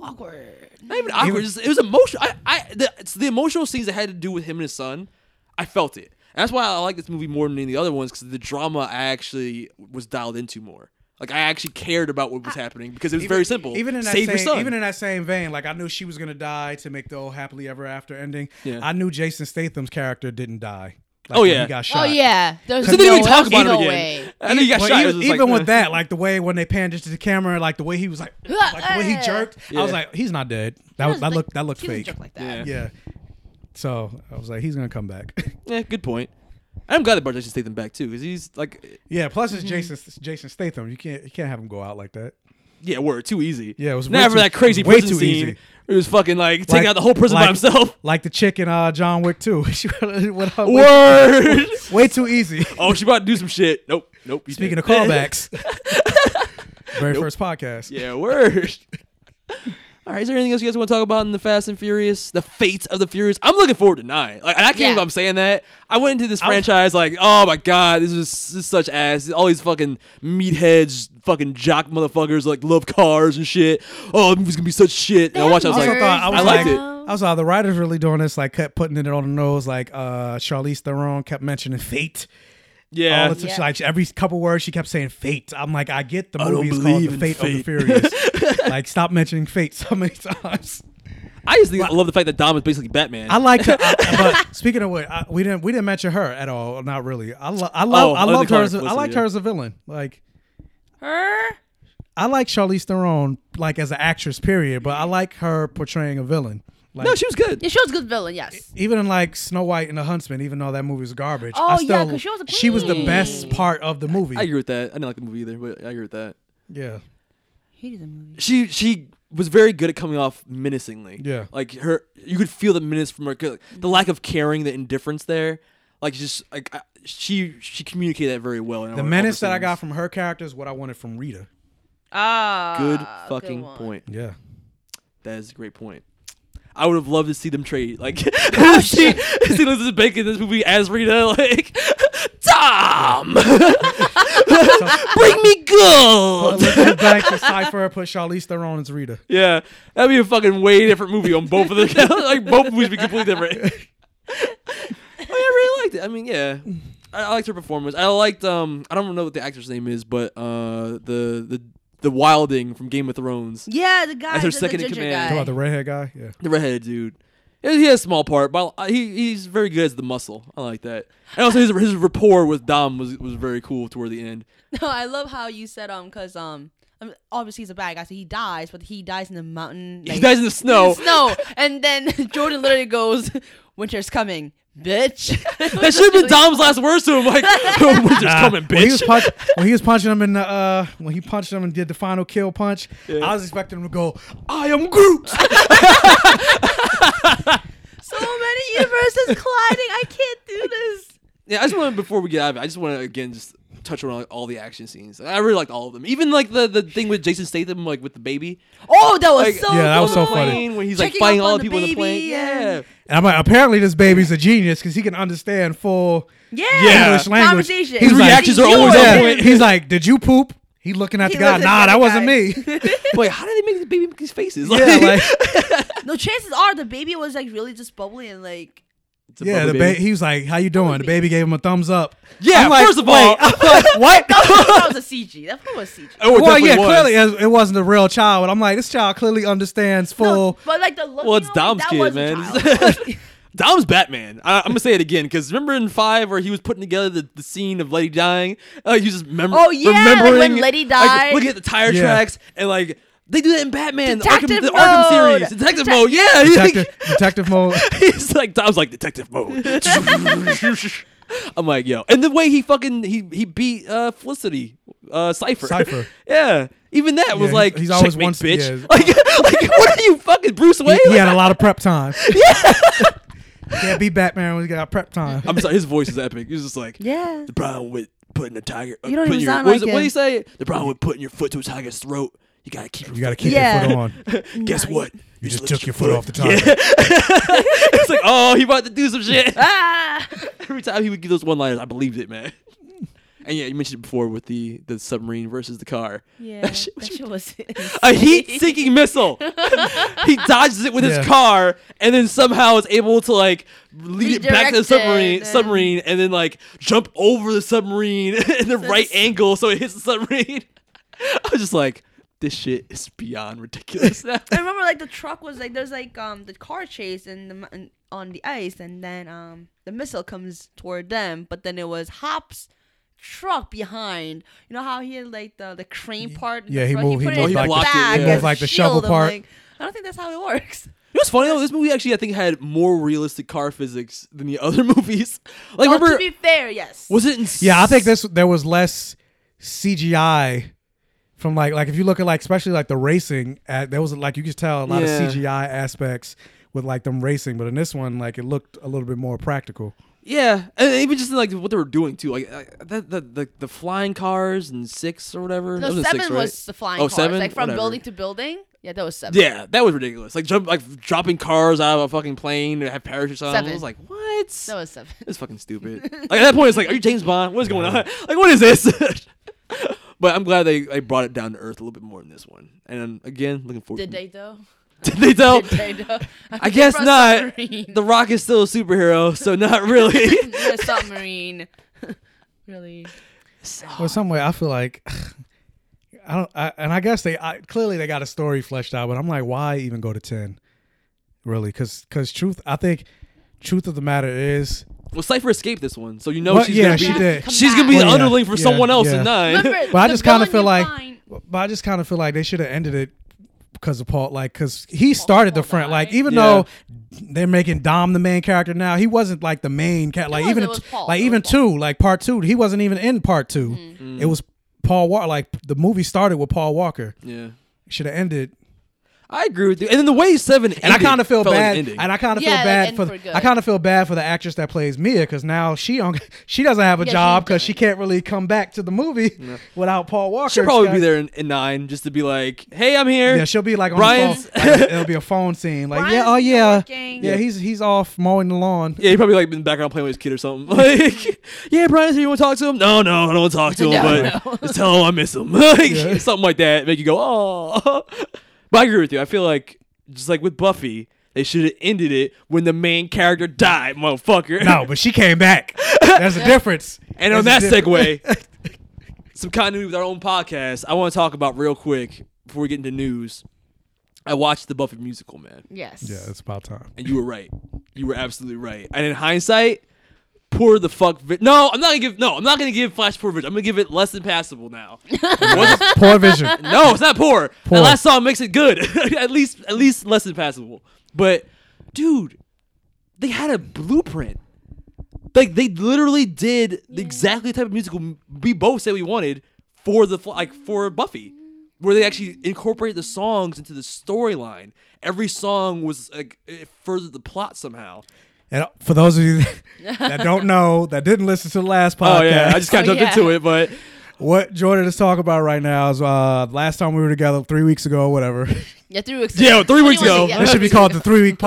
Awkward. not even awkward. It was, it was emotional. I, I, the, it's the emotional scenes that had to do with him and his son, I felt it. And that's why I like this movie more than any of the other ones because the drama I actually was dialed into more. Like I actually cared about what was happening because it was very simple. Even in that save your same, son. even in that same vein, like I knew she was gonna die to make the old happily ever after ending. Yeah. I knew Jason Statham's character didn't die. Oh, when yeah. he got Oh shot. yeah. There's So they didn't no even talk about no him again. <laughs> way. I know you got Well, shot. it Even, was just even like, uh, with that, like the way when they panned it to the camera, like the way he <laughs> was like, like the way he jerked, I was Yeah. like, he's not dead. That was that doesn't- looked that looked he doesn't fake. jerk like that. Yeah. Yeah. So I was like, he's gonna come back. <laughs> Yeah, good point. I'm glad they brought Jason Statham back too, because he's like, Yeah. Plus, it's Mhm. Jason Jason Statham. You can't you can't have him go out like that. yeah, word too easy. Yeah, it was way never too- that crazy way prison too scene. easy. Easy. It was fucking like taking Like- out the whole prison by like- <laughs> himself. like the chick in uh, John Wick <laughs> too. She went out <laughs> way- Word. way too easy. Oh, she about to do some shit. Nope, nope. you Speaking dead. of callbacks, very first <laughs> podcast. Yeah, word. <laughs> All right, is there anything else you guys want to talk about in the Fast and Furious, the fates of the Furious? I'm looking forward to nine. Like, and I can't believe I'm saying that. I went into this franchise like, oh my god, this is, this is such ass. All these fucking meatheads, fucking jock motherfuckers like love cars and shit. Oh, the movie's gonna be such shit. And I watched. I was also like, thought I was liked like, it. I was like, the writers really doing this, like kept putting it on the nose. Like uh Charlize Theron kept mentioning fate. Yeah. All the time, Yeah. she, like every couple words she kept saying fate. I'm like, I get the I don't movie is called believe The in Fate, of the fate. <laughs> Furious. like, stop mentioning fate so many times. I just think, I love the fact that Dom is basically Batman. I like her, I- but speaking of what, I, we didn't we didn't mention her at all. Not really. I love I love Oh, I Leslie loved her. Clark As a, I wasn't liked either. her as a villain. Like Her? I like Charlize Theron like as an actress, period. But I like her portraying a villain. Like, No, she was good. Yeah, she was a good villain. Yes. even in like Snow White and the Huntsman, even though that movie was garbage, Oh, I yeah, still 'cause she was a she was the queen. best part of the movie. I agree with that. I didn't like the movie either, but I agree with that. yeah, Hated the movie. she she was very good at coming off menacingly. Yeah. like her, you could feel the menace from her. 'cause The lack of caring, the indifference there, like just like I, she she communicated that very well. in the all- all menace her that I scenes. got from her character is what I wanted from Rita. Ah. Good fucking point. Yeah, that is a great point. I would have loved to see them trade. <laughs> Like, <laughs> oh, see, see Elizabeth Banks in this movie as Rita. Like, <laughs> <laughs> Tom, <laughs> bring me gold. Elizabeth Banks as Cypher put Charlize Theron as Rita. Yeah, that'd be a fucking way different movie on both of the <laughs> like both movies be completely different. Oh, I really liked it. I mean, yeah, I, I liked her performance. I liked um, I don't know what the actor's name is, but uh, the the the Wilding from Game of Thrones. Yeah, the guy. That's her the, second the in ginger command. guy. Talking about the redhead guy. Yeah, The redheaded dude. Yeah, He has a small part, but I- he he's very good as the muscle. I like that. And also his his rapport with Dom was was very cool toward the end. No, <laughs> I love how you said um, cause um, I mean, obviously he's a bad guy, so he dies, but he dies in the mountain. He dies in the snow. <laughs> snow, and then <laughs> Jordan literally goes, "Winter's coming, <laughs> bitch." <laughs> That should have been Dom's last words to him. Like, <laughs> we're just Nah, coming, When he was bitch. punch, when he was punching him in the uh, when he punched him and did the final kill punch, Yeah. I was expecting him to go, "I am Groot." <laughs> so many universes <laughs> colliding. I can't do this. Yeah, I just want to before we get out of it, I just want to again just touch on like, all the action scenes. I really liked all of them, even like the the thing with Jason Statham like with the baby. Oh, that was Like- so. Yeah, that cool. was so on the funny. plane When he's like Checking fighting up all on the the people in the plane. baby Yeah, and- <laughs> And I'm like, apparently this baby's a genius because he can understand full Yeah. English language. Conversation. He's His like- reactions are always Yeah. on point. He's like, "Did you poop?" He looking at He the guy. looks at Nah, the that other wasn't <laughs> guy." me. Wait, how did they make the baby make these <laughs> faces? Like, yeah, like, No, chances are the baby was like really just bubbly <laughs> and like. It's a yeah. bubble The ba- baby. he was like, "How you doing?" The baby gave him a thumbs up. Yeah, I'm like, first of wait, all- I'm <laughs> like, what? that was a CG. That was CG. Oh, it well, definitely yeah, was. clearly it, it wasn't a real child. But I'm like, this child clearly understands full. <laughs> But like the look. Oh. Well, you it's know, Dom's that kid, was a <laughs> child. man. Dom's Batman. I, I'm gonna say it again because remember in five where he was putting together the, the scene of Lady dying. Uh, he was just mem- Oh, yeah, like when remembering Lady like, died. looking at the tire Yeah. tracks and like they do that in Batman, the Arkham, Detective the Arkham mode. series, Detective Detec- Mode. Yeah, <laughs> he's like- Detective, <laughs> detective mode. He's like Dom's like detective mode. <laughs> I'm like yo, and the way he fucking he he beat uh Felicity, uh Cipher. Cypher. <laughs> yeah. Even that was Yeah, like he's always checkmate, one- bitch. yeah. <laughs> Like, like what are you fucking Bruce Wayne? He, he <laughs> had a lot of prep <laughs> time. Can't be Batman when he got prep time. I'm sorry, his voice is epic. He's just like <laughs> Yeah. the problem with putting a tiger. uh, You don't putting even your, sound what is like it- What do him. you say? The problem with putting your foot to a tiger's throat. You gotta keep. Your You got to foot. keep Yeah. your foot <laughs> on. Guess what? You just lift took your foot <laughs> off the tiger. <laughs> Yeah. it's like oh, he about to do some shit. <laughs> ah. Every time he would give those one liners, I believed it, <laughs> man. And yeah, you mentioned it before with the the submarine versus the car. Yeah. That shit was- was <laughs> a heat seeking missile. he dodges it with Yeah. his car, and then somehow is able to like lead it back to the Redirect submarine, it and- submarine, and then like jump over the submarine <laughs> in the right it's- angle so it hits the submarine. <laughs> I was just like, this shit is beyond <laughs> ridiculous. now. I remember like the truck was like there's like um the car chase and the mountain on the ice and then um the missile comes toward them but then it was Hop's truck behind. You know how he had like the the crane part. in yeah, the he front? moved- he put it in moved his like the- bag he moved as like a the shovel shield. I'm <laughs> part. like, I don't think that's how it works. It was funny though. This movie actually, I think, had more realistic car physics than the other <laughs> movies. Like, well, remember, Oh, to be fair, yes. was it? In s- Yeah, I think this there was less CGI from like like if you look at like especially like the racing at there was like you could tell a lot Yeah. of CGI aspects with like them racing, but in this one like it looked a little bit more practical. Yeah, and even just like what they were doing too, like uh, that the the, the flying cars and six or whatever. No, That was in seven six, right? was the flying oh, cars, Seven? like from Whatever. building to building. Yeah, that was seven. Yeah, that was ridiculous. Like jump, like dropping cars out of a fucking plane and have parachutes on. seven. I was like, what? That was seven. <laughs> It's fucking stupid. like at that point, it's like, are you James Bond? What's going on? <laughs> Like, what is this? but I'm glad they, they brought it down to earth a little bit more in this one. And again, looking forward. Did to they though? <laughs> <laughs> Did they though? Did <laughs> they though? I <laughs> guess From not. submarine. The Rock is still a superhero, so not <laughs> really. You're a submarine. <laughs> really. Well, some way I feel like <sighs> I don't, I, and I guess they I, clearly they got a story fleshed out, but I'm like, why even go to ten? Really, because because truth, I think truth of the matter is, well, Cypher escaped this one, so you know Well, she's yeah, gonna be she did. she's gonna be Well, the yeah, underling for yeah, someone else yeah. in nine. but I just kind of feel like, but I just kind of feel like they should have ended it because of Paul, like because he started the front, like even Yeah. though they're making Dom the main character now, he wasn't like the main character, like even it was Paul, Mm-hmm. like it even two, like part two, he wasn't even in part 2 Mm. It was Paul Walker, like the movie started with Paul Walker. <laughs> Yeah. should have ended I agree with you. And then the way seven and I ended kind of feel felt like bad, an ending. and I kind of Yeah, like, feel bad end for, for good. the, I kind of feel bad for the actress that plays Mia because now she don't, <laughs> she doesn't have a Yeah, she job because she can't really come back to the movie without Paul Walker. She'll probably She be got- there in, in nine just to be like, "Hey, I'm <laughs> here." Yeah, she'll be like on Brian's. <laughs> the phone. Like, it'll be a phone scene. Like, yeah, oh yeah, yeah, he's he's off mowing the lawn. <laughs> yeah, he probably like been in the background playing with his kid or something. <laughs> Like, yeah, Brian's here. You want to talk to him? No, no, I don't want to talk to him. <laughs> No, but just tell him I miss him. <laughs> like, Something like that. Make you go, oh. <laughs> but I agree with you. I feel like just like with Buffy, they should have ended it when the main character died, motherfucker. No, but she came back. There's a difference. And on that There's a difference. segue, some continuity with our own podcast. I want to talk about real quick before we get into news. I watched the Buffy musical, man. Yes. yeah, it's about time. And you were right. You were absolutely right. And in hindsight, poor the fuck. Vi- no, I'm not gonna give. No, I'm not gonna give Flash poor vision. I'm gonna give it less than passable now. <laughs> What the- <laughs> Poor vision. no, it's not poor. Poor. That last song makes it good. <laughs> at least, at least less than passable. But, dude, they had a blueprint. Like they literally did the exactly the type of musical we both said we wanted for the fl- like for Buffy, where they actually incorporated the songs into the storyline. Every song was like it furthered the plot somehow. And for those of you <laughs> that don't know, that didn't listen to the last podcast, Oh yeah, I just kind of jumped into it, but What Jordan is talking about right now is uh, last time we were together three weeks ago, or whatever. Yeah, three weeks. Yeah, ago. three weeks Anyone ago. can- yeah, This should be three called the weeks three week <laughs> ago.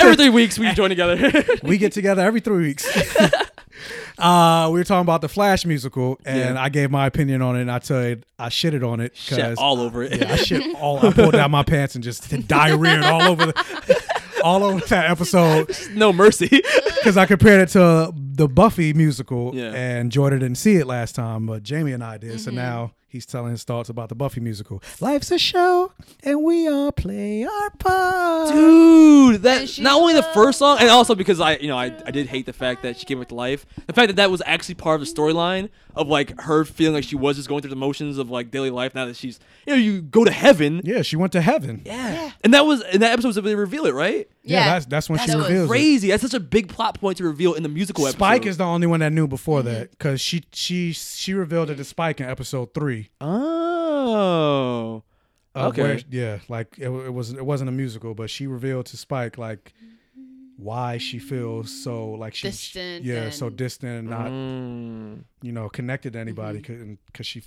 <laughs> every three weeks we join <laughs> together. we get together every three <laughs> weeks. uh, we were talking about the Flash musical, and Yeah. I gave my opinion on it, and I tell you, I shitted on it. Shit 'cause- all over it. Yeah, <laughs> I shit all. I pulled down my pants and just <laughs> diarrheaed all over the, <laughs> all over that <laughs> episode <laughs> no <laughs> mercy. because I compared it to the Buffy musical, Yeah. and Jordan didn't see it last time, but Jamie and I did. So now he's telling his thoughts about the Buffy musical. Life's a show, and we all play our part. Dude, that not only the first song, and also because I, you know, I, I did hate the fact that she came back to life. The fact that that was actually part of the storyline of like her feeling like she was just going through the motions of like daily life. Now that she's, you know, you go to heaven, Yeah, she went to heaven. Yeah, and that was in that episode was when they reveal it, right? that's that's when she That's reveals it. crazy. That's such a big plot point to reveal in the musical episode. Spike is the only one that knew before that Mm-hmm. because she she she revealed it to Spike in episode three. Oh, uh, okay. where- yeah, like it, wa- it was it wasn't a musical, but she revealed to Spike like why she feels so like she's Distant Yeah, so and- Mm-hmm. distant and not Mm. you know connected to anybody because she f-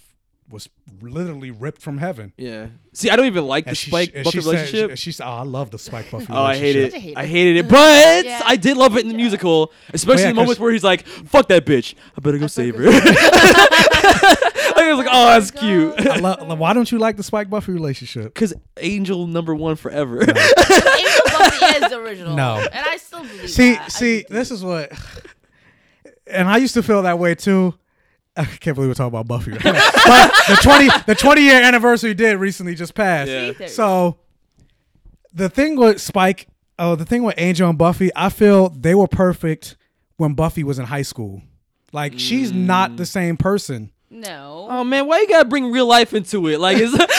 was literally ripped from heaven. yeah. See, I don't even like And the she- Spike and Buffy she said- relationship. she, she, oh, I love the Spike Buffy. Oh, I hate relationship. it. I hated <laughs> it, but I did love it in the musical, especially Oh, yeah, the moments 'cause- where he's like, "Fuck that bitch, I better go save her." I was <laughs> like, "Oh, that's cute." <laughs> I lo- lo- why don't you like the Spike Buffy relationship? Because Angel number one forever. Buffy is original. No. and I still believe see, that. I see, this is what, and I used to feel that way too. I can't believe we're talking about Buffy. Right <laughs> now. but the twenty, the twenty year anniversary did recently just pass. Yeah. See? So, the thing with Spike, oh, the thing with Angel and Buffy, I feel they Mm. were perfect when Buffy was in high school. Like she's not the same person. No. <laughs> Oh man, why you gotta bring real life into it? Like, it's <laughs> like I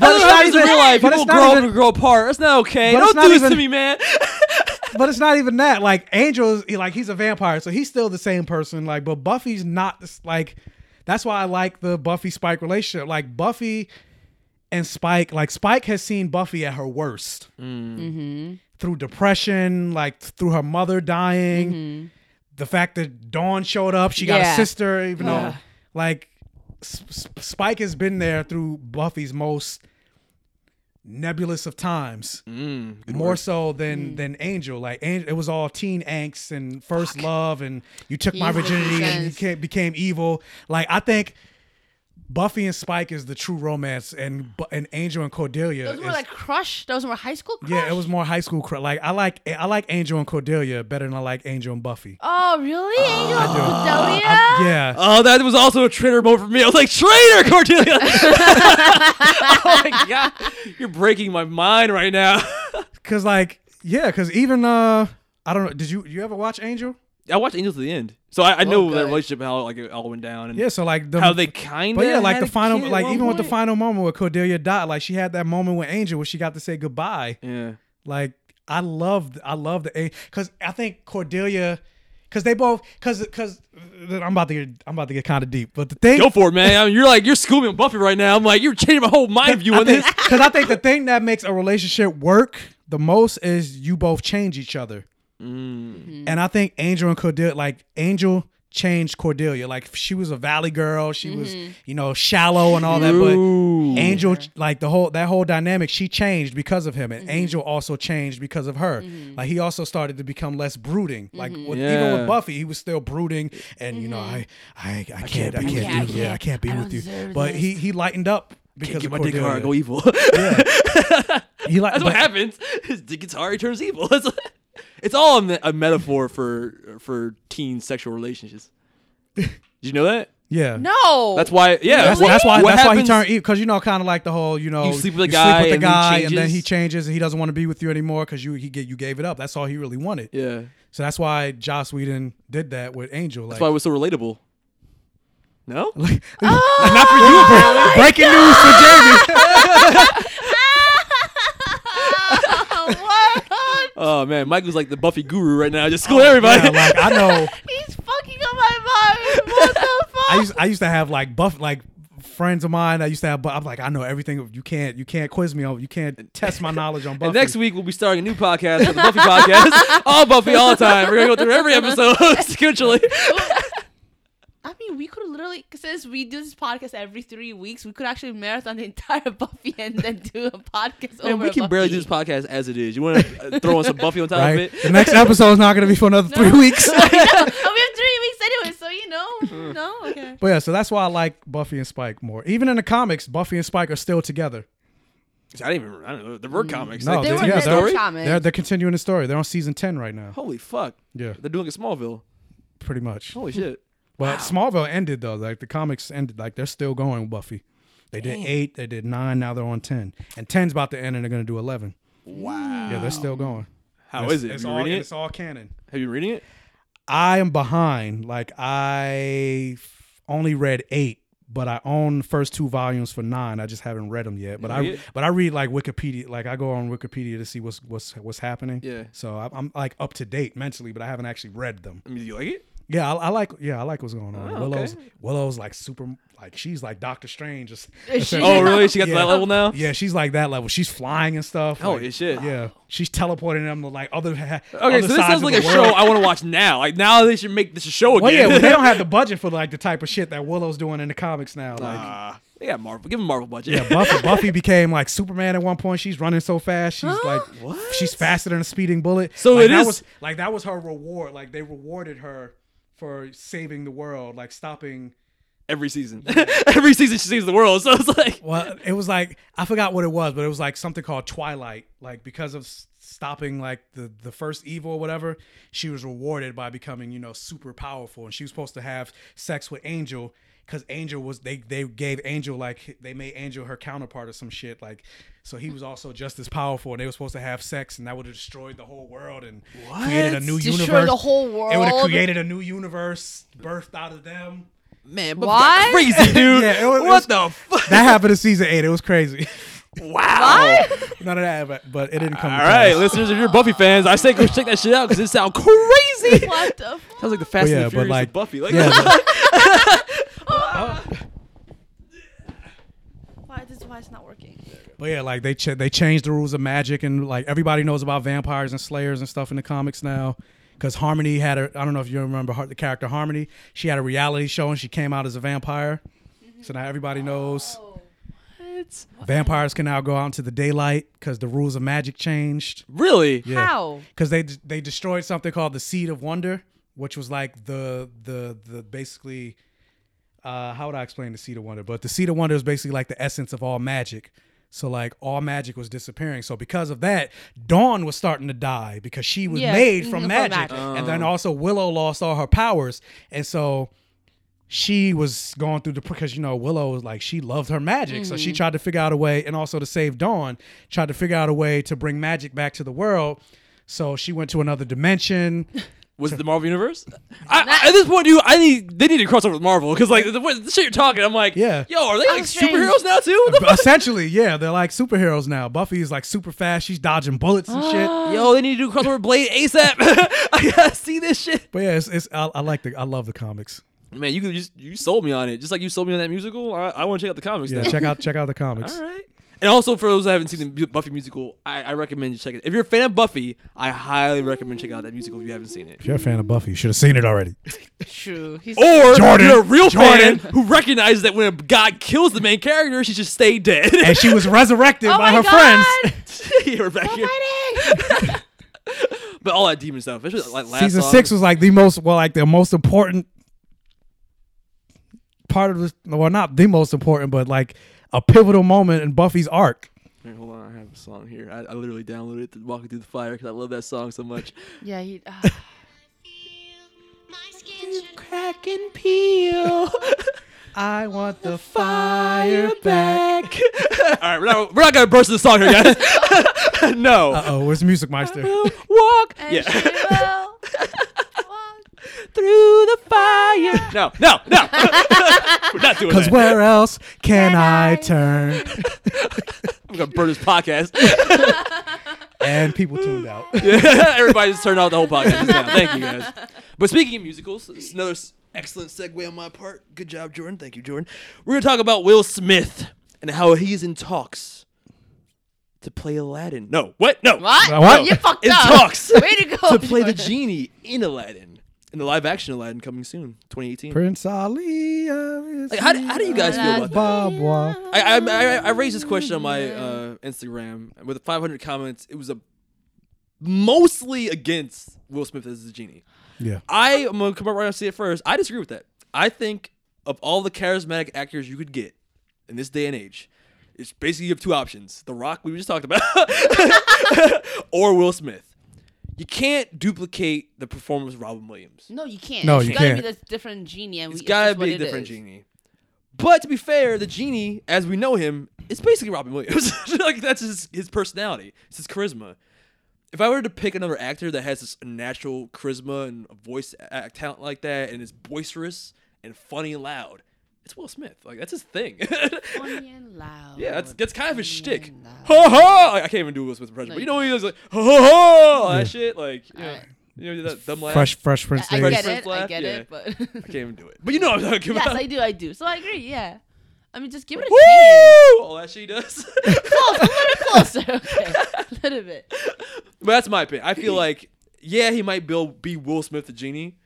don't know how it is in real life. but it's People not grow up even- and grow apart. That's not okay. but it's Don't not do this to even- me, man. but it's not even that. Like Angel is he- like he's a vampire, so he's still the same person. Like, but Buffy's not this- like. That's why I like the Buffy Spike relationship. Like Buffy and Spike. Like Spike has seen Buffy at her worst Mm-hmm. through depression, like through her mother dying, the fact that Dawn showed up, she got Mm-hmm. Yeah. a sister, even Ugh. though like S- S- Spike has been there through Buffy's most nebulous of times, Mm, more so than Mm. than Angel. Like Angel, it was all teen angst and first love, and you took my Jesus virginity and you Christ. ca- became evil. Like I think. Buffy and Spike is the true romance, and Bu- and Angel and Cordelia. Those were is- like crush. Those were high school crush. yeah, it was more high school. Cr- like I like I like Angel and Cordelia better than I like Angel and Buffy. Oh, really? Angel Uh, I do. Cordelia? yeah. Oh, that was also a traitor moment for me. I was like, traitor, <laughs> Cordelia. oh my god, you're breaking my mind right now. <laughs> Cause like yeah, cause even uh I don't know. Did you you ever watch Angel? I watched Angel to the end, so I, I know Oh, their good. relationship and how like it all went down. And Yeah, so like the, how they kind of. um, But yeah, like the final, like even with the final moment where Cordelia died, like she had that moment with Angel where she got to say goodbye. Yeah. Like I loved, I loved the because I think Cordelia, because they both, because because I'm about to get, I'm about to get kind of deep, but the thing Go for it, man. I mean, you're like you're schooled me on Buffy right now. I'm like you're changing my whole <laughs> mind view on this. Because I think the thing that makes a relationship work the most is you both change each other. Mm. And I think Angel and Cordelia, like Angel changed Cordelia. Like she was a valley girl. She was, Mm-hmm. you know, shallow and all that. But Angel, like the whole that whole dynamic, she changed because of him. And Mm-hmm. Angel also changed because of her. Like he also started to become less brooding. Like with, even Yeah. with Buffy, he was still brooding. And you know, I, I, I can't, I be can't, with you. do, yeah, I can't be Mm-hmm. I with you. deserve But this. he he lightened up Can't because get my of dick Cordelia. hard, go evil. <laughs> He like, That's what but- happens. His dick gets hard, he turns evil. <laughs> It's, it's all a, me- a metaphor for for teen sexual relationships. Did you know <laughs> that? Yeah. No. <laughs> That's why. Yeah. That's, what- that's why. what that's happens- why he turned because you know, kind of like the whole you know, You sleep with a guy the and he guy, and then he changes. changes, and he doesn't want to be with you anymore because you he get you gave it up. That's all he really wanted. Yeah. So that's why Joss Whedon did that with Angel. That's Like, why it was so relatable. <laughs> No. <laughs> not for you, bro. Breaking news for <laughs> Jamie. Oh man, Michael's like the Buffy guru right now. Just school everybody. yeah, like, I know. He's fucking up my mind. What the fuck? I used I used to have like buff like friends of mine. I used to have. bu- I'm like I know everything. You can't you can't quiz me on. You can't test my <laughs> knowledge on. Buffy. And next week we'll be starting a new podcast, the Buffy <laughs> podcast, all Buffy all the time. We're gonna go through every <laughs> episode sequentially. I mean, we could literally, since we do this podcast every three weeks, we could actually marathon the <laughs> entire Buffy and then do a podcast Man, over. we can Buffy. barely do <laughs> this podcast as it is. You want to throw in some Buffy on top of Right? it? The next episode is not going to be <laughs> for another three weeks. I know. Oh, we have three weeks anyway, so you know, no, okay. But yeah, so that's why I like Buffy and Spike more. Even in the comics, Buffy and Spike are still together. I didn't even. I don't know. There were comics. No, They- they- they- yeah, yeah, they're, story? they're they're continuing the story. They're on season ten right now, Holy fuck. Yeah. They're doing a Smallville. pretty much. Holy shit. But Smallville ended though. Like the comics ended. Like they're still going with Buffy. They did Damn. eight. They did nine. Now they're on ten. And ten's about to end, and they're gonna do eleven. Wow. Yeah, they're still going. How It's- is it? It's you all, reading it? it's all canon. Have you been reading it? <laughs> I am behind. Like I f- only read eight, but I own the first two volumes for nine. I just haven't read them yet. But Yeah, yeah. I but I read like Wikipedia. Like I go on Wikipedia to see what's what's what's happening. Yeah. So I, I'm like up to date mentally, but I haven't actually read them. I mean, do you like it? Yeah, I, I like yeah I like what's going on. Oh, Willow's okay. Willow's like super like she's like Doctor Strange. Just, <laughs> Is she Oh, now? really? She got to that level now? Yeah, she's like that level. She's flying and stuff. Holy like, Oh, shit. Yeah, she's teleporting them to like other. Okay, Okay, so this sounds like a show I want to watch now. Like now they should make this a show Well, yeah, again. <laughs> well, they don't have the budget for like the type of shit that Willow's doing in the comics now. Like, Nah. They got Marvel. Give them Marvel budget. <laughs> yeah, Buffy, Buffy became like Superman at one point. She's running so fast. She's like, she's faster than a speeding bullet. So like, it that is- was, like that was her reward. Like they rewarded her for saving the world, like stopping. Every season. <laughs> Every season she sees the world. So it's like Well, it was like I forgot what it was, but it was like something called Twilight. Like because of s- stopping like the the first evil or whatever, she was rewarded by becoming you know super powerful, and she was supposed to have sex with Angel because Angel was they they gave Angel like they made Angel her counterpart or some shit like. So he was also just as powerful, and they were supposed to have sex, and that would have destroyed the whole world and created a new Destroyed universe. the whole It would have world? created a new universe birthed out of them. man, but Why? crazy, dude. Yeah, it was- it what was- the fuck? That happened in season eight. It was crazy. Wow. None of that, but, but it didn't come. All right, listeners, if you're Buffy fans, I say go check that shit out because it sounds crazy. What the? Sounds like the Fast yeah, and but the Furious like- of Buffy. Like, yeah, Why this? is Why it's not working? But yeah, like they ch- they changed the rules of magic, and like everybody knows about vampires and slayers and stuff in the comics now. Because Harmony had a, I don't know if you remember her, the character Harmony. She had a reality show, and she came out as a vampire. So now everybody knows. It's Vampires can now go out into the daylight because the rules of magic changed. <laughs> Really? How? Because they d- they destroyed something called the Seed of Wonder, which was like the the the basically. Uh, how would I explain the Seed of Wonder? But the Seed of Wonder is basically like the essence of all magic. So like all magic was disappearing. So because of that, Dawn was starting to die because she was Yeah, made from from magic. magic. And then also Willow lost all her powers. And so she was going through the because you know Willow was like she loved her magic, so she Mhm. tried to figure out a way, and also to save Dawn, tried to figure out a way to bring magic back to the world. So she went to another dimension. Was it the Marvel Universe? I, I- at this point, dude, I need they need to cross over with Marvel because like the, what- the shit you're talking, I'm like, Yeah. yo, are they like superheroes now too? What the <laughs> fuck? Essentially, yeah, they're like superheroes now. Buffy is like super fast. She's dodging bullets and shit. <gasps> Yo, they need to do crossover Blade ASAP. <laughs> I gotta see this shit. But yeah, it's, it's I, I like the I love the comics. Man, you could just you sold me on it, just like you sold me on that musical. I, I want to check out the comics. Yeah, now. check out check out the comics. All right. And also for those that haven't seen the Buffy musical, I, I recommend you check it. If you're a fan of Buffy, I highly recommend checking out that musical if you haven't seen it. If you're a fan of Buffy, you should have seen it already. True. He's <laughs> Or Jordan, you're a real Jordan. fan who recognizes that when a god kills the main character, she should stay dead. <laughs> and she was <laughs> resurrected Oh by my her God. <laughs> friends. yeah, Rebecca. <laughs> but all that demon stuff, especially like last Season song. six was like the most well, like the most important part of this. Well, not the most important, but like a pivotal moment in Buffy's arc. Here, hold on, I have a song here. I, I literally downloaded it to walking through the fire because I love that song so much. Yeah. He, uh, <laughs> Crack and <laughs> peel. I want the fire back. all right, we're not, we're not gonna burst the song here, guys. <laughs> no. Uh oh, it's Music Meister. <laughs> Walk. yeah. Through the fire. No, no, no. <laughs> we're not <laughs> doing Because that. where else can I turn? <laughs> I'm gonna burn this podcast. and people tuned out. Yeah, <laughs> everybody just turned off the whole <laughs> podcast. just now. Thank you guys. But speaking of musicals, it's another s- excellent segue on my part. Good job, Jordan. Thank you, Jordan. We're gonna talk about Will Smith and how he's in talks to play Aladdin. No, what? No, What? No. What? You fucked in up. talks. <laughs> Way to <laughs> to go, play the Jordan. genie in Aladdin in the live action Aladdin coming soon, 2018. Prince Ali. uh, Like, how do- how do you guys feel about that? Bob Wah. I, I, I, I raised this question on my uh, Instagram with 500 comments. It was a mostly against Will Smith as the genie. Yeah. I am gonna come up right and say it first. I disagree with that. I think of all the charismatic actors you could get in this day and age, it's basically you have two options: The Rock, we just talked about, <laughs> or Will Smith. You can't duplicate the performance of Robin Williams. No, you can't. No, It's you gotta can't. be this different genie, and It's we, gotta just what be a it different is. genie. But to be fair, the genie, as we know him, is basically Robin Williams. <laughs> like that's his his personality. It's his charisma. If I were to pick another actor that has this natural charisma and a voice a- talent like that, and is boisterous and funny and loud, it's Will Smith. Like that's his thing. <laughs> Funny and loud. yeah, that's that's kind of his shtick. Ha ha! Like, I can't even do Will Smith impression, but you know when he was like ha ha, ha all Yeah. that shit. Like you know, you know that dumb laugh. Fresh- Fresh Prince I- I days. get it, I get it, but- <laughs> I can't even do it. But you know what I'm talking yes, about. I do. I do. So I agree. Yeah. I mean, just give it a Woo! All that she does. <laughs> <laughs> close, a little closer. Okay, <laughs> a little bit. But that's my opinion. I <laughs> feel like, yeah, he might be, be Will Smith the genie,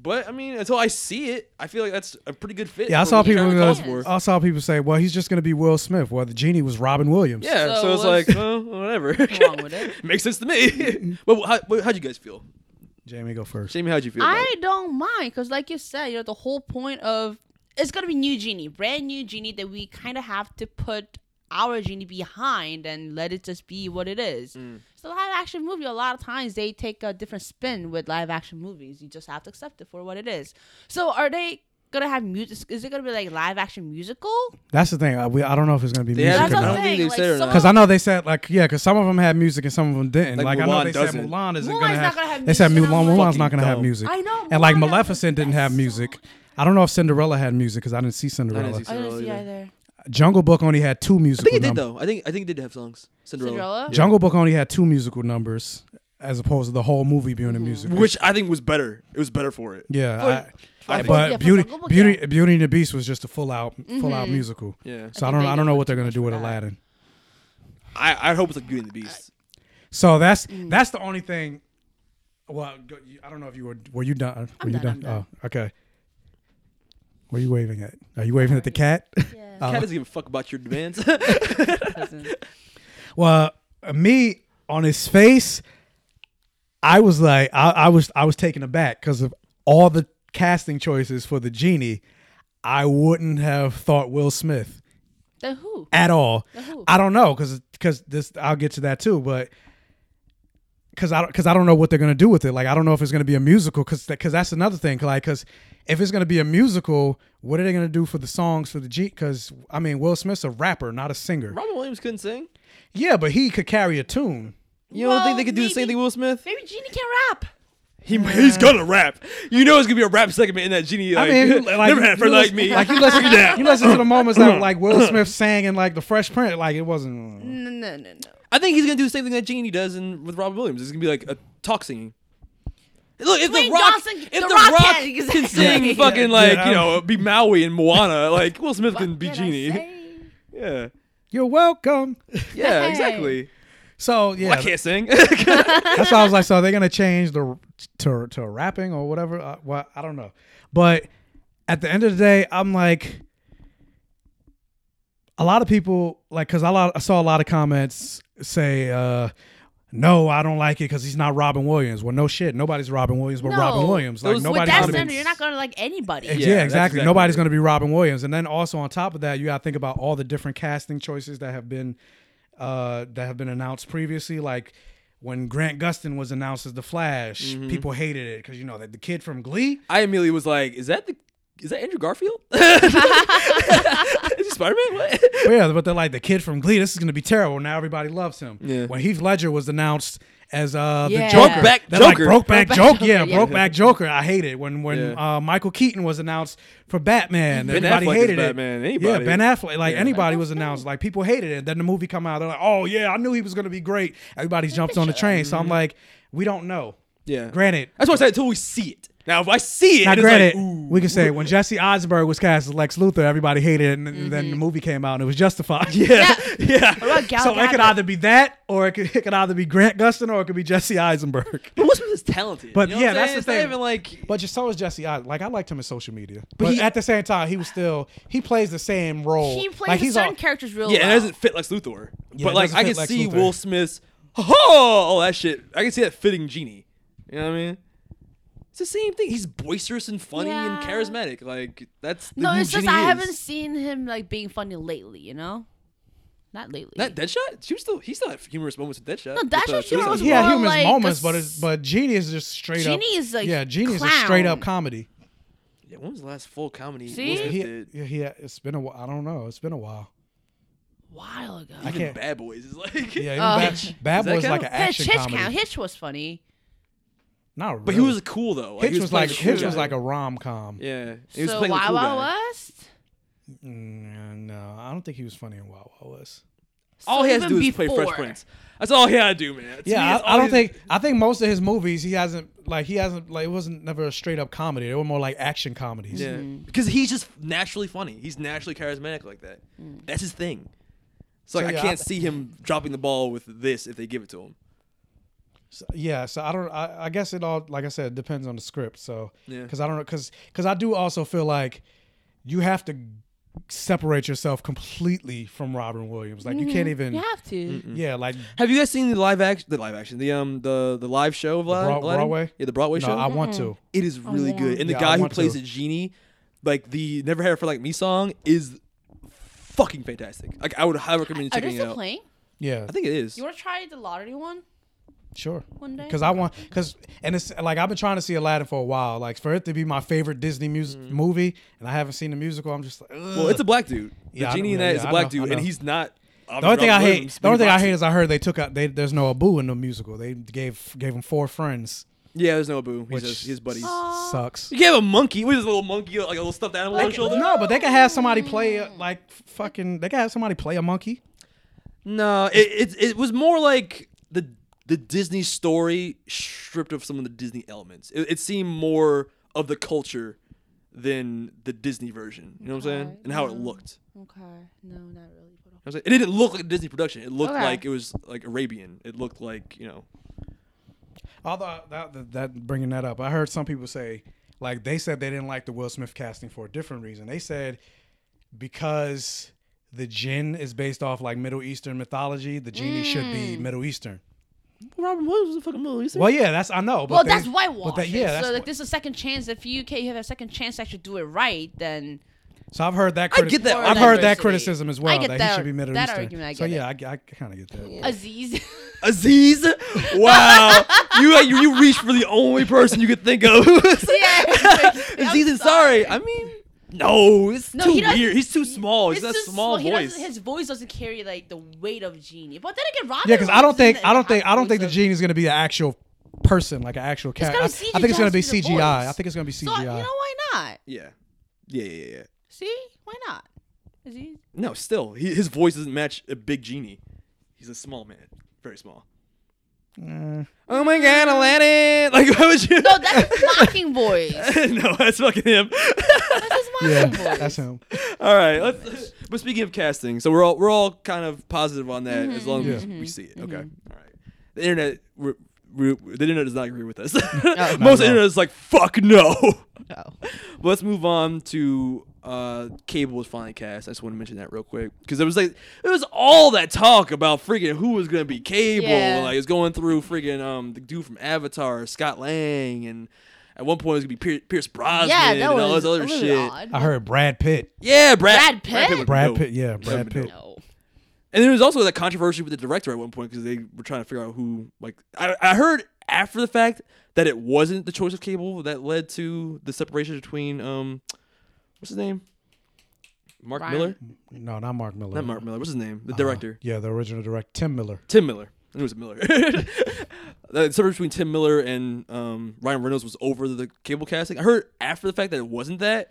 but I mean, until I see it, I feel like that's a pretty good fit. Yeah, I for saw what they're people. trying to go- call for. I saw people say, "Well, he's just going to be Will Smith." Well, the genie was Robin Williams. Yeah, so, it's like, well, whatever. <laughs> Wrong with <laughs> it. Makes sense to me. <laughs> but how, but how'd you guys feel? Jamie, go first. Jamie, how'd you feel? about it? I don't mind because, like you said, you know, the whole point of it's gonna be new genie, brand new genie that we kind of have to put our genie behind and let it just be what it is. It's a live action movie. A lot of times they take a different spin with live action movies. You just have to accept it for what it is. So, are they gonna have music? Is it gonna be like live action musical? That's the thing. I, we, I don't know if it's going to be They music haven't- or I don't not. think they like, said it or not. Because I know they said like yeah, because some of them had music and some of them didn't. Like Like, I know Mulan they said doesn't. Mulan isn't Mulan's gonna not have. gonna have they said music, Mulan and I'm like- Mulan's not gonna have Fucking music. dumb. I know, And like Mulan has Maleficent didn't have music. I don't know if Cinderella had music because I didn't see Cinderella. I didn't see Cinderella either. Jungle Book only had two I musical. think it did num- though. I think I think it did have songs. Cinderella. Yeah. Jungle Book only had two musical numbers, as opposed to the whole movie being a musical. which I think was better. It was better for it. Yeah, For- I- I think. but Beauty, Beauty, Beauty and the Beast was just a full out, full out Mhm. musical. Yeah. So I I, think don't, they I did don't know what they're gonna do with Aladdin. I, I hope it's like Beauty and the Beast. So that's that's the only thing. Well, go- you- I don't know if you were were you done? Were you done? Oh, okay. What are you waving at? Are you waving at the cat? <laughs> Yeah. Uh, Cat doesn't give a fuck about your demands. <laughs> Well, uh, me on his face, I was like, I, I was, I was taken aback because of all the casting choices for the genie. I wouldn't have thought Will Smith The who? at all. The who? I don't know because this I'll get to that too, but because I don't because I don't know what they're gonna do with it. Like I don't know if it's gonna be a musical because because that's another thing. Like because if it's gonna be a musical, what are they gonna do for the songs for the G? Because I mean, Will Smith's a rapper, not a singer. Robin Williams couldn't sing. Yeah, but he could carry a tune. You don't think they could do the same thing, Will Smith? Maybe Genie can rap. He, he's gonna rap. You know it's gonna be a rap segment in that genie. Like, <laughs> I mean, you- like, never had a friend you like lis- me. <laughs> Like you listen, Bring it down. you listen to the moments that like Will Smith sang in like the Fresh Print. Like it wasn't. uh, No, no, no, no. I think he's gonna do the same thing that Genie does in, with Robin Williams. It's gonna be like a talk singing. Look, if Dwayne the Rock, Johnson- if The the, Rock Rock, can- can, sing, Yeah. fucking Yeah, like I you don't- <laughs> know, be Maui and Moana, like Will Smith can be Genie. Yeah, You're welcome. yeah, exactly. So yeah, Well, I can't <laughs> sing. That's why I was like, so they're gonna change the to to rapping or whatever. Uh, well, I don't know, but at the end of the day, I'm like, a lot of people like because I, lot- I saw a lot of comments say, uh, no, I don't like it because he's not Robin Williams. Well, no shit, nobody's Robin Williams, but Robin Williams. Like Those- With nobody's that gonna be- standard, you're not gonna like anybody. yeah, exactly. Nobody's going to be Robin Williams. And then also on top of that, you got to think about all the different casting choices that have been uh, that have been announced previously. Like when Grant Gustin was announced as the Flash, Mhm. people hated it because you know that the kid from Glee. I immediately was like, "Is that the? Is that Andrew Garfield? <laughs> is he Spider Man? What? But <laughs> yeah, but they're like the kid from Glee. This is going to be terrible. Now everybody loves him. Yeah. When Heath Ledger was announced. As uh, Yeah. the Joker, Brokeback They're like, Joker. Brokeback Brokeback Joker, Joker, yeah, yeah. Brokeback Joker. I hate it when when uh, Michael Keaton was announced for Batman. Ben everybody Affleck is hated it. Batman. Yeah, Anybody. Ben Affleck, like Yeah. anybody was announced. Like people hated it. Then the movie come out, they're like, oh yeah, I knew he was gonna be great. Everybody jumped on the train. So I'm like, we don't know. Yeah. Granted, That's why I said until we see it. Now, if I see it, now and granted, it's like, ooh. <laughs> we can say when Jesse Eisenberg was cast as Lex Luthor, everybody hated it, and, and then the movie came out and it <laughs> was justified. Yeah, yeah. about Gal so it could Gadot? either be that, or it could, it could either be Grant Gustin, or it could be Jesse Eisenberg. <laughs> But Will Smith is talented. But you know yeah, what I'm that's saying? the It's thing. Not even like <laughs> but just so is Jesse. I like I liked him in social media, but, at the same time, he was still he plays the same role. He plays like, the he's certain all- characters real yeah, well. it doesn't fit Lex Luthor. Yeah, but it like doesn't I fit can Lex see Luthor. Will Smith's oh all that shit. I can see that fitting Genie. You know what I mean? It's the same thing. He's boisterous and funny and Yeah. charismatic. Like that's the No, new it's just Genie I is. haven't seen him like being funny lately. You know, not lately. Not Deadshot. She was still. He still had humorous moments with Deadshot. No, with uh, Deadshot, the she police was officer. He had more humorous like a moments, but it's, but Genie is just straight up. Genie is, like, yeah, Genie is a straight up clown. comedy. Yeah, when was the last full comedy? Will See? Smith He, did? yeah, he, it's been a while. I don't know. It's been a while. while ago. I Even can't- Bad Boys <laughs> is like Yeah, even Oh. Bad, Bad Boys like an action Hitch, Hitch comedy. count. Hitch was funny. Not really. But he was cool though. Like, Hitch he was playing like the cool Hitch was guy. like a rom com. yeah. He was So playing the Wild cool Wild guy. West. Mm, no, I don't think he was funny in Wild Wild West. all he So has to do even is play before. Fresh Prince. That's all he had to do, man. To me, Yeah, that's I, I all don't he- think I think most of his movies he hasn't like he hasn't like it wasn't never a straight up comedy. They were more like action comedies. Yeah, Mm. because he's just naturally funny. He's naturally charismatic like that. Mm. That's his thing. So like, So, yeah, I I can't th- see him dropping the ball with this if they give it to him. So, yeah, so I don't. I, I guess it all, like I said, depends on the script. So, Yeah. because I don't, because because I do also feel like you have to separate yourself completely from Robin Williams. Like you can't even. <laughs> You have to. Yeah, like Have you guys seen the live action? The live action, the um, the the live show of Aladdin? Broad- Aladdin? Broadway? Yeah, the Broadway No, show. I want to. It is Oh, really good, and the Yeah, I guy who want plays to. the genie, like the "Never Had a Friend Like Me" song, is fucking fantastic. Like I would highly recommend Are checking they it still out. playing? yeah, I think it is. You want to try the lottery one? Sure. One day? Because I want, because and it's like I've been trying to see Aladdin for a while. Like for it to be my favorite Disney music movie, and I haven't seen the musical. I'm just like, Mm-hmm. Well, it's a black dude. The Uh, Yeah, I genie in know, that yeah, is I a black know, I dude, and know. he's not. The only thing I hate, the only thing I hate is I heard they took out. They, there's no Abu in the musical. They gave gave him four friends. Yeah, there's no Abu. He's, Which just, his buddies. Oh. sucks. You can't have a monkey. What is this little monkey, like a little stuffed animal on They his ca- shoulder? No, but they could have somebody play uh, like f- fucking. They could have somebody play a monkey. No, it, it it was more like the the Disney story stripped of some of the Disney elements. It, it seemed more of the culture than the Disney version. You know what I'm saying? And how it looked. Okay. No, not really. You know what I'm saying? It didn't look like a Disney production. It looked Okay. like it was like Arabian. It looked like you know. Although that, that, that bringing that up, I heard some people say like they said they didn't like the Will Smith casting for a different reason. They said because the jinn is based off like Middle Eastern mythology, the genie should be Mm. Middle Eastern. Robin Williams was a fucking Middle Eastern. Well, yeah, that's I know. But well, they- that's but whitewash. they- yeah, that's so like, this is a second chance. If you can have a second chance to actually do it right, then So I've heard that. I Criti- get that I've heard that diversity. criticism as I well get that, he that- should be Middle that Eastern. argument, I so get yeah, I, kind of get that. Aziz. Aziz, <laughs> wow, you you reached for the only person you could think of. <laughs> Aziz Ansari. I mean, no, it's No, too he doesn't- weird. He's too small. Oh, <laughs> He's got a It's just small he doesn't- voice. His voice doesn't carry like the weight of Genie. But then again, Robin. Yeah, because I Williams don't think isn't I don't a- think I don't think the genie is gonna be an actual person, like an actual character. I, gotta I think it's gonna be CGI the CGI. voice. I think it's gonna be So you know CGI. why not? Yeah. Yeah, yeah, yeah, yeah. See, why not? Aziz. No, still, he, his voice doesn't match a big genie. He's a small man, very small. Uh, Oh my god, Aladdin! <laughs> Like, why would you? No, that's <laughs> his mocking voice. no, that's fucking <laughs> him. yeah, <laughs> that's him. all right, let's, but speaking of casting, so we're all we're all kind of positive on that as long Mm-hmm. as Yeah. we see it. Okay, Mhm. all right. The internet, we're, we the internet does not agree with <laughs> us. at all. Most internet is like, fuck no. No. let's move on to uh, Cable was finally cast. I just want to mention that real quick because it was like it was all that talk about freaking who was gonna be Cable. Yeah. Like it's going through freaking um the dude from Avatar, Scott Lang, and at one point it was gonna be Pier- Pierce Brosnan Yeah, that and all was this other a little shit. odd. I heard Brad Pitt. Yeah, Brad Brad Brad Pitt. Pitt? would Brad know. Pitt, yeah, That would Brad be dope. Pitt. And there was also that controversy with the director at one point because they were trying to figure out who. Like, I, I heard after the fact that it wasn't the choice of Cable that led to the separation between um, what's his name, Mark Ryan. Miller, No, not Mark Miller. not Mark Miller. What's his name? The Uh, director, yeah, the original director, Tim Miller. Tim Miller. I knew it was Miller. <laughs> the separation between Tim Miller and um, Ryan Reynolds was over the cable casting. I heard after the fact that it wasn't that,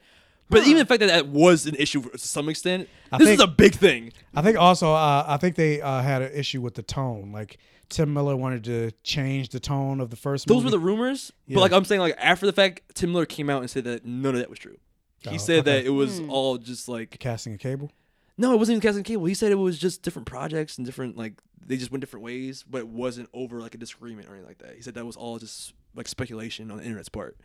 but even the fact that that was an issue to some extent, I this is think- a big thing. I think also uh, I think they uh, had an issue with the tone. Like Tim Miller wanted to change the tone of the first. Those movie. were the rumors, Yeah. but like I'm saying, like after the fact, Tim Miller came out and said that none of that was true. He Oh, said that okay. it was Hmm. all just like casting a cable. no, it wasn't even casting cable. He said it was just different projects and different like they just went different ways, but it wasn't over like a disagreement or anything like that. He said that was all just like speculation on the internet's part.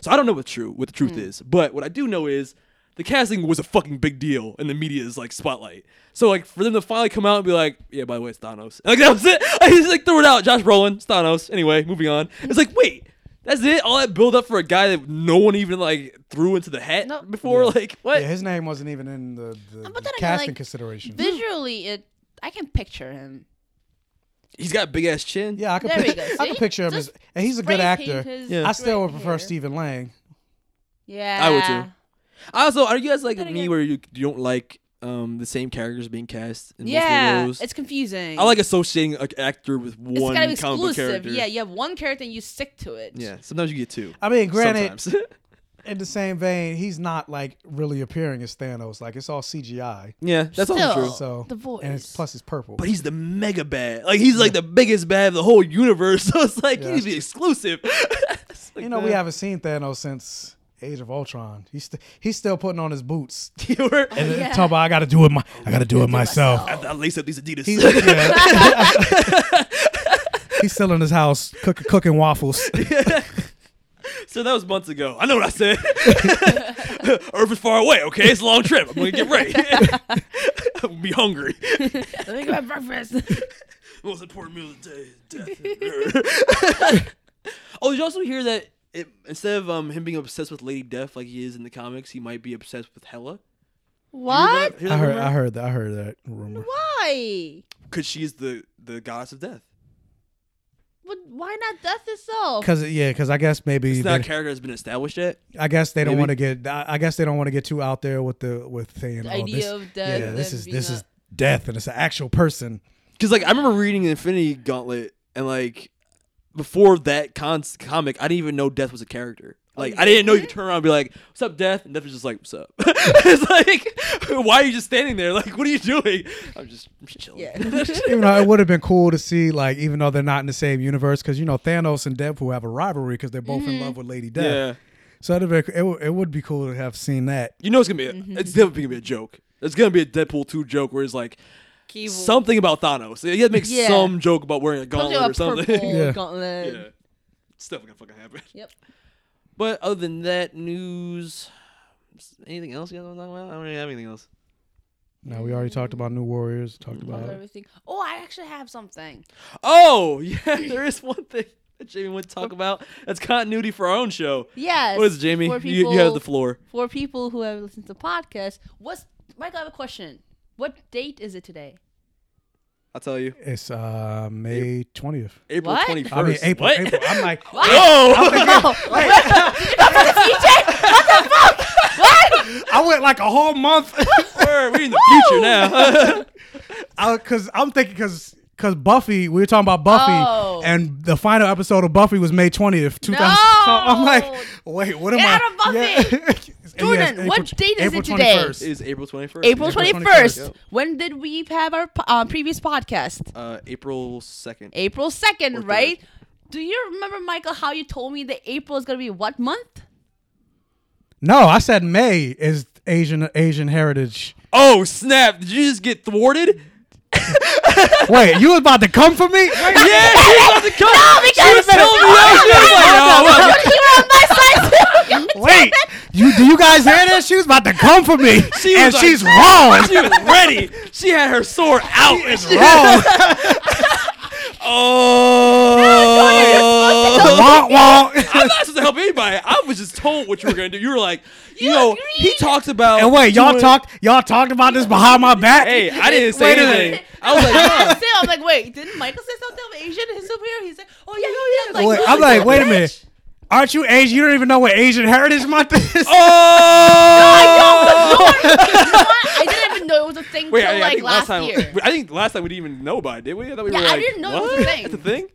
So I don't know what's true, what the truth Hmm. is, but what I do know is the casting was a fucking big deal in the media's like spotlight. So like for them to finally come out and be like, yeah, by the way, it's Thanos. <laughs> Like that was it. I just like threw it out. Josh Brolin, it's Thanos. Anyway, moving on. It's like wait. That's it. All that build up for a guy that no one even like threw into the hat before. Like what? Yeah, his name wasn't even in the, the, the But then again, casting like, consideration. Visually, it I can picture him. He's got a big ass chin. Yeah, I could, There we pic- go, I see? could picture him as, and he's a good spray actor. paint his Yeah. I still would prefer Stephen Lang. Yeah. I would too. Also, are you guys like me where you, you don't like um the same characters being cast in yeah, multiple roles? it's confusing. I like associating an actor with It's one gotta be comic book exclusive. character. Yeah, you have one character and you stick to it. <laughs> Yeah, sometimes you get two. I mean, granted, Sometimes. <laughs> in the same vein, he's not like really appearing as Thanos. Like it's all CGI. Yeah, that's also true. Still, So the and it's, plus it's purple. but he's the mega bad. Like he's like the biggest bad of the whole universe. <laughs> So it's like he Yeah, needs to be exclusive. <laughs> It's like, you know, we nah. haven't seen Thanos since Age of Ultron. He's st- he's still putting on his boots. <laughs> You were- Oh, and then talking about I got to do it. My I got to do it myself. I, I lace up these Adidas. He's, <laughs> yeah. He's still in his house cook, cooking waffles. So that was months ago. I know what I <laughs> said. <laughs> Earth is far away. Okay, it's a long trip. I'm gonna get <laughs> ready. <laughs> I'm gonna be hungry. Let me get my <laughs> breakfast. Most important meal of the day is death. <laughs> oh, did you also hear that it, instead of um, him being obsessed with Lady Death like he is in the comics, he might be obsessed with Hela? What? Hear I that heard. rumor? I heard that. I heard that rumor. Why? Because she is the, the goddess of death. But why not death itself? Because yeah, because I guess maybe It's not a they- character that's been established yet. I guess they don't Maybe. want to get. I I guess they don't want to get too out there with the with saying. The oh, idea this, of death Yeah, this and is being this a- is death, and it's an actual person. Because like I remember reading Infinity Gauntlet and like before that con- comic, I didn't even know Death was a character. Like I didn't know you turn around and be like, "What's up, Death?" And Death was just like, "What's up?" <laughs> it's like, <laughs> why are you just standing there? Like, what are you doing? I'm just, I'm just chilling. even though it would have been cool to see, like, even though they're not in the same universe, because you know Thanos and Deadpool have a rivalry because they're both in Mm-hmm. Mhm. love with Lady Death. <laughs> Yeah. So it'd have been, it, would- it would be cool to have seen that. You know it's gonna be a, Mm-hmm. it's definitely gonna be a joke. It's gonna be a Deadpool two joke where it's like Keeble. something about Thanos. You gotta make Yeah. some joke about wearing a Something gauntlet or about something. purple Yeah. gauntlet. Yeah. <laughs> It's definitely gonna fucking happen. Yep. But other than that news, anything else you guys want to talk about? I don't really have anything else. Now we already Mm-hmm. talked about New Warriors. Talked Love about everything. Oh, I actually have something. Oh <laughs> yeah, there is one thing that Jamie would talk about. That's continuity for our own show. Yes. What is it, Jamie? for You, you have the people- floor. For people who have listened to podcasts, what's Mike? I have a question. What date is <laughs> it today? I'll tell you. it's uh, May twentieth. April Oh, What? twenty first. I mean <laughs> April. April. I'm like, What? Whoa! <laughs> I'm thinking- I went like a whole month. we in the future <laughs> now. <laughs> Because I'm thinking because. Because Buffy, we were talking about Buffy, Oh. and the final episode of Buffy was May 20th, 2000. No! So I'm like, wait, what am Get I? out of Buffy! <laughs> <laughs> Jordan, April- what date is April it today? 21st. It is April twenty first. April twenty first. When did we have our po- um, previous podcast? Uh, April second. April second, right? Do you remember, Michael, how you told me that April is gonna be what month? No, I said May is Asian Asian heritage. Oh snap! Did you just get thwarted? Wait, you was about to come for <laughs> me? yeah, she was about to come. No, because she was telling me that shit. I'm like, no, I'm not- you were on my side too. God damn Wait, you do you guys hear this? She was about to come for me, <laughs> She and was like- she's <laughs> wrong. <laughs> She was ready. She had her sword out. It's <laughs> wrong. Oh. <laughs> Wah, wah. I'm not supposed to help anybody. I was just told what you were gonna do. You were like, you, know, he talks about. And wait, y'all doing- talked y'all talked about this behind my back. Hey, I didn't say Wait a minute. anything. I was like, it. Still, I'm like, wait, didn't Michael say something about Asian? He's over here. He said, oh yeah, yeah, yeah. Like, Wait, who's I'm the like, wait a bitch? minute. Aren't you Asian? You don't even know what Asian Heritage Month <laughs> is. Oh, oh. I didn't even know it was a thing Wait, till I, I like think last last, time. year. I think last time we didn't even know about it, did we? I thought we Yeah, were I like, didn't know it was what? a thing. That's a thing.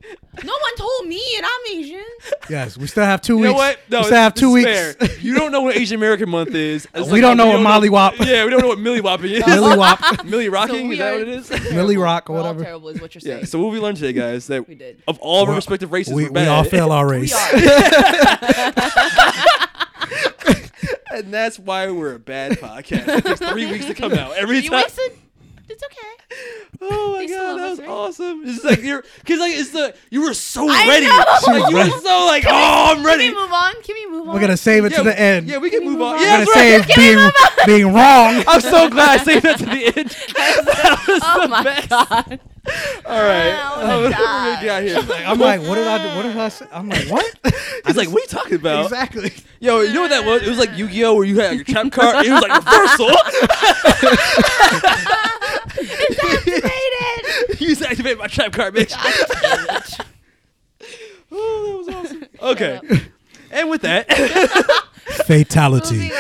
No one told me, and I'm Asian. Yes, we still have two You weeks. know what? we No, still have this two is weeks. fair. You <laughs> don't know what Asian American Month is. It's We don't know we what <laughs> Molly Wop- Yeah, we don't know what Millie Wop is. <laughs> <laughs> Millie Wop. Millie rocking. So is <laughs> we that are what it is? Millie Rock or We're all whatever. terrible, is what you're saying. Yeah. So what we learned today, guys, that We did. of all of our Well, respective races, we, we're bad. we all fail our race. <laughs> and that's why we're a <laughs> bad podcast. It takes three weeks to come out every you time. wasted. It's okay. Oh my They still god, love that us, was right? awesome! It's like you're, cause like it's the you were so I ready. know. Like, you were Ready. so like, Can we- oh, I'm ready. Can we move on? Can we move on? We're gonna save it Yeah, to we- the end. Yeah, we can move on. We're Yeah, gonna that's right. save being <laughs> being wrong. <laughs> I'm <laughs> so glad I saved that to the end. <laughs> <laughs> Oh my god. All right, <laughs> Oh my God. get out here. <laughs> I'm like, what did I do? What did I say? I'm like, what? <laughs> He's like, what are you talking about? <laughs> exactly. Yo, you know what that was? It was like Yu-Gi-Oh, where you had your trap card. It was like reversal. <laughs> <laughs> Activated. you just activated my trap card, bitch. <laughs> oh, that was awesome. Okay, and with that. <laughs> Fatality.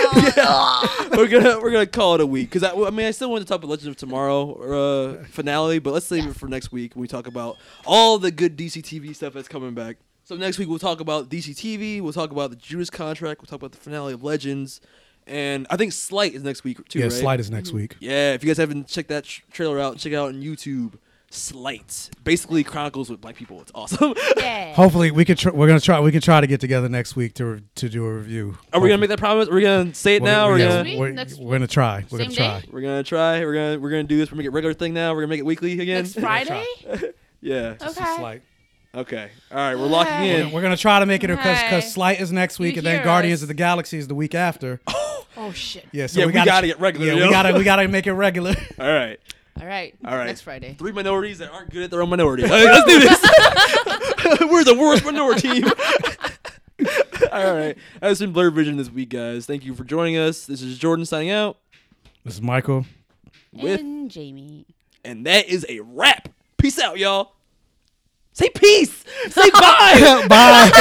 we're gonna we're gonna call it a week because I, I mean I still want to talk about Legends of Tomorrow uh, finale, but let's save it for next week when we talk about all the good DC TV stuff that's coming back. So next week we'll talk about DC TV, we'll talk about the Judas contract, we'll talk about the finale of Legends, and I think Slight is next week too. Yeah, right? Mm. Slight is next week. Yeah, if you guys haven't checked that tr- trailer out, check it out on YouTube. Slight basically chronicles with black people. It's awesome. <laughs> Hopefully, we can. Tr- we're gonna try. We can try to get together next week to re- to do a review. Are we gonna make that promise? We're gonna say it We're- now. we're We're gonna- gonna. We're, Next- we're gonna try. We're Same gonna try. day? We're gonna try. We're gonna we're gonna do this. We're gonna make it a regular thing now. We're gonna make it weekly again. Next Friday. Yeah. Okay. Slight. Okay. All right. We're locking We're, in. gonna- we're gonna try to make it because Hey. because Slight is next week, You and then hear Guardians us. of the Galaxy is the <laughs> week after. Oh shit. Yeah, so Yeah, we, we gotta, gotta get regular, Yeah, yo. we gotta we gotta make it regular. <laughs> All right. All right. All right. Next Friday. Three minorities that aren't good at their own minority. All right, let's do this. <laughs> we're the worst minority team. <laughs> All right. That's been Blur Vision this week, guys. Thank you for joining us. This is Jordan signing out. This is Michael. With <laughs> And Jamie. and that is a wrap. Peace out, y'all. Say peace. Say bye. <laughs> Bye.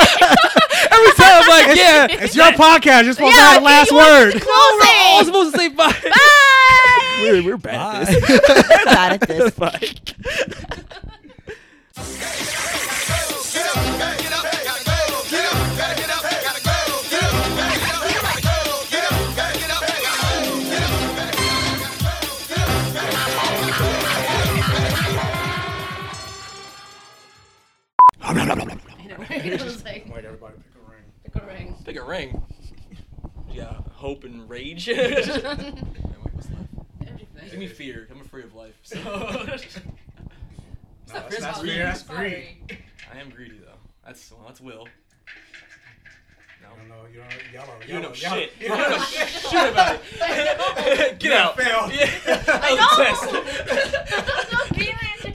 Every time I'm like, yeah. It's your podcast. You're supposed to Yeah, have the I last think you <laughs> word. wanted to close We're all it. supposed to say bye. Bye. We're, we're bad at this. We're bad at this. bye. It was like- Wait, everybody pick a ring. Pick a ring. Pick a ring. Yeah, hope and rage. <laughs> Give me fear. I'm afraid of life. <laughs> So. No, that's not fear, that's greed. I am greedy though. That's well, that's will. No. You don't know. You don't, you don't know y'all- <laughs> shit. y'all- You don't know shit about it. <laughs> Get out. failed. <laughs> Yeah. That <laughs> was a <laughs> <laughs> test. No feelings in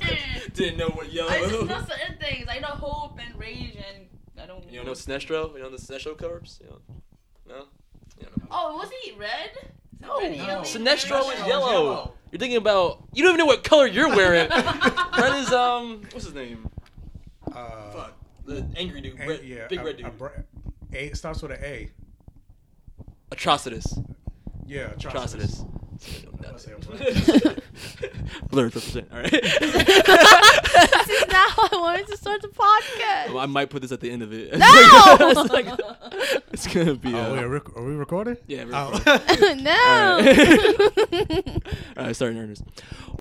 Didn't know what yo. I just know certain things. I know hope and rage and I don't. <laughs> You don't know Sinestro? You don't know the Sinestro corpse? You don't- No? You don't know. Oh, was he red? Oh. No. Sinestro is yellow. You're thinking about. You don't even know what color you're <laughs> wearing. Red is um. What's his name? Uh, Fuck. The angry dude. Hey, Red, yeah, big a- red dude. A, bra- a it starts with an A. Atrocitus. Yeah, <laughs> Atrocitus. <laughs> Atrocitus. Blurred represent. All <laughs> right. <laughs> this is now I wanted to start the podcast. Well, I might put this at the end of it. No! <laughs> it's, like, it's gonna be. Oh, uh, wait, are, rec- are we recording? Yeah, we're Oh. recording. <laughs> no. <laughs> All right. All right, sorry, in earnest.